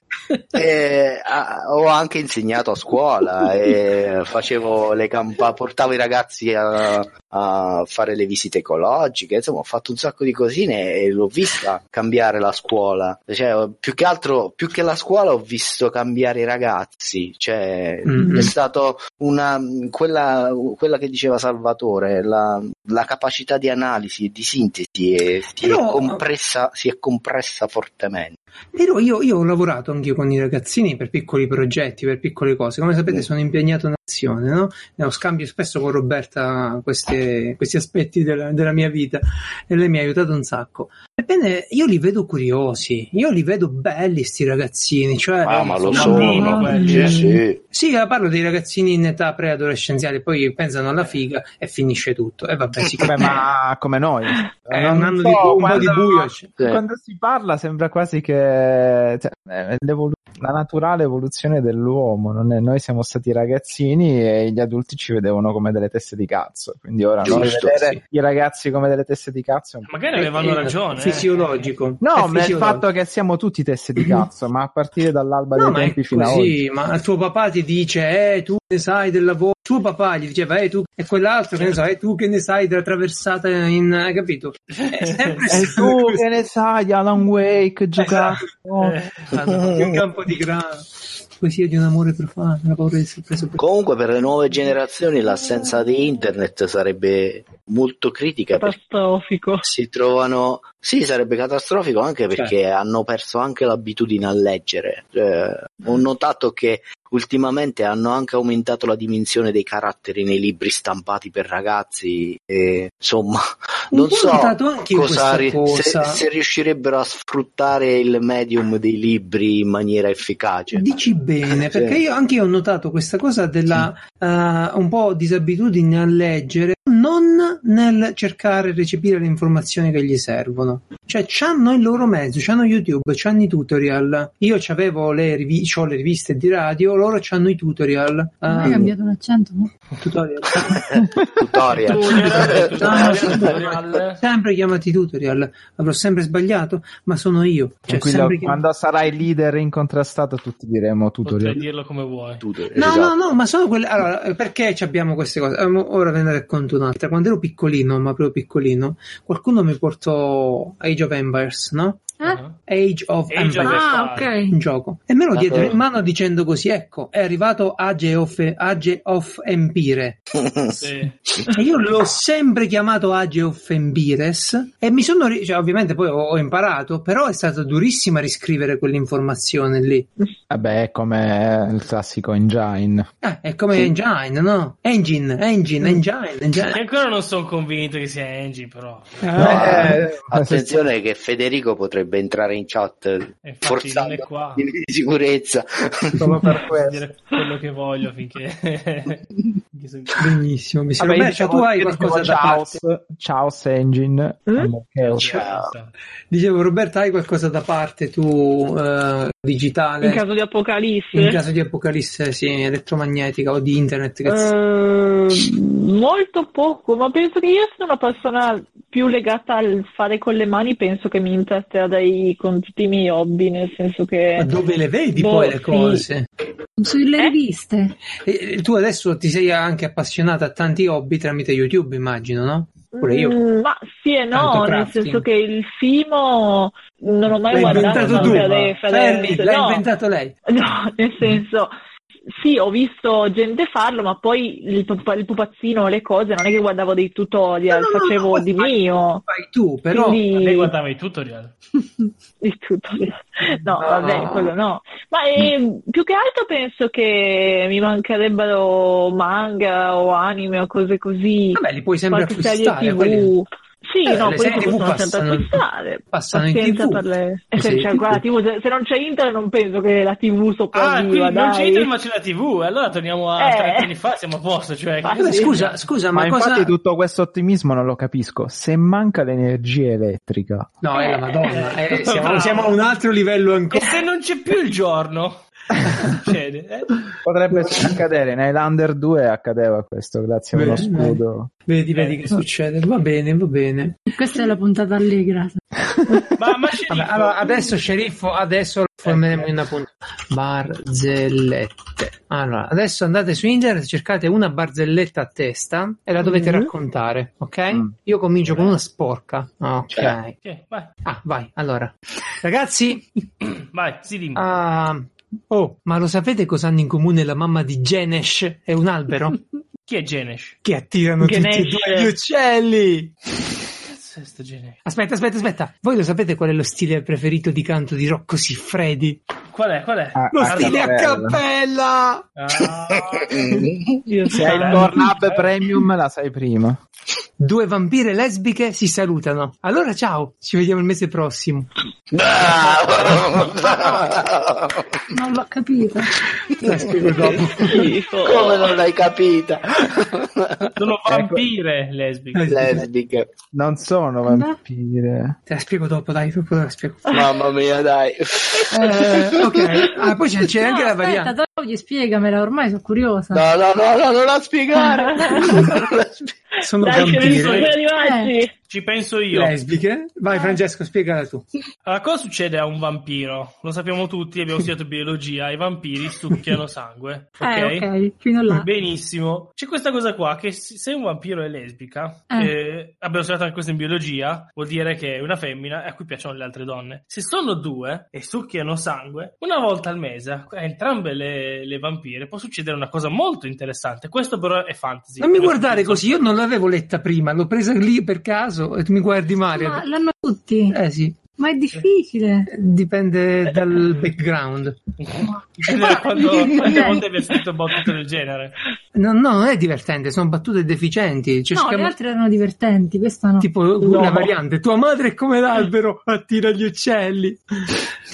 Speaker 5: Eh, ah, ho anche insegnato a scuola e facevo le campa- portavo i ragazzi a, a fare le visite ecologiche, insomma ho fatto un sacco di cosine e l'ho vista cambiare la scuola, cioè, più che altro, più che la scuola ho visto cambiare i ragazzi, cioè,
Speaker 2: Mm.
Speaker 5: è stato una, quella, quella che diceva Salvatore, la, la capacità di analisi e di sintesi è- si,
Speaker 2: Però-
Speaker 5: è compressa, si è compressa fortemente.
Speaker 2: Però io, io ho lavorato anche con i ragazzini per piccoli progetti, per piccole cose. Come sapete,
Speaker 5: Mm.
Speaker 2: sono impegnato in azione, no? Ne ho scambio spesso con Roberta queste- questi aspetti della, della mia vita e lei mi ha aiutato un sacco. Ebbene, io li vedo curiosi, io li vedo belli, sti ragazzini. Cioè,
Speaker 5: Ah, ma lo
Speaker 1: Sono bambini
Speaker 5: sono.
Speaker 1: quelli,
Speaker 5: Sì,
Speaker 1: eh.
Speaker 5: sì.
Speaker 2: Sì, eh, parlo dei ragazzini in età preadolescenziale, poi pensano alla figa e finisce tutto. E vabbè, siccome
Speaker 7: Vabbè, ma come noi.
Speaker 2: è
Speaker 7: Non
Speaker 2: Eh, un anno
Speaker 7: so,
Speaker 2: di, bu- un po'
Speaker 7: quando-
Speaker 2: di buio. cioè, c'è.
Speaker 5: Sì.
Speaker 7: Quando si parla sembra quasi che cioè, è l'evolu- la naturale evoluzione dell'uomo, non è- noi siamo stati ragazzini e gli adulti ci vedevano come delle teste di cazzo, quindi ora noi
Speaker 5: Giusto,
Speaker 7: vedere
Speaker 2: sì.
Speaker 7: i ragazzi come delle teste di cazzo è un po'...
Speaker 1: Magari avevano
Speaker 2: È- è
Speaker 1: ragione. eh.
Speaker 2: Fisiologico. È
Speaker 7: No, ma il
Speaker 2: fisiologico.
Speaker 7: fatto che siamo tutti teste di cazzo, ma a partire dall'alba
Speaker 2: No,
Speaker 7: dei
Speaker 2: ma è
Speaker 7: tempi fino a oggi.
Speaker 2: così, Eh, ma tuo papà ti dice, eh, tu che ne sai del lavoro, tuo papà gli diceva, eh, tu, e quell'altro che ne
Speaker 1: Certo.
Speaker 2: sai, tu che ne sai della traversata in, hai capito? È sempre
Speaker 7: E
Speaker 2: stato
Speaker 7: tu
Speaker 2: così. Eh, Esatto. cioè,
Speaker 7: che ne sai, Alan Wake, giocato.
Speaker 1: Eh, esatto.
Speaker 2: Di un campo di grano, poesia di un amore profano, una paura di sorpresa per-
Speaker 5: Comunque per le nuove generazioni l'assenza di internet sarebbe molto critica perché
Speaker 6: Catastrofico.
Speaker 5: si trovano... Sì, sarebbe catastrofico anche
Speaker 2: Certo.
Speaker 5: perché hanno perso anche l'abitudine a leggere. Eh, ho notato che ultimamente hanno anche aumentato la dimensione dei caratteri nei libri stampati per ragazzi e insomma
Speaker 2: Un
Speaker 5: non
Speaker 2: po'
Speaker 5: so
Speaker 2: ho notato anche io
Speaker 5: cosa
Speaker 2: questa
Speaker 5: ri- se,
Speaker 2: cosa.
Speaker 5: se riuscirebbero a sfruttare il medium dei libri in maniera efficace.
Speaker 2: Dici bene,
Speaker 5: Certo. Sì.
Speaker 2: perché io anche io ho notato questa cosa della eh, un po' disabitudine a leggere, non nel cercare e recepire le informazioni che gli servono. Cioè, c'hanno il loro mezzo, c'hanno YouTube, c'hanno i tutorial. Io c'avevo le, rivi- c'ho le riviste di radio, loro c'hanno i tutorial.
Speaker 3: Non hai
Speaker 2: Ah,
Speaker 3: cambiato l'accento? no?
Speaker 2: tutorial.
Speaker 1: Tutorial,
Speaker 5: Tutorial.
Speaker 2: No,
Speaker 1: tutorial,
Speaker 2: sono-
Speaker 1: tutorial.
Speaker 2: sempre chiamati tutorial, avrò sempre sbagliato, ma sono io. Cioè,
Speaker 7: Tranquillo,
Speaker 2: sempre chiamati-
Speaker 7: quando sarai leader incontrastato tutti diremo
Speaker 1: Potrei
Speaker 7: tutorial.
Speaker 1: dirlo come vuoi.
Speaker 5: Tutorial,
Speaker 2: No,
Speaker 5: esatto.
Speaker 2: eh, no, no, ma sono quelle. Allora, perché ci abbiamo queste cose? Ehm, Ora ve ne racconto una. volta, quando ero piccolino, ma proprio piccolino, qualcuno mi portò Age of Empires, no?
Speaker 3: Eh?
Speaker 2: Age of
Speaker 1: Age of
Speaker 2: Empires.
Speaker 3: Ah,
Speaker 1: Empires.
Speaker 2: un
Speaker 3: ok.
Speaker 2: gioco e me lo
Speaker 5: Ah,
Speaker 2: dietro
Speaker 5: però-
Speaker 2: in mano dicendo così ecco è arrivato Age of, Age of Empire
Speaker 1: Sì.
Speaker 2: e io l'ho sempre chiamato Age of Empires e mi sono ri- cioè, ovviamente poi ho, ho imparato però è stato durissimo riscrivere quell'informazione lì
Speaker 7: Vabbè, è come il classico engine.
Speaker 2: Eh, è come engine no? engine engine engine,
Speaker 1: E
Speaker 2: engine.
Speaker 1: ancora non sono convinto che sia Angie, però.
Speaker 5: Eh, attenzione che Federico potrebbe entrare in chat
Speaker 1: E infatti non
Speaker 5: forzando
Speaker 1: è qua.
Speaker 5: di sicurezza.
Speaker 7: Solo per
Speaker 1: Posso
Speaker 7: questo.
Speaker 1: dire quello che voglio finché. finché sono-
Speaker 2: benissimo mi sembra
Speaker 7: Vabbè, io
Speaker 2: Berta,
Speaker 7: dicevo-
Speaker 2: tu hai
Speaker 7: io
Speaker 2: qualcosa
Speaker 7: dicevo
Speaker 2: da
Speaker 7: Chaos,
Speaker 2: parte
Speaker 7: Chaos Engine.
Speaker 2: Eh?
Speaker 6: Mm?
Speaker 7: Allora, Chaos.
Speaker 1: Ciao.
Speaker 2: dicevo Roberta hai qualcosa da parte tu eh, digitale
Speaker 6: In caso di apocalisse.
Speaker 2: in caso di apocalisse sì, elettromagnetica o di internet che
Speaker 6: Eh, molto poco, ma penso che io sono una persona più legata al fare con le mani, penso che mi intratterrei con tutti i miei hobby, nel senso che...
Speaker 2: Ma dove le vedi
Speaker 6: boh,
Speaker 2: poi le
Speaker 6: sì.
Speaker 2: cose?
Speaker 3: Sulle
Speaker 6: Eh?
Speaker 3: riviste.
Speaker 2: E tu adesso ti sei anche appassionata a tanti hobby tramite YouTube, immagino, no? Pure io.
Speaker 6: Mm, Ma sì e
Speaker 2: Tanto
Speaker 6: no, nel
Speaker 2: crafting.
Speaker 6: senso che il Fimo non ho mai
Speaker 2: L'hai
Speaker 6: guardato
Speaker 2: inventato tu,
Speaker 6: tante
Speaker 2: ma- Fermi,
Speaker 6: referenze,
Speaker 2: l'hai
Speaker 6: eh, no.
Speaker 2: inventato lei.
Speaker 6: No, nel senso, sì, ho visto gente farlo, ma poi il, pupa- il pupazzino, le cose, non è che guardavo dei tutorial,
Speaker 2: No, no, no,
Speaker 6: facevo
Speaker 2: poi
Speaker 6: di
Speaker 2: fai-
Speaker 6: mio.
Speaker 2: Fai tu, però.
Speaker 6: Quindi-
Speaker 1: Lei guardava i tutorial.
Speaker 6: il tutorial. No,
Speaker 2: No. Mm.
Speaker 6: vabbè, quello no. Ma eh, più che altro penso che mi mancherebbero manga o anime o cose così.
Speaker 2: Vabbè, li puoi sempre
Speaker 6: qualche serie
Speaker 2: acquistare.
Speaker 6: TV.
Speaker 2: quelli-
Speaker 6: Sì,
Speaker 2: Eh,
Speaker 6: no,
Speaker 2: le
Speaker 6: poi
Speaker 2: serie
Speaker 6: si
Speaker 2: TV
Speaker 6: possono
Speaker 2: passano-
Speaker 6: sempre acquistare.
Speaker 2: passano in
Speaker 6: Pazienza
Speaker 2: TV.
Speaker 6: per le... eh,
Speaker 2: Le
Speaker 6: se,
Speaker 2: serie
Speaker 6: c'è
Speaker 2: TV.
Speaker 6: ancora TV, se- se non c'è internet non penso che la TV
Speaker 1: Ah, quindi
Speaker 6: sopravviva,
Speaker 1: non c'è
Speaker 6: dai.
Speaker 1: internet, ma c'è la TV. Allora torniamo a
Speaker 6: Eh.
Speaker 1: 30 anni fa, siamo a posto. Cioè,
Speaker 6: Ma-
Speaker 2: Vabbè,
Speaker 6: Sì.
Speaker 2: scusa, scusa,
Speaker 7: Ma
Speaker 2: ma,
Speaker 7: infatti
Speaker 2: cosa.
Speaker 7: tutto questo ottimismo non lo capisco. Se manca l'energia elettrica,
Speaker 2: No, è la Madonna.
Speaker 1: Eh,
Speaker 2: eh, siamo,
Speaker 1: bravo.
Speaker 2: siamo a un altro livello
Speaker 1: E
Speaker 2: ancora.
Speaker 1: se non c'è più il giorno? Cosa succede? eh?
Speaker 7: potrebbe accadere. In Highlander 2 accadeva questo, grazie a uno
Speaker 2: Beh,
Speaker 7: scudo.
Speaker 2: Vedi, vedi
Speaker 1: Eh.
Speaker 2: che succede. Va bene, va bene.
Speaker 3: Questa è la puntata allegra.
Speaker 1: Ma, ma sceriffo,
Speaker 2: Vabbè, allora, adesso sceriffo, adesso lo formeremo in una puntata. Barzellette. Allora, adesso andate su internet, cercate una barzelletta a testa e la dovete
Speaker 6: Mhm.
Speaker 2: raccontare, ok?
Speaker 7: Mm.
Speaker 2: Io comincio con una sporca. Ah, Ok.
Speaker 5: Cioè.
Speaker 1: Sì, vai,
Speaker 2: Ah, vai. Allora, ragazzi,
Speaker 1: vai, si dimmi.
Speaker 2: ah, oh, ma lo sapete cosa hanno in comune la mamma di Genesh e un albero?
Speaker 1: Chi è Genesh?
Speaker 2: che attirano tutti
Speaker 6: Ganesh.
Speaker 2: e due gli uccelli.
Speaker 1: Cazzo è sto Genesh?
Speaker 2: Aspetta, aspetta, aspetta. Voi lo sapete qual è lo stile preferito di canto di Rocco Siffredi?
Speaker 1: Qual è? Qual è?
Speaker 7: Ah,
Speaker 2: Lo
Speaker 7: ah,
Speaker 2: stile a
Speaker 7: cappello.
Speaker 2: cappella!
Speaker 1: Ah,
Speaker 7: Se hai il Pornhub Premium la sai prima.
Speaker 2: Due vampire lesbiche si salutano. Allora, ciao, ci vediamo il mese prossimo.
Speaker 5: Bravo!
Speaker 3: Non l'ho capito.
Speaker 2: La spiego dopo.
Speaker 6: Schifo.
Speaker 2: Oh.
Speaker 5: Come non l'hai capita?
Speaker 1: sono vampire lesbiche.
Speaker 5: Lesbiche.
Speaker 7: Non sono vampire.
Speaker 2: Te la spiego dopo, dai, dopo te la spiego.
Speaker 5: Mamma mia, dai.
Speaker 2: Eh, ok, ah, poi c'è, c'è
Speaker 3: No,
Speaker 2: anche la variante.
Speaker 3: aspetta, Togli, spiegamela, ormai sono curiosa.
Speaker 5: No, no, no, no, non la spiegare. Non la spiegare.
Speaker 2: Sono
Speaker 6: Dai,
Speaker 2: vampire
Speaker 6: Federico, siamo arrivati.
Speaker 1: Ci penso io.
Speaker 2: lesbiche. Vai, Francesco, spiegala tu.
Speaker 1: Allora, cosa succede a un vampiro? Lo sappiamo tutti, abbiamo studiato biologia, i vampiri succhiano sangue, ok?
Speaker 3: Eh, ok, fino là.
Speaker 1: Benissimo. C'è questa cosa qua che se se un vampiro è lesbica,
Speaker 3: Eh.
Speaker 1: eh, abbiamo studiato anche questo in biologia, vuol dire che è una femmina e a cui piacciono le altre donne. Se sono due e succhiano sangue, una volta al mese a entrambe le, le vampire può succedere una cosa molto interessante. Questo però è fantasy.
Speaker 2: Non mi
Speaker 1: Però-
Speaker 2: guardare così, io non l'avevo letta prima, l'ho presa lì per caso e tu mi guardi Mario.
Speaker 3: Ma l'hanno tutti.
Speaker 2: Eh sì,
Speaker 3: Ma è difficile.
Speaker 2: dipende dal background.
Speaker 1: Dipende da quando, quante volte abbiamo scritto battute boh, del genere.
Speaker 2: No, no, non è divertente, sono battute deficienti. Cioè,
Speaker 3: no,
Speaker 2: si
Speaker 3: le
Speaker 2: chiama-
Speaker 3: altre erano divertenti, questa no.
Speaker 2: tipo
Speaker 6: No.
Speaker 2: una variante tua madre è come l'albero attira gli uccelli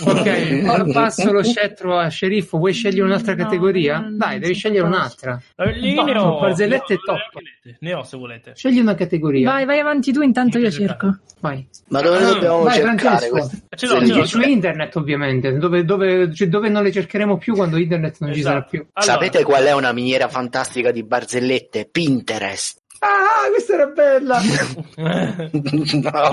Speaker 2: ok ora passo lo scettro a sceriffo vuoi scegliere un'altra
Speaker 3: No,
Speaker 2: categoria?
Speaker 3: no, no,
Speaker 2: dai
Speaker 3: no,
Speaker 2: devi
Speaker 3: ci
Speaker 2: scegliere
Speaker 3: posso.
Speaker 2: un'altra
Speaker 1: Eh, lì
Speaker 2: Top,
Speaker 1: ne ho.
Speaker 2: barzellette
Speaker 1: ne ho-
Speaker 2: top.
Speaker 1: Ne ho se volete.
Speaker 2: scegli una categoria
Speaker 3: Vai, vai avanti tu, intanto io cerco.
Speaker 2: vai
Speaker 5: Ma dove dobbiamo
Speaker 2: Ah, Vai,
Speaker 5: cercare
Speaker 2: Francesco.
Speaker 5: queste?
Speaker 1: Ce l'ho,
Speaker 5: Sì.
Speaker 1: ce l'ho.
Speaker 2: su internet ovviamente dove, dove- cioè, dove non le cercheremo più quando internet non ci sarà
Speaker 1: Esatto.
Speaker 2: più
Speaker 1: Allora,
Speaker 5: Sapete qual è una miniera fantastica di barzellette? Pinterest.
Speaker 2: ah ah, questa era bella.
Speaker 1: tu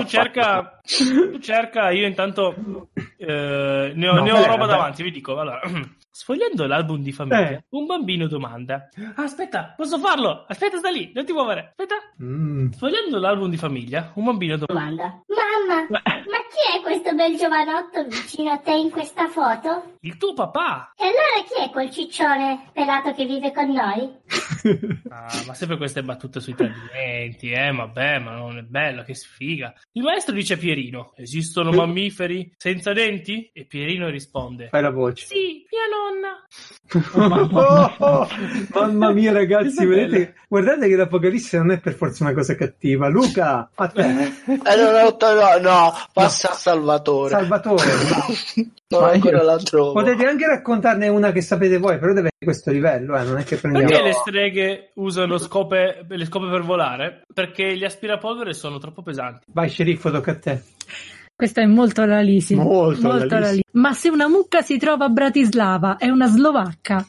Speaker 1: cerca, tu cerca, io intanto eh, ne ho,
Speaker 2: No,
Speaker 1: ne ho
Speaker 2: quella
Speaker 1: roba
Speaker 2: era
Speaker 1: davanti, vi dico. Allora, sfogliando l'album di famiglia,
Speaker 2: Eh.
Speaker 1: un bambino domanda: "Ah, Aspetta, posso farlo? Aspetta, sta lì, non ti muovere. Aspetta.
Speaker 2: Mm.
Speaker 1: Sfogliando l'album di famiglia, un bambino domanda:
Speaker 8: Domanda. Mamma, ma chi è questo bel giovanotto vicino a te in questa foto?
Speaker 1: Il tuo papà?
Speaker 8: E allora chi è quel ciccione pelato che vive con noi?
Speaker 1: Ah, ma sempre queste battute sui tradimenti, eh, vabbè, ma non è bello, che sfiga. Il maestro dice a Pierino: Esistono mammiferi senza denti? E Pierino risponde:
Speaker 2: Fai la voce.
Speaker 1: Sì, mia nonna.
Speaker 2: Oh, oh, mamma mia, ragazzi,
Speaker 1: Questa è
Speaker 2: vedete, guardate che l'Apocalisse non è per forza una cosa cattiva. Luca, a te,
Speaker 5: Eh, no, no, no, no, passa a Salvatore.
Speaker 2: Salvatore.
Speaker 5: non
Speaker 7: Ma
Speaker 5: ancora
Speaker 7: io-
Speaker 5: la trovo.
Speaker 2: Potete anche raccontarne una che sapete voi, però deve essere questo livello, eh, non è che prendiamo.
Speaker 1: Perché le streghe usano scope, le scope per volare? Perché gli aspirapolvere sono troppo pesanti.
Speaker 2: Vai, sceriffo, tocca a te.
Speaker 3: Questa è molto la Lisi.
Speaker 2: Molto la Lisi.
Speaker 3: la Lisi. Ma se una mucca si trova a Bratislava, è una slovacca.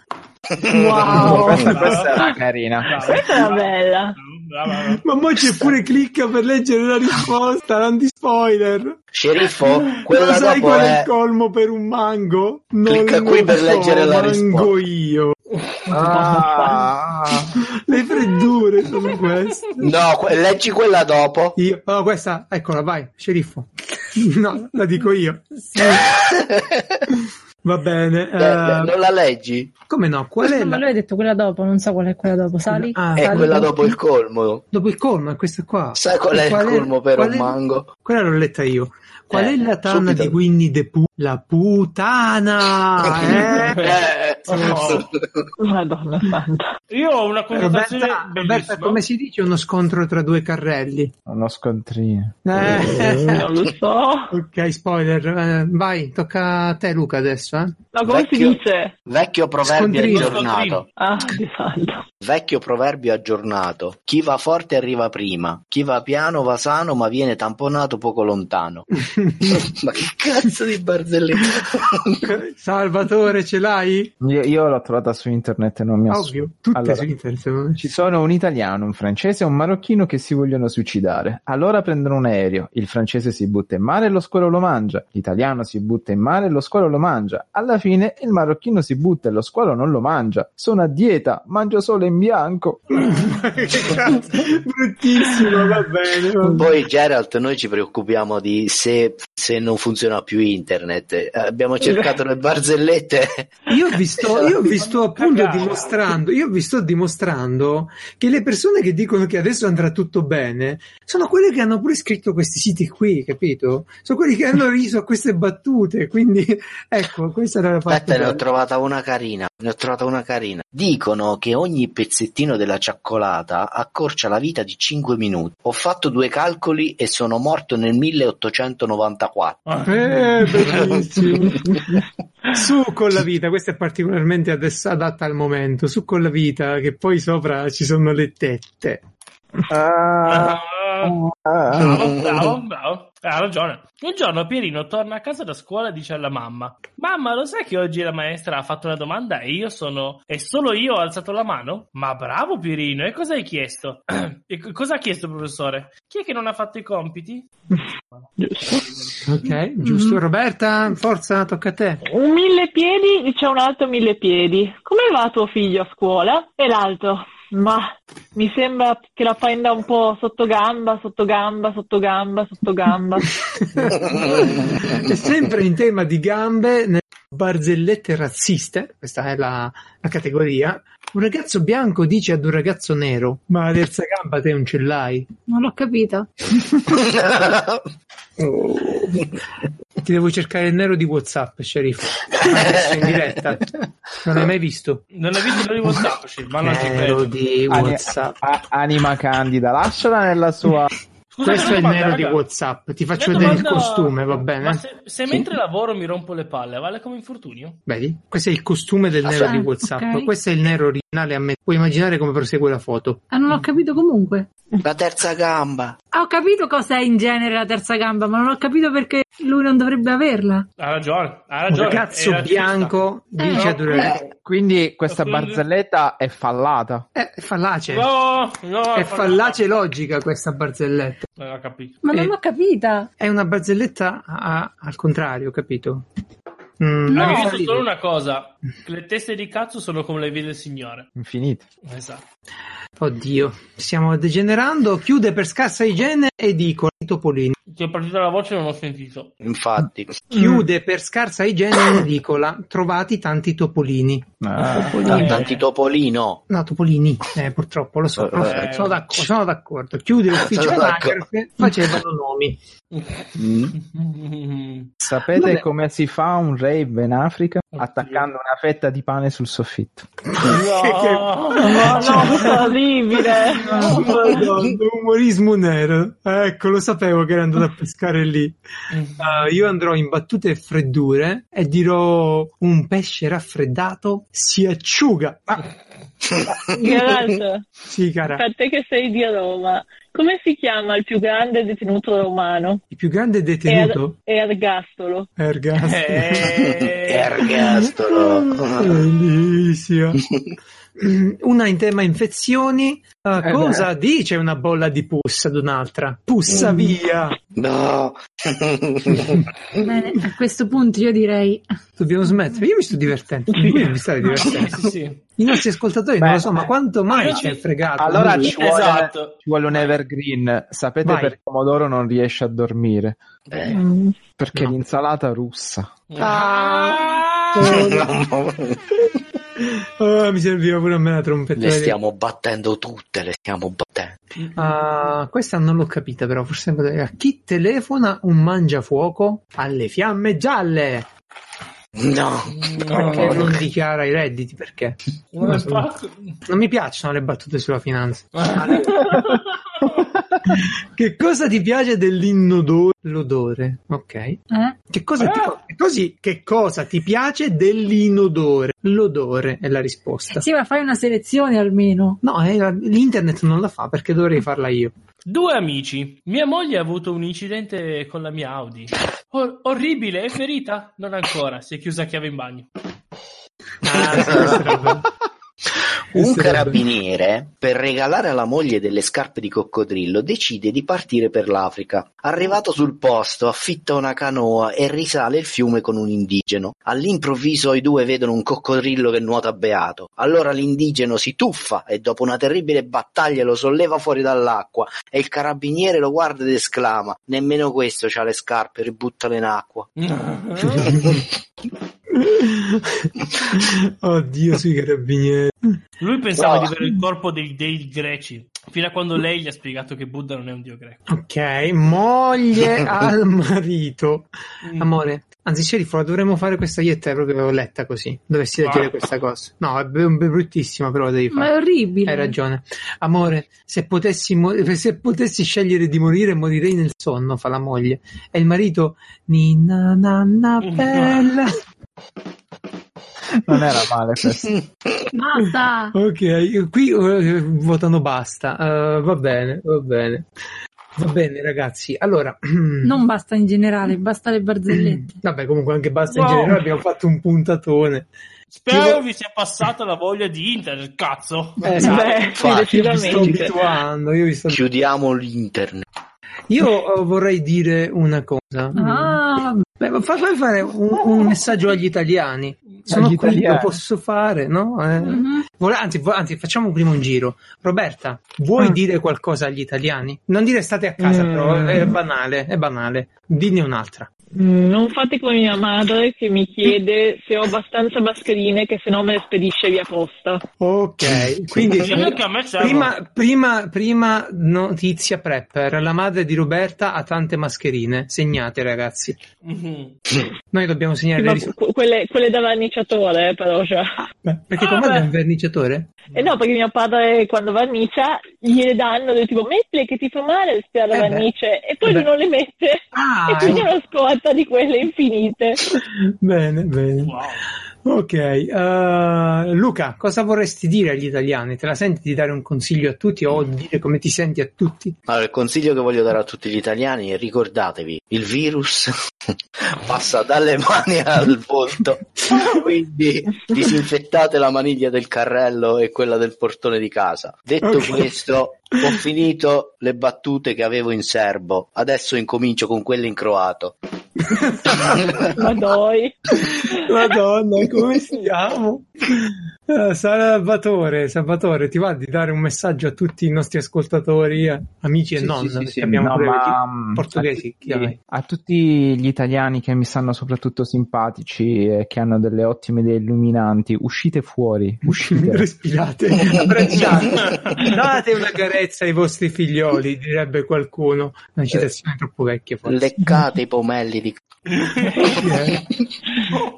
Speaker 1: Oh,
Speaker 6: Wow.
Speaker 7: questa,
Speaker 1: Brava.
Speaker 7: questa era carina.
Speaker 1: Brava.
Speaker 6: Questa è una bella.
Speaker 1: Brava, brava.
Speaker 2: Ma mo c'è pure clicca per leggere la risposta, non di spoiler.
Speaker 5: Sceriffo, quella dopo è...
Speaker 2: colmo per un mango?
Speaker 5: Clicca qui per leggere la risposta.
Speaker 2: io.
Speaker 5: Ah,
Speaker 2: Le freddure sono queste.
Speaker 5: no, que- leggi quella dopo.
Speaker 2: Io, oh, questa, eccola, vai, sceriffo. No, la dico io. Va bene.
Speaker 5: Eh, eh,
Speaker 2: eh,
Speaker 5: non la leggi?
Speaker 2: come no? Qual è
Speaker 3: Ma
Speaker 2: la...
Speaker 3: lui ha detto quella dopo, non so qual è quella dopo. Sali?
Speaker 2: Ah,
Speaker 5: È
Speaker 2: sali
Speaker 5: quella
Speaker 2: dopo.
Speaker 5: dopo il colmo.
Speaker 2: Dopo il colmo è questa qua.
Speaker 5: Sai qual è il
Speaker 2: Qual
Speaker 5: colmo per
Speaker 2: qual
Speaker 5: un
Speaker 2: è-
Speaker 5: mango?
Speaker 2: Quella l'ho letta io. Qual
Speaker 5: Eh,
Speaker 2: è la tana
Speaker 5: subito.
Speaker 2: di Winnie the Pooh? La putana! Eh?
Speaker 5: Eh,
Speaker 1: No.
Speaker 6: Madonna santa.
Speaker 1: Io ho una connotazione
Speaker 2: Roberta, Roberta,
Speaker 1: bellissima.
Speaker 2: come si dice uno scontro tra due carrelli?
Speaker 7: Uno scontrino.
Speaker 2: Eh,
Speaker 6: Non lo so.
Speaker 2: ok, spoiler. eh, vai, tocca a te, Luca, adesso. Eh?
Speaker 6: No, come si
Speaker 5: Vecchio.
Speaker 6: dice?
Speaker 5: Vecchio proverbio
Speaker 2: Scontrino.
Speaker 5: aggiornato.
Speaker 6: Ah, di salto.
Speaker 5: Vecchio proverbio aggiornato. Chi va forte arriva prima. Chi va piano va sano ma viene tamponato poco lontano. ma che cazzo di barzelletta?
Speaker 2: eh. Salvatore, ce l'hai?
Speaker 7: Io, io l'ho trovata su internet e non mi ha
Speaker 2: Ovvio, tutte
Speaker 7: Allora,
Speaker 2: su internet. secondo me.
Speaker 7: Ci sono un italiano, un francese e un marocchino che si vogliono suicidare. Allora prendono un aereo. Il francese si butta in mare e lo squalo lo mangia. L'italiano si butta in mare e lo squalo lo mangia. Alla fine il marocchino si butta e lo squalo non lo mangia. Sono a dieta, mangio solo in bianco.
Speaker 2: Che cazzo, Bruttissimo, va bene. va bene.
Speaker 5: Poi Geralt, noi ci preoccupiamo di se, se non funziona più internet. Eh, Abbiamo cercato le barzellette.
Speaker 2: Io vi sto, io vi sto appunto
Speaker 1: Cagata.
Speaker 2: dimostrando, io vi sto dimostrando che le persone che dicono che adesso andrà tutto bene sono quelle che hanno pure scritto questi siti qui, capito? Sono quelli che hanno riso a queste battute, quindi ecco, questa era la parte.
Speaker 5: Aspetta, ne ho
Speaker 2: bella.
Speaker 5: trovata una carina. Ne ho trovata una carina. Dicono che ogni pezzettino della cioccolata accorcia la vita di 5 minuti. Ho fatto due calcoli e sono morto nel 1894.
Speaker 2: Eh, bellissimo. Su con la vita, questa è particolarmente adesso adatta al momento. Su con la vita, che poi sopra ci sono le tette.
Speaker 1: Ah,
Speaker 7: Ah,
Speaker 1: Bravo, bravo, bravo. Ha ragione. Un giorno Pierino torna a casa da scuola e dice alla mamma: Mamma, lo sai che oggi la maestra ha fatto una domanda e io sono. E solo io ho alzato la mano? Ma bravo Pierino, e cosa hai chiesto? e co- cosa ha chiesto il professore? Chi è che non ha fatto i compiti?
Speaker 2: Ok, giusto. Roberta, forza, tocca a te.
Speaker 6: Un mille piedi c'è un altro mille piedi. Come va tuo figlio a scuola? E l'altro? Ma mi sembra che la prenda un po' sotto gamba, sotto gamba, sotto gamba, sotto gamba.
Speaker 2: E sempre in tema di gambe, nelle barzellette razziste, questa è la, la categoria, un ragazzo bianco dice ad un ragazzo nero, ma la terza gamba te non ce l'hai.
Speaker 3: Non l'ho capita.
Speaker 2: Ti devo cercare il nero di Whatsapp, sceriffo. Adesso in diretta. Non l'hai mai visto?
Speaker 1: Non hai visto il WhatsApp, Sci- ma non Ah, ti
Speaker 2: Nero
Speaker 1: prego.
Speaker 2: di
Speaker 7: ani-
Speaker 2: Whatsapp.
Speaker 7: a- anima candida, lasciala nella sua.
Speaker 1: Scusa,
Speaker 2: Questo è il
Speaker 1: una domanda,
Speaker 2: nero di
Speaker 1: raga.
Speaker 2: Whatsapp. Ti faccio
Speaker 1: Una
Speaker 2: vedere il
Speaker 1: domanda-
Speaker 2: costume, va
Speaker 1: Ma
Speaker 2: bene?
Speaker 1: se, se mentre lavoro mi rompo le palle, vale come infortunio?
Speaker 2: Vedi? Questo è il costume del nero di
Speaker 3: Ah,
Speaker 2: Whatsapp.
Speaker 3: ok.
Speaker 2: Questo è il nero ri- finale a me. Puoi immaginare come prosegue la foto.
Speaker 3: Ah, non ho capito comunque.
Speaker 5: La terza gamba.
Speaker 3: Ah, ho capito cosa è in genere la terza gamba, ma non ho capito perché lui non dovrebbe averla.
Speaker 1: Ha ragione, ha
Speaker 2: Un
Speaker 1: ragione. eh,
Speaker 2: ragazzo
Speaker 1: era giusta.
Speaker 2: bianco dice
Speaker 3: Eh,
Speaker 2: a Durelli:
Speaker 7: Quindi questa barzelletta è fallata.
Speaker 2: Eh, è fallace.
Speaker 1: No, no.
Speaker 2: È fallace logica questa barzelletta.
Speaker 1: Non ho capito.
Speaker 3: Ma non
Speaker 2: Eh.
Speaker 3: l'ho capita.
Speaker 2: È una barzelletta a- al contrario, capito? Mm,
Speaker 3: No.
Speaker 1: Hai
Speaker 2: mi fa
Speaker 1: visto
Speaker 2: ridere.
Speaker 1: solo una cosa. che Le teste di cazzo sono come le vie del signore.
Speaker 7: Infinito.
Speaker 1: Esatto.
Speaker 2: Oddio, stiamo degenerando. Chiude per scarsa igiene e dico Topolino.
Speaker 1: Ti è partita la voce e non ho sentito.
Speaker 5: Infatti,
Speaker 1: Mm.
Speaker 2: Chiude per scarsa igiene un'edicola. Trovati tanti topolini.
Speaker 7: Ah,
Speaker 5: tanti tanti topolino.
Speaker 2: No, topolini, eh, purtroppo lo so. lo so,
Speaker 1: Eh.
Speaker 2: sono, d'accordo, sono d'accordo. Chiude l'ufficio
Speaker 5: Sono d'accordo.
Speaker 2: Microsoft, facevano nomi.
Speaker 5: Mm?
Speaker 7: sapete
Speaker 2: Vabbè.
Speaker 7: come si fa un rave in Africa? Attaccando una fetta di pane sul soffitto.
Speaker 1: No,
Speaker 6: No, no, questo è orribile.
Speaker 2: Umorismo nero. Ecco, lo sapevo che era andato a pescare lì. Eh, io andrò in battute e freddure e dirò un pesce raffreddato si acciuga. Ah,
Speaker 6: Geralt,
Speaker 2: sì, cara.
Speaker 6: per te che sei di Roma, come si chiama il più grande detenuto romano?
Speaker 2: Il più grande
Speaker 6: Er-
Speaker 2: detenuto
Speaker 6: Ergastolo.
Speaker 2: Ergastolo.
Speaker 5: Ergastolo.
Speaker 2: Bellissimo. Una in tema infezioni. Eh,
Speaker 7: Eh
Speaker 2: cosa dice una bolla di pus ad un'altra? Pussa via.
Speaker 5: No. Esatto.
Speaker 3: Bene, a questo punto io direi
Speaker 2: Dobbiamo smettere. Io mi sto divertendo. Voi vi state divertendo.
Speaker 1: Sì, sì, sì.
Speaker 2: I nostri ascoltatori
Speaker 7: Beh,
Speaker 2: non lo so, ma quanto mai ci è fregato?
Speaker 7: Allora
Speaker 2: Lui-
Speaker 7: ci vuole,
Speaker 1: Esatto.
Speaker 7: ci vuole un evergreen. Sapete
Speaker 2: Vai.
Speaker 7: perché Pomodoro non riesce a dormire?
Speaker 5: Eh,
Speaker 6: Mm.
Speaker 7: Perché
Speaker 2: No.
Speaker 7: l'insalata russa.
Speaker 2: Ah, mi serviva pure a me la trompetta.
Speaker 5: le stiamo battendo tutte, le stiamo battendo.
Speaker 2: Ah, questa non l'ho capita, però forse potrei- a chi telefona un mangiafuoco alle fiamme gialle?
Speaker 5: No.
Speaker 2: Perché non dichiara i redditi? Perché?
Speaker 1: Non
Speaker 2: Non,
Speaker 1: è
Speaker 2: so.
Speaker 1: fatto.
Speaker 2: Non mi piacciono le battute sulla finanza. Che cosa ti piace dell'inodore? L'odore, ok.
Speaker 3: eh,
Speaker 2: Che cosa, ti, che così- che cosa ti piace dell'inodore? L'odore è la risposta.
Speaker 3: sì, ma fai una selezione almeno.
Speaker 2: No, eh, l'internet non la fa perché dovrei farla io.
Speaker 1: Due amici. Mia moglie ha avuto un incidente con la mia Audi. Or- orribile, è ferita? Non ancora, si è chiusa a chiave in bagno.
Speaker 2: Ah, sì, questo era bello.
Speaker 5: Un
Speaker 2: Questo era
Speaker 5: carabiniere, per regalare alla moglie delle scarpe di coccodrillo, decide di partire per l'Africa. Arrivato sul posto, affitta una canoa e risale il fiume con un indigeno. All'improvviso i due vedono un coccodrillo che nuota beato. Allora l'indigeno si tuffa e dopo una terribile battaglia lo solleva fuori dall'acqua e il carabiniere lo guarda ed esclama «Nemmeno questo ha le scarpe, ributtale in acqua».
Speaker 2: bello. Oddio, sui carabinieri.
Speaker 1: Lui pensava
Speaker 5: No.
Speaker 1: di avere il corpo dei dei greci, fino a quando lei gli ha spiegato che Buddha non è un dio greco.
Speaker 2: Ok, moglie al marito.
Speaker 1: Mm.
Speaker 2: Amore, anzi, sceriffo, la dovremmo fare questa ietta proprio letta così. Dovessi leggere
Speaker 1: Ah.
Speaker 2: questa cosa. No, è be- be- bruttissima, però la devi
Speaker 3: Ma è
Speaker 2: fare.
Speaker 3: orribile.
Speaker 2: Hai ragione. Amore, se potessi, mo- se potessi scegliere di morire, morirei nel sonno, fa la moglie. E il marito, Ninna nanna bella.
Speaker 7: Non era male questo.
Speaker 3: Basta.
Speaker 2: Ok, qui eh, votano basta. Eh, va bene, va bene. Va bene, ragazzi. Allora,
Speaker 3: Non basta in generale, basta le barzellette.
Speaker 2: vabbè, comunque anche basta in
Speaker 1: No.
Speaker 2: generale. Abbiamo fatto un puntatone.
Speaker 1: Spero vi sia passata la voglia di internet, cazzo.
Speaker 2: Eh,
Speaker 6: Beh, sì,
Speaker 5: infatti,
Speaker 2: Io vi sto
Speaker 6: decisamente.
Speaker 2: abituando. Io, vi sto...
Speaker 5: Chiudiamo l'internet.
Speaker 2: io eh, vorrei dire una cosa.
Speaker 3: Ah, vabbè.
Speaker 2: Beh, ma fa- fai fare un, un messaggio agli italiani. Sono
Speaker 7: Agli
Speaker 2: qui,
Speaker 7: italiani.
Speaker 2: lo posso fare, no? Eh,
Speaker 3: Mhm.
Speaker 2: vol- anzi, vo- anzi, facciamo prima un giro. Roberta, vuoi
Speaker 7: Ah.
Speaker 2: dire qualcosa agli italiani? Non dire state a casa,
Speaker 7: Mm.
Speaker 2: però è banale, è banale. Dinne un'altra.
Speaker 6: Non fate come mia madre che mi chiede se ho abbastanza mascherine che se no me le spedisce via posta.
Speaker 2: Ok, quindi
Speaker 1: Sì, anche a me serve.
Speaker 2: prima, prima, prima notizia prepper, la madre di Roberta ha tante mascherine, segnate ragazzi.
Speaker 1: Mhm.
Speaker 2: Noi dobbiamo segnare
Speaker 6: Sì,
Speaker 2: le
Speaker 6: ma
Speaker 2: risposte.
Speaker 6: que- quelle, quelle da verniciatore eh, però già.
Speaker 2: Perché tua
Speaker 6: Ah,
Speaker 2: madre è
Speaker 6: beh.
Speaker 2: un verniciatore?
Speaker 6: E no, perché mio padre quando vernicia gliele danno, del tipo mettile che ti fa male il spia la
Speaker 2: Eh beh.
Speaker 6: vernice e poi
Speaker 2: Eh
Speaker 6: lui
Speaker 2: beh.
Speaker 6: non le mette
Speaker 2: Ah,
Speaker 6: e quindi è una scorta di quelle infinite.
Speaker 2: bene, bene.
Speaker 1: Wow.
Speaker 2: Ok, eh, Luca, cosa vorresti dire agli italiani? Te la senti di dare un consiglio a tutti o di dire come ti senti a tutti?
Speaker 5: Allora, il consiglio che voglio dare a tutti gli italiani è ricordatevi, il virus passa dalle mani al volto, quindi disinfettate la maniglia del carrello e quella del portone di casa. Detto
Speaker 2: Ok.
Speaker 5: questo, ho finito le battute che avevo in serbo, adesso incomincio con quelle in croato.
Speaker 6: Ma doi.
Speaker 2: Madonna, come siamo? Eh, Salvatore, Salvatore, ti va di dare un messaggio a tutti i nostri ascoltatori, eh, amici e
Speaker 7: Sì,
Speaker 2: non?
Speaker 7: sì, sì,
Speaker 2: perché
Speaker 7: sì,
Speaker 2: abbiamo
Speaker 7: no,
Speaker 2: pure
Speaker 7: ma,
Speaker 2: chi-
Speaker 7: mm,
Speaker 2: portoghesi.
Speaker 7: a tutti, a tutti gli italiani che mi stanno soprattutto simpatici e che hanno delle ottime idee illuminanti, uscite fuori,
Speaker 2: Uscite,
Speaker 7: uscite.
Speaker 2: respirate, abbracciate, date una carezza ai vostri figlioli, direbbe qualcuno. Una citazione troppo vecchia, forse.
Speaker 5: Leccate i pomelli di...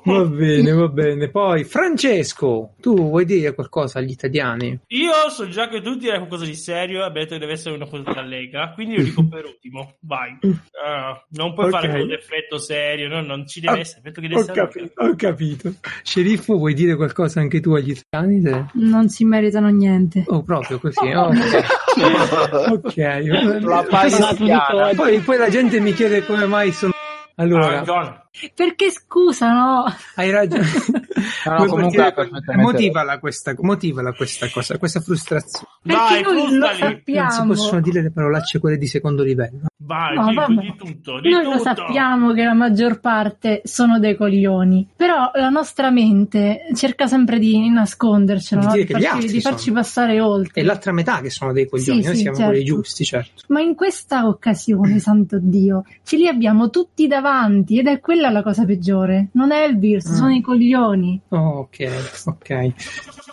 Speaker 2: Va bene, va bene. Poi, Francesco, tu vuoi dire qualcosa agli italiani?
Speaker 1: Io so già che tu dirai qualcosa di serio e abbiamo detto che deve essere una cosa tra lega, quindi lo dico per ultimo. Vai. Ah, non puoi
Speaker 2: Ok.
Speaker 1: fare con l'effetto serio, no, non ci deve
Speaker 2: Ah,
Speaker 1: essere. Effetto che deve
Speaker 2: Ho
Speaker 1: essere
Speaker 2: capito, ho capito. Sceriffo, vuoi dire qualcosa anche tu agli italiani? Se-
Speaker 3: Non si meritano niente.
Speaker 2: Oh, proprio così. oh, ok. Ok.
Speaker 5: La
Speaker 6: Ma tutto
Speaker 5: parisiana.
Speaker 6: oggi.
Speaker 2: Poi, poi la gente mi chiede come mai sono.
Speaker 1: Ah,
Speaker 2: Allora,
Speaker 1: John.
Speaker 3: Perché scusa, no?
Speaker 2: hai ragione.
Speaker 7: No, no,
Speaker 2: Vuoi
Speaker 7: comunque
Speaker 2: partire
Speaker 7: ha
Speaker 2: con-
Speaker 7: perfettamente
Speaker 2: motivala, questa, motivala questa cosa, questa frustrazione.
Speaker 1: Vai,
Speaker 3: Perché noi lo
Speaker 1: frustali.
Speaker 3: sappiamo.
Speaker 2: Non si possono dire le parolacce quelle di secondo livello.
Speaker 1: Vai,
Speaker 3: No,
Speaker 1: di-
Speaker 3: vabbè.
Speaker 1: di tutto, di
Speaker 3: Noi
Speaker 1: tutto.
Speaker 3: lo sappiamo che la maggior parte sono dei coglioni, però la nostra mente cerca sempre di nascondercelo,
Speaker 2: Di
Speaker 3: no?
Speaker 2: dire
Speaker 3: di,
Speaker 2: che gli
Speaker 3: farci,
Speaker 2: altri
Speaker 3: di farci
Speaker 2: sono.
Speaker 3: passare
Speaker 2: E
Speaker 3: oltre.
Speaker 2: l'altra metà che sono dei coglioni,
Speaker 3: Sì,
Speaker 2: noi
Speaker 3: sì,
Speaker 2: siamo
Speaker 3: certo.
Speaker 2: quelli giusti, certo.
Speaker 3: Ma in questa occasione, santo Dio, ce li abbiamo tutti davanti ed è quella la cosa peggiore. Non è il virus,
Speaker 2: Mm.
Speaker 3: sono i coglioni.
Speaker 2: Ok, ok.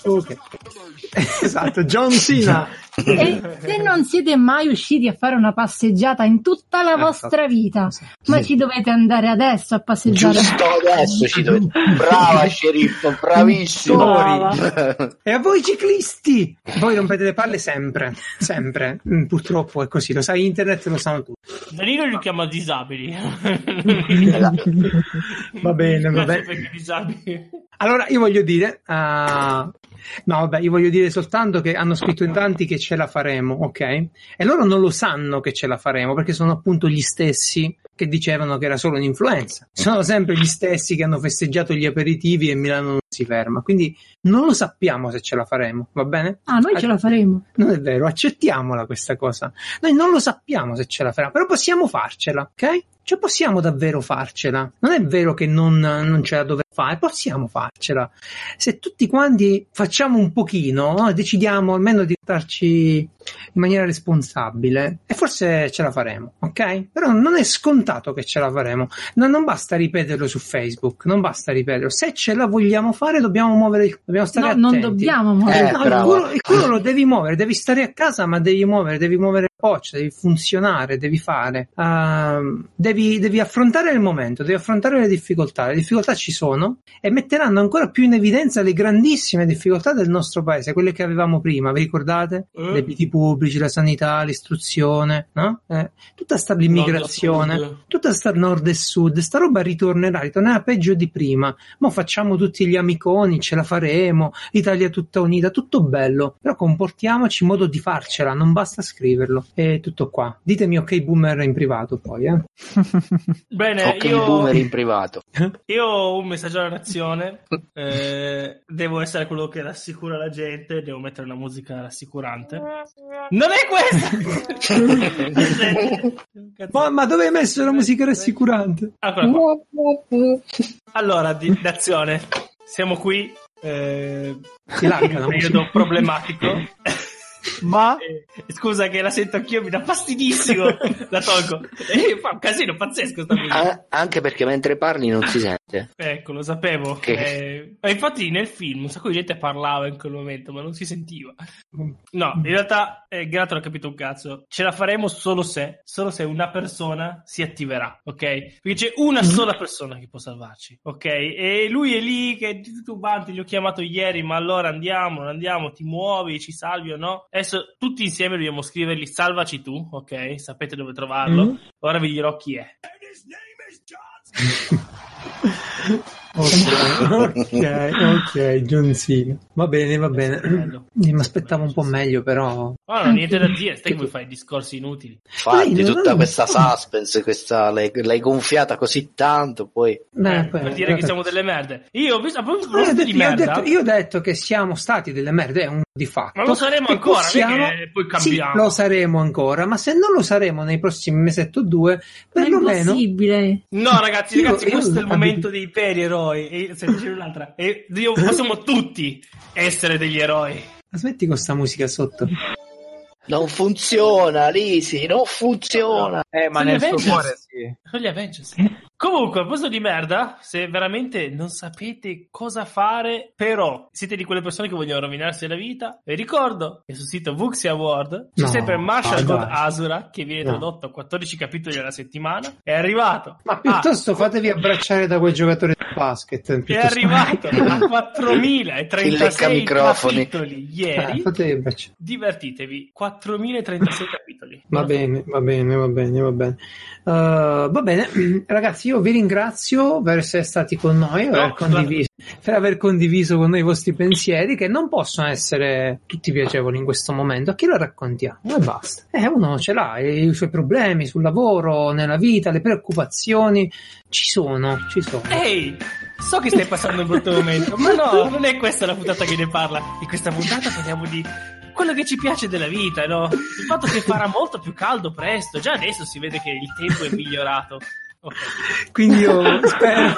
Speaker 2: Ok. esatto, John Cena.
Speaker 3: E se non siete mai usciti a fare una passeggiata in tutta la
Speaker 2: Eh,
Speaker 3: vostra vita,
Speaker 2: esatto.
Speaker 3: ma ci dovete andare adesso a passeggiare.
Speaker 5: Giusto adesso ci dovete... Brava sceriffo, bravissimo.
Speaker 6: Brava.
Speaker 2: E a voi ciclisti! Voi rompete le palle sempre, sempre. Mm, Purtroppo è così, lo sai internet, lo sanno tutti.
Speaker 1: Danilo li chiama disabili.
Speaker 5: Esatto.
Speaker 2: Va bene, va
Speaker 1: Grazie
Speaker 2: bene.
Speaker 1: perché disabili.
Speaker 2: Allora io voglio dire, ah, no vabbè, io voglio dire soltanto che hanno scritto in tanti che ce la faremo, ok? E loro non lo sanno che ce la faremo perché sono appunto gli stessi che dicevano che era solo un'influenza. Sono sempre gli stessi che hanno festeggiato gli aperitivi e Milano non si ferma. Quindi non lo sappiamo se ce la faremo, va bene?
Speaker 3: Ah, noi ce la faremo.
Speaker 2: Non è vero, accettiamola questa cosa. Noi non lo sappiamo se ce la farà, però possiamo farcela, ok? Cioè possiamo davvero farcela. Non è vero che non, non ce la dovremmo fare, possiamo farcela. Se tutti quanti facciamo un pochino, no? decidiamo almeno di portarci in maniera responsabile e forse ce la faremo, ok? Però non è scontato che ce la faremo. No, non basta ripeterlo su Facebook, non basta ripeterlo. Se ce la vogliamo fare dobbiamo muovere, il- dobbiamo stare
Speaker 3: No,
Speaker 2: attenti.
Speaker 3: non dobbiamo morire.
Speaker 5: Eh,
Speaker 2: No, il,
Speaker 5: brava.
Speaker 2: culo, il culo lo devi muovere, devi stare a casa, ma devi muovere, devi muovere la boccia, devi funzionare, devi fare, ehm, devi, devi affrontare il momento, devi affrontare le difficoltà. Le difficoltà ci sono e metteranno ancora più in evidenza le grandissime difficoltà del nostro paese, quelle che avevamo prima, vi ricordate?
Speaker 1: Eh.
Speaker 2: Gli abiti pubblici, la sanità, l'istruzione, no? Eh, tutta sta l'immigrazione,
Speaker 1: Nord e sud.
Speaker 2: tutta sta nord e sud, sta roba ritornerà, ritornerà peggio di prima. Mo facciamo tutti gli amiconi, ce la faremo, l'Italia tutta unita, tutto bello, però comportiamoci in modo di farcela, non basta scriverlo. E tutto qua. Ditemi ok boomer in privato poi, eh.
Speaker 1: Bene,
Speaker 5: Ok,
Speaker 1: Eh, io...
Speaker 5: boomer in privato.
Speaker 1: Io ho un messaggio alla nazione, eh, devo essere quello che rassicura la gente, devo mettere una musica rassicurante. Non è questa! Aspetta.
Speaker 2: Ma, ma dove hai messo la musica rassicurante?
Speaker 1: Eccola qua. Allora, di- nazione, siamo qui, eh,
Speaker 2: Si larga
Speaker 1: in
Speaker 2: la
Speaker 1: un periodo
Speaker 2: musica.
Speaker 1: problematico.
Speaker 7: Ma
Speaker 1: Eh, scusa che la sento anch'io, mi dà fastidissimo, la tolgo. Eh, fa un casino pazzesco sta musica.
Speaker 5: An- anche perché mentre parli non si sente.
Speaker 1: Ecco, lo sapevo.
Speaker 5: Che-
Speaker 1: Eh, ma infatti nel film un sacco di gente parlava in quel momento, ma non si sentiva. No, in realtà eh, Grato l'ha capito un cazzo. Ce la faremo solo se, solo se una persona si attiverà, ok? Perché c'è una sola persona che può salvarci, ok? E lui è lì che è titubante, gli ho chiamato ieri, ma allora andiamo, non andiamo, ti muovi, ci salvi o no? Adesso tutti insieme dobbiamo scrivergli salvaci tu, ok? Sapete dove trovarlo. Ora vi dirò chi è.
Speaker 2: Ok, ok, ok, Giunzino. Va bene, va bene.
Speaker 1: Bello.
Speaker 2: Mi aspettavo un po' meglio, però.
Speaker 1: Ma non ho niente da dire, stai come fai discorsi inutili.
Speaker 5: Infatti,
Speaker 2: Dai, non-
Speaker 5: tutta questa
Speaker 2: no.
Speaker 5: suspense, questa l'hai, l'hai gonfiata così tanto, poi
Speaker 2: Beh,
Speaker 1: Eh,
Speaker 2: poi-
Speaker 1: per dire che siamo delle merde. Io ho visto a
Speaker 2: Io ho,
Speaker 1: proposito
Speaker 2: detto,
Speaker 1: di
Speaker 2: io ho
Speaker 1: merda.
Speaker 2: detto- io ho detto che siamo stati delle merde, è un di fatto.
Speaker 1: Ma lo saremo
Speaker 2: Che
Speaker 1: ancora, non è che poi cambiamo.
Speaker 2: Sì, lo saremo ancora, ma se non lo saremo nei prossimi mesetto o due,
Speaker 3: Ma è
Speaker 2: perlomeno
Speaker 3: impossibile.
Speaker 1: No, ragazzi,
Speaker 2: Io-
Speaker 1: ragazzi,
Speaker 2: io-
Speaker 1: questo è il
Speaker 2: abito-
Speaker 1: momento dei peri eroi. E se dice un'altra, e io- possiamo tutti essere degli eroi.
Speaker 2: Ma smetti con sta musica sotto.
Speaker 5: non funziona, Lisi, non funziona.
Speaker 7: Eh, ma
Speaker 1: Sono
Speaker 7: nel suo
Speaker 1: Avengers.
Speaker 7: cuore sì.
Speaker 1: Sono gli Avengers. Comunque, a proposito di merda, se veramente non sapete cosa fare, però siete di quelle persone che vogliono rovinarsi la vita, vi ricordo che sul sito Vuxia Award c'è
Speaker 2: No, Ah,
Speaker 1: sempre Marshall
Speaker 2: dai.
Speaker 1: con Asura, che viene
Speaker 2: No.
Speaker 1: tradotto a 14 capitoli alla settimana. È arrivato.
Speaker 2: Ma
Speaker 1: a-
Speaker 2: piuttosto fatevi abbracciare da quel giocatore di basket.
Speaker 1: È
Speaker 2: piuttosto-
Speaker 1: arrivato a
Speaker 5: Il lecca
Speaker 1: 4036
Speaker 5: microfoni.
Speaker 1: capitoli
Speaker 2: Eh,
Speaker 1: ieri.
Speaker 2: fatevi abbracciare.
Speaker 1: Divertitevi, 4036 capitoli.
Speaker 2: Va bene, va bene, va bene, va bene. Eh, va bene, ragazzi, io vi ringrazio per essere stati con noi, per,
Speaker 1: No,
Speaker 2: aver condiviso, per aver condiviso con noi i vostri pensieri che non possono essere tutti piacevoli in questo momento. A chi lo raccontiamo? E basta. Eh, uno ce l'ha, i suoi problemi sul lavoro, nella vita, le preoccupazioni ci sono, ci sono.
Speaker 1: Ehi, so che stai passando un brutto momento, ma no, non è questa la puntata che ne parla. In questa puntata parliamo di quello che ci piace della vita, no? Il fatto che farà molto più caldo presto, già adesso si vede che il tempo è migliorato. Ok.
Speaker 2: Quindi io spero,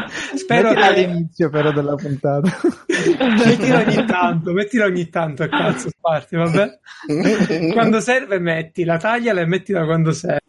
Speaker 2: spero
Speaker 7: Mettila
Speaker 2: che
Speaker 7: all'inizio però della puntata.
Speaker 2: mettilo ogni tanto, mettilo ogni tanto a cazzo, sparti, vabbè. quando serve mettila, tagliala e mettila quando serve.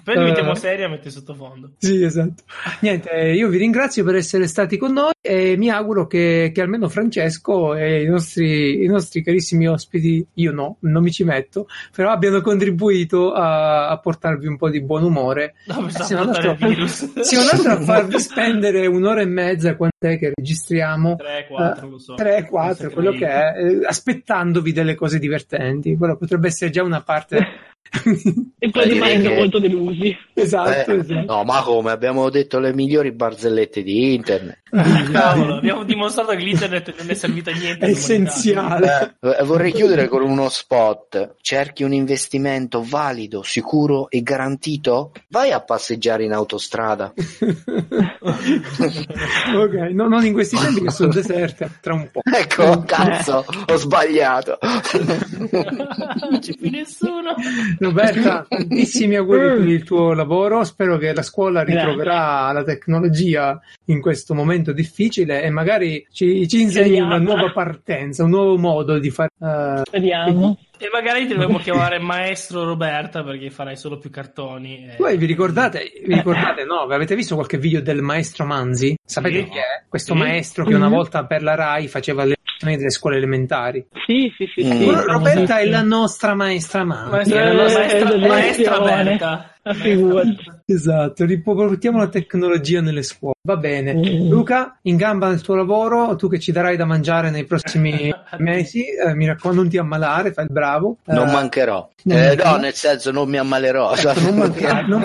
Speaker 1: Poi lo
Speaker 2: Eh.
Speaker 1: mettiamo seria e mette sottofondo.
Speaker 2: Sì, esatto. Niente, eh, io vi ringrazio per essere stati con noi e mi auguro che, che almeno Francesco e i nostri, i nostri carissimi ospiti, io no, non mi ci metto, però abbiano contribuito a, a portarvi un po' di buon umore.
Speaker 1: No, mi sta
Speaker 2: Se
Speaker 1: a
Speaker 2: Eh, non
Speaker 1: portare il
Speaker 2: altro-
Speaker 1: virus.
Speaker 2: Se non altro a farvi spendere un'ora e mezza, quant'è che registriamo,
Speaker 1: 3, 4, lo so.
Speaker 2: 3,
Speaker 1: Mi sa
Speaker 2: 4,
Speaker 1: che
Speaker 2: quello
Speaker 1: lei-
Speaker 2: che è, eh, aspettandovi delle cose divertenti, quello potrebbe essere già una parte...
Speaker 6: E poi
Speaker 5: Beh,
Speaker 6: rimanendo
Speaker 5: direi che-
Speaker 6: molto delusi.
Speaker 2: esatto,
Speaker 5: Eh,
Speaker 2: esatto.
Speaker 5: no, ma come abbiamo detto le migliori barzellette di internet.
Speaker 1: Cavolo, abbiamo dimostrato che l'internet non è servito a niente.
Speaker 2: È essenziale.
Speaker 5: Eh, vorrei chiudere con uno spot. Cerchi un investimento valido, sicuro e garantito? Vai a passeggiare in autostrada.
Speaker 2: ok, no, non in questi tempi che sono deserte, tra un po'.
Speaker 5: Ecco, cazzo, ho sbagliato.
Speaker 1: non c'è più nessuno.
Speaker 2: Roberta, tantissimi auguri per il tuo lavoro, spero che la scuola ritroverà la tecnologia in questo momento difficile e magari ci, ci insegni una nuova partenza, un nuovo modo di fare... eh,
Speaker 6: Speriamo.
Speaker 1: E magari ti dobbiamo chiamare maestro Roberta perché farai solo più cartoni. eh. e-
Speaker 2: Voi vi ricordate, vi ricordate, no? Avete visto qualche video del maestro Manzi? Sapete
Speaker 1: Sì.
Speaker 2: chi è? Questo
Speaker 1: Sì.
Speaker 2: maestro che una volta per la RAI faceva le lezioni delle scuole elementari.
Speaker 6: Sì, sì, sì. sì
Speaker 5: Mm.
Speaker 2: Ro- Roberta è la
Speaker 6: famosissimo.
Speaker 2: nostra maestra Manzi.
Speaker 1: Maestra,
Speaker 2: è la nostra-
Speaker 1: maestra,
Speaker 6: eh,
Speaker 1: maestra
Speaker 6: eh,
Speaker 1: Berta.
Speaker 6: eh, figurati.
Speaker 2: Esatto, riportiamo la tecnologia nelle scuole. Va bene. Luca, in gamba nel tuo lavoro, tu che ci darai da mangiare nei prossimi mesi, eh, mi raccomando, non ti ammalare, fai il bravo. Eh,
Speaker 5: Non mancherò.
Speaker 2: non
Speaker 5: Eh,
Speaker 2: mancherò.
Speaker 5: no, nel senso non mi ammalerò.
Speaker 2: Ecco, non mancherò, non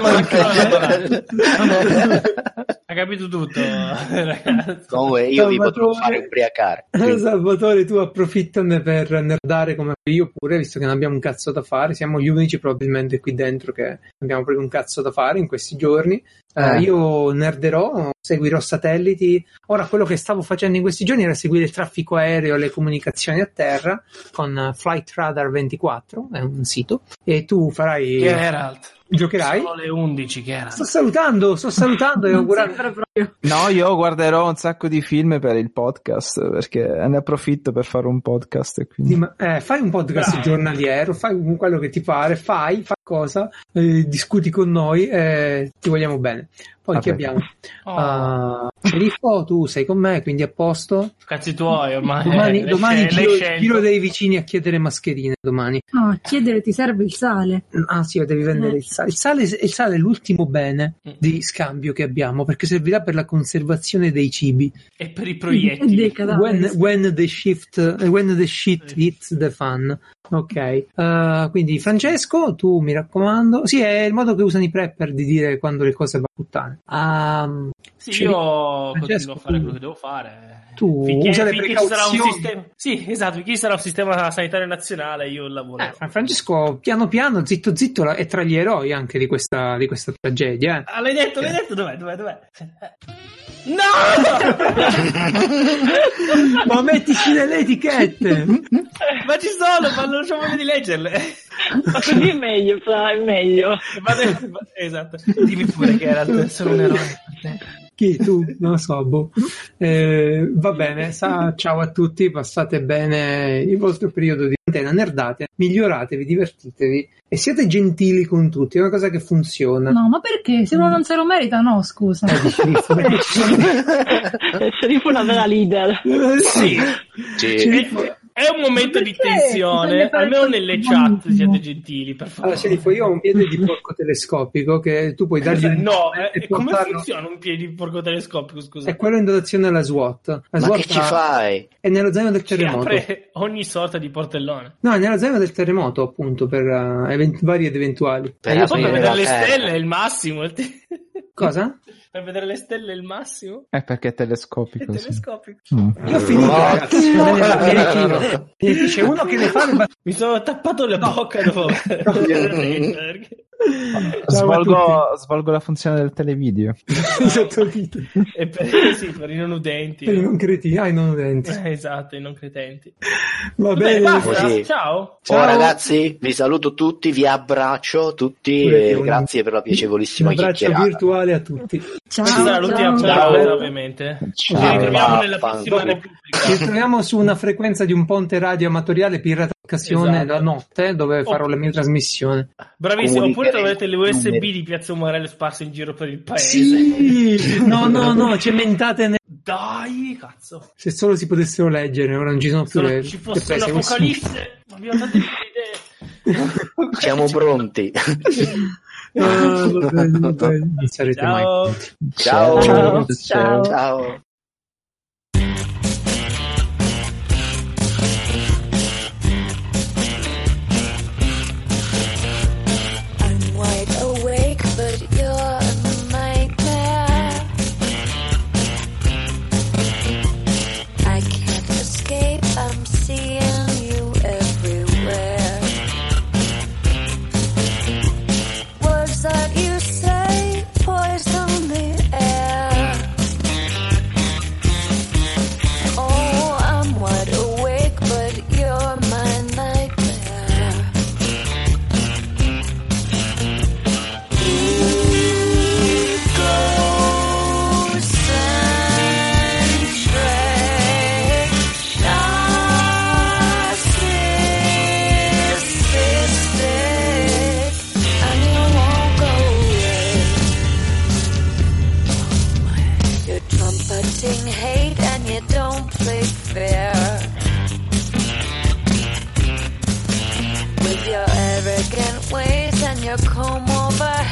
Speaker 1: Ha capito tutto, ragazzi.
Speaker 5: Comunque, io vi potrò
Speaker 2: Salvatore.
Speaker 5: fare ubriacare.
Speaker 2: Eh,
Speaker 5: Quindi,
Speaker 2: Salvatore, tu approfittane per nerdare come io pure, visto che non abbiamo un cazzo da fare. Siamo gli unici probabilmente qui dentro che abbiamo proprio un cazzo da fare in questi giorni. Eh,
Speaker 5: Eh.
Speaker 2: Io nerderò, seguirò satelliti. Ora, quello che stavo facendo in questi giorni era seguire il traffico aereo e le comunicazioni a terra con eh, Flight Radar 24, è un sito, e tu farai.
Speaker 1: Geralt.
Speaker 2: giocherai.
Speaker 1: Sono le 11, Geralt.
Speaker 2: Sto salutando, sto salutando e augurando.
Speaker 7: No, io guarderò un sacco di film per il podcast perché ne approfitto per fare un podcast. e Quindi...
Speaker 2: Di- ma- eh, fai un podcast
Speaker 1: Bravo.
Speaker 2: giornaliero, fai un- quello che ti pare, fai, fai cosa, eh, discuti con noi, eh, ti vogliamo bene. Poi chi
Speaker 7: Vabbè.
Speaker 2: abbiamo?
Speaker 1: Oh,
Speaker 2: Ah, Sceriffo, tu sei con me, quindi a posto.
Speaker 1: cazzi tuoi ormai.
Speaker 2: Domani,
Speaker 1: eh,
Speaker 2: domani
Speaker 1: l'hai scel-
Speaker 2: giro,
Speaker 1: l'hai scelto.
Speaker 2: giro dei vicini a chiedere mascherine. Domani.
Speaker 3: No, a Ah, chiedere ti serve il sale.
Speaker 2: Ah sì, devi vendere
Speaker 3: Eh.
Speaker 2: il sale. Il sale, il sale è l'ultimo bene
Speaker 1: Mm.
Speaker 2: di scambio che abbiamo perché servirà per la conservazione dei cibi.
Speaker 1: E per i
Speaker 3: E
Speaker 1: proiettili.
Speaker 3: dei cadaveri.
Speaker 2: When, when the shift, eh, when the shit
Speaker 1: Sì.
Speaker 2: hits the fan. Ok, Eh, quindi Francesco, tu mi raccomando. Sì, è il modo che usano i prepper di dire quando le cose puttane. Ah,
Speaker 1: Sì,
Speaker 2: ci-
Speaker 1: io
Speaker 2: Francesco,
Speaker 1: continuo a fare
Speaker 2: tu-
Speaker 1: quello che devo fare.
Speaker 2: tu
Speaker 1: Finché,
Speaker 2: usa le
Speaker 1: finché ci sarà un
Speaker 2: precauzioni.
Speaker 1: sistema... Sì, esatto, finché ci sarà un sistema sanitario nazionale io lavorerò.
Speaker 2: Eh, Fra- Francesco, piano piano, zitto zitto, la- è tra gli eroi anche di questa, di questa tragedia. eh.
Speaker 1: Ah, l'hai detto, l'hai detto? Dov'è, dov'è, dov'è? No!
Speaker 2: Ma mettici delle etichette!
Speaker 1: Ma ci sono, ma non c'ho voglia di leggerle.
Speaker 6: Ma così è meglio, fra, è meglio.
Speaker 1: Vado- va- esatto. Dimmi pure che era sono un eroe.
Speaker 2: Chi tu? Non lo so, boh. Eh, va bene, sa- ciao a tutti, passate bene il vostro periodo di quarantena, nerdate, miglioratevi, divertitevi e siate gentili con tutti, è una cosa che funziona.
Speaker 3: No, ma perché? Se uno non se lo merita, no, scusa.
Speaker 2: Eh, dici, dici, beh, ci
Speaker 6: Il sceriffo è una vera leader.
Speaker 2: sono-
Speaker 1: Sì.
Speaker 5: Sì.
Speaker 1: È- È un momento di
Speaker 3: Perché?
Speaker 1: tensione,
Speaker 3: Bisogna fare
Speaker 1: almeno
Speaker 3: qualcosa
Speaker 1: nelle
Speaker 3: di
Speaker 1: chat
Speaker 3: buonissimo.
Speaker 1: siete gentili, per favore.
Speaker 2: Allora, Sceriffo, io ho un piede di porco telescopico che tu puoi dargli un
Speaker 1: No,
Speaker 2: nome
Speaker 1: eh,
Speaker 2: e
Speaker 1: come
Speaker 2: portarlo-
Speaker 1: funziona un piede di porco telescopico, scusa?
Speaker 2: È quello in dotazione alla SWAT. La
Speaker 5: Ma
Speaker 2: SWAT
Speaker 5: che ci fai?
Speaker 2: è nello zaino del
Speaker 1: Ci
Speaker 2: terremoto.
Speaker 1: apre ogni sorta di portellone.
Speaker 2: No, è nella zona del terremoto, appunto, per eh, event- vari ed eventuali.
Speaker 5: Per
Speaker 2: Eh, io
Speaker 1: Poi
Speaker 2: sono-
Speaker 1: per
Speaker 5: aprire
Speaker 1: vedere le
Speaker 5: la terra.
Speaker 1: stelle è il massimo. il te-
Speaker 2: Cosa?
Speaker 1: per vedere le stelle è il massimo.
Speaker 7: È perché è
Speaker 1: È
Speaker 7: telescopico. sì.
Speaker 1: telescopico.
Speaker 7: Mm.
Speaker 2: Io ho finito,
Speaker 5: No.
Speaker 2: ragazzi. Me ne va- mi ritiro. Mi ritiro. C'è uno che le fa le battute.
Speaker 1: Mi sono tappato la bocca dopo.
Speaker 2: Ciao a
Speaker 7: Svolgo, svolgo la funzione del televideo.
Speaker 2: tutti. I sottotitoli.
Speaker 1: e per, sì, per i non udenti.
Speaker 2: Per i non creti, ai non udenti.
Speaker 1: Eh, esatto, i non credenti.
Speaker 2: Va
Speaker 1: Va bene,
Speaker 2: bene.
Speaker 1: basta.
Speaker 5: Così.
Speaker 1: Ciao.
Speaker 5: Oh, ragazzi, vi saluto tutti, vi abbraccio tutti
Speaker 2: Pure
Speaker 5: e
Speaker 2: che un-
Speaker 5: grazie per la piacevolissima
Speaker 2: Un abbraccio
Speaker 5: chiacchierata.
Speaker 2: virtuale a tutti. Ci
Speaker 3: Ciao,
Speaker 1: Questa sarà l'ultima
Speaker 3: ciao.
Speaker 5: puntata.
Speaker 1: puntata,
Speaker 5: Ciao.
Speaker 1: ovviamente. Ci
Speaker 7: Ciao.
Speaker 1: ritroviamo
Speaker 5: Ah,
Speaker 1: nella prossima
Speaker 5: fantastico.
Speaker 1: repubblica.
Speaker 2: troviamo su una frequenza di un ponte radio amatoriale piratazione
Speaker 1: Esatto.
Speaker 2: la notte, dove
Speaker 1: Oh.
Speaker 2: farò la mia trasmissione.
Speaker 1: Bravissimo, oppure troverete le USB
Speaker 5: Numeri.
Speaker 1: di Piazza Umarello sparse in giro per il paese.
Speaker 2: Eh, Sì! No, no, no, cementate ne-
Speaker 1: Dai, cazzo.
Speaker 2: Se solo si potessero leggere, ora non ci sono più
Speaker 1: Solo
Speaker 2: le...
Speaker 1: ci
Speaker 2: le
Speaker 1: fosse
Speaker 2: prese, questo-
Speaker 1: un'apocalisse. Abbiamo tante idee.
Speaker 5: Siamo pronti.
Speaker 2: Ah, vabbè, vabbè, non sarete mai...
Speaker 1: Ciao.
Speaker 5: Ciao.
Speaker 3: Ciao. Ciao.
Speaker 5: Ciao.
Speaker 9: I'm wide awake, but you're a nightmare. I can't escape, I'm seeing you everywhere. Words that you say poison the air. Oh, I'm wide awake, but you're my nightmare. You're trumpeting hate and you don't play fair. With your arrogant ways and your comb over Oh, Oh,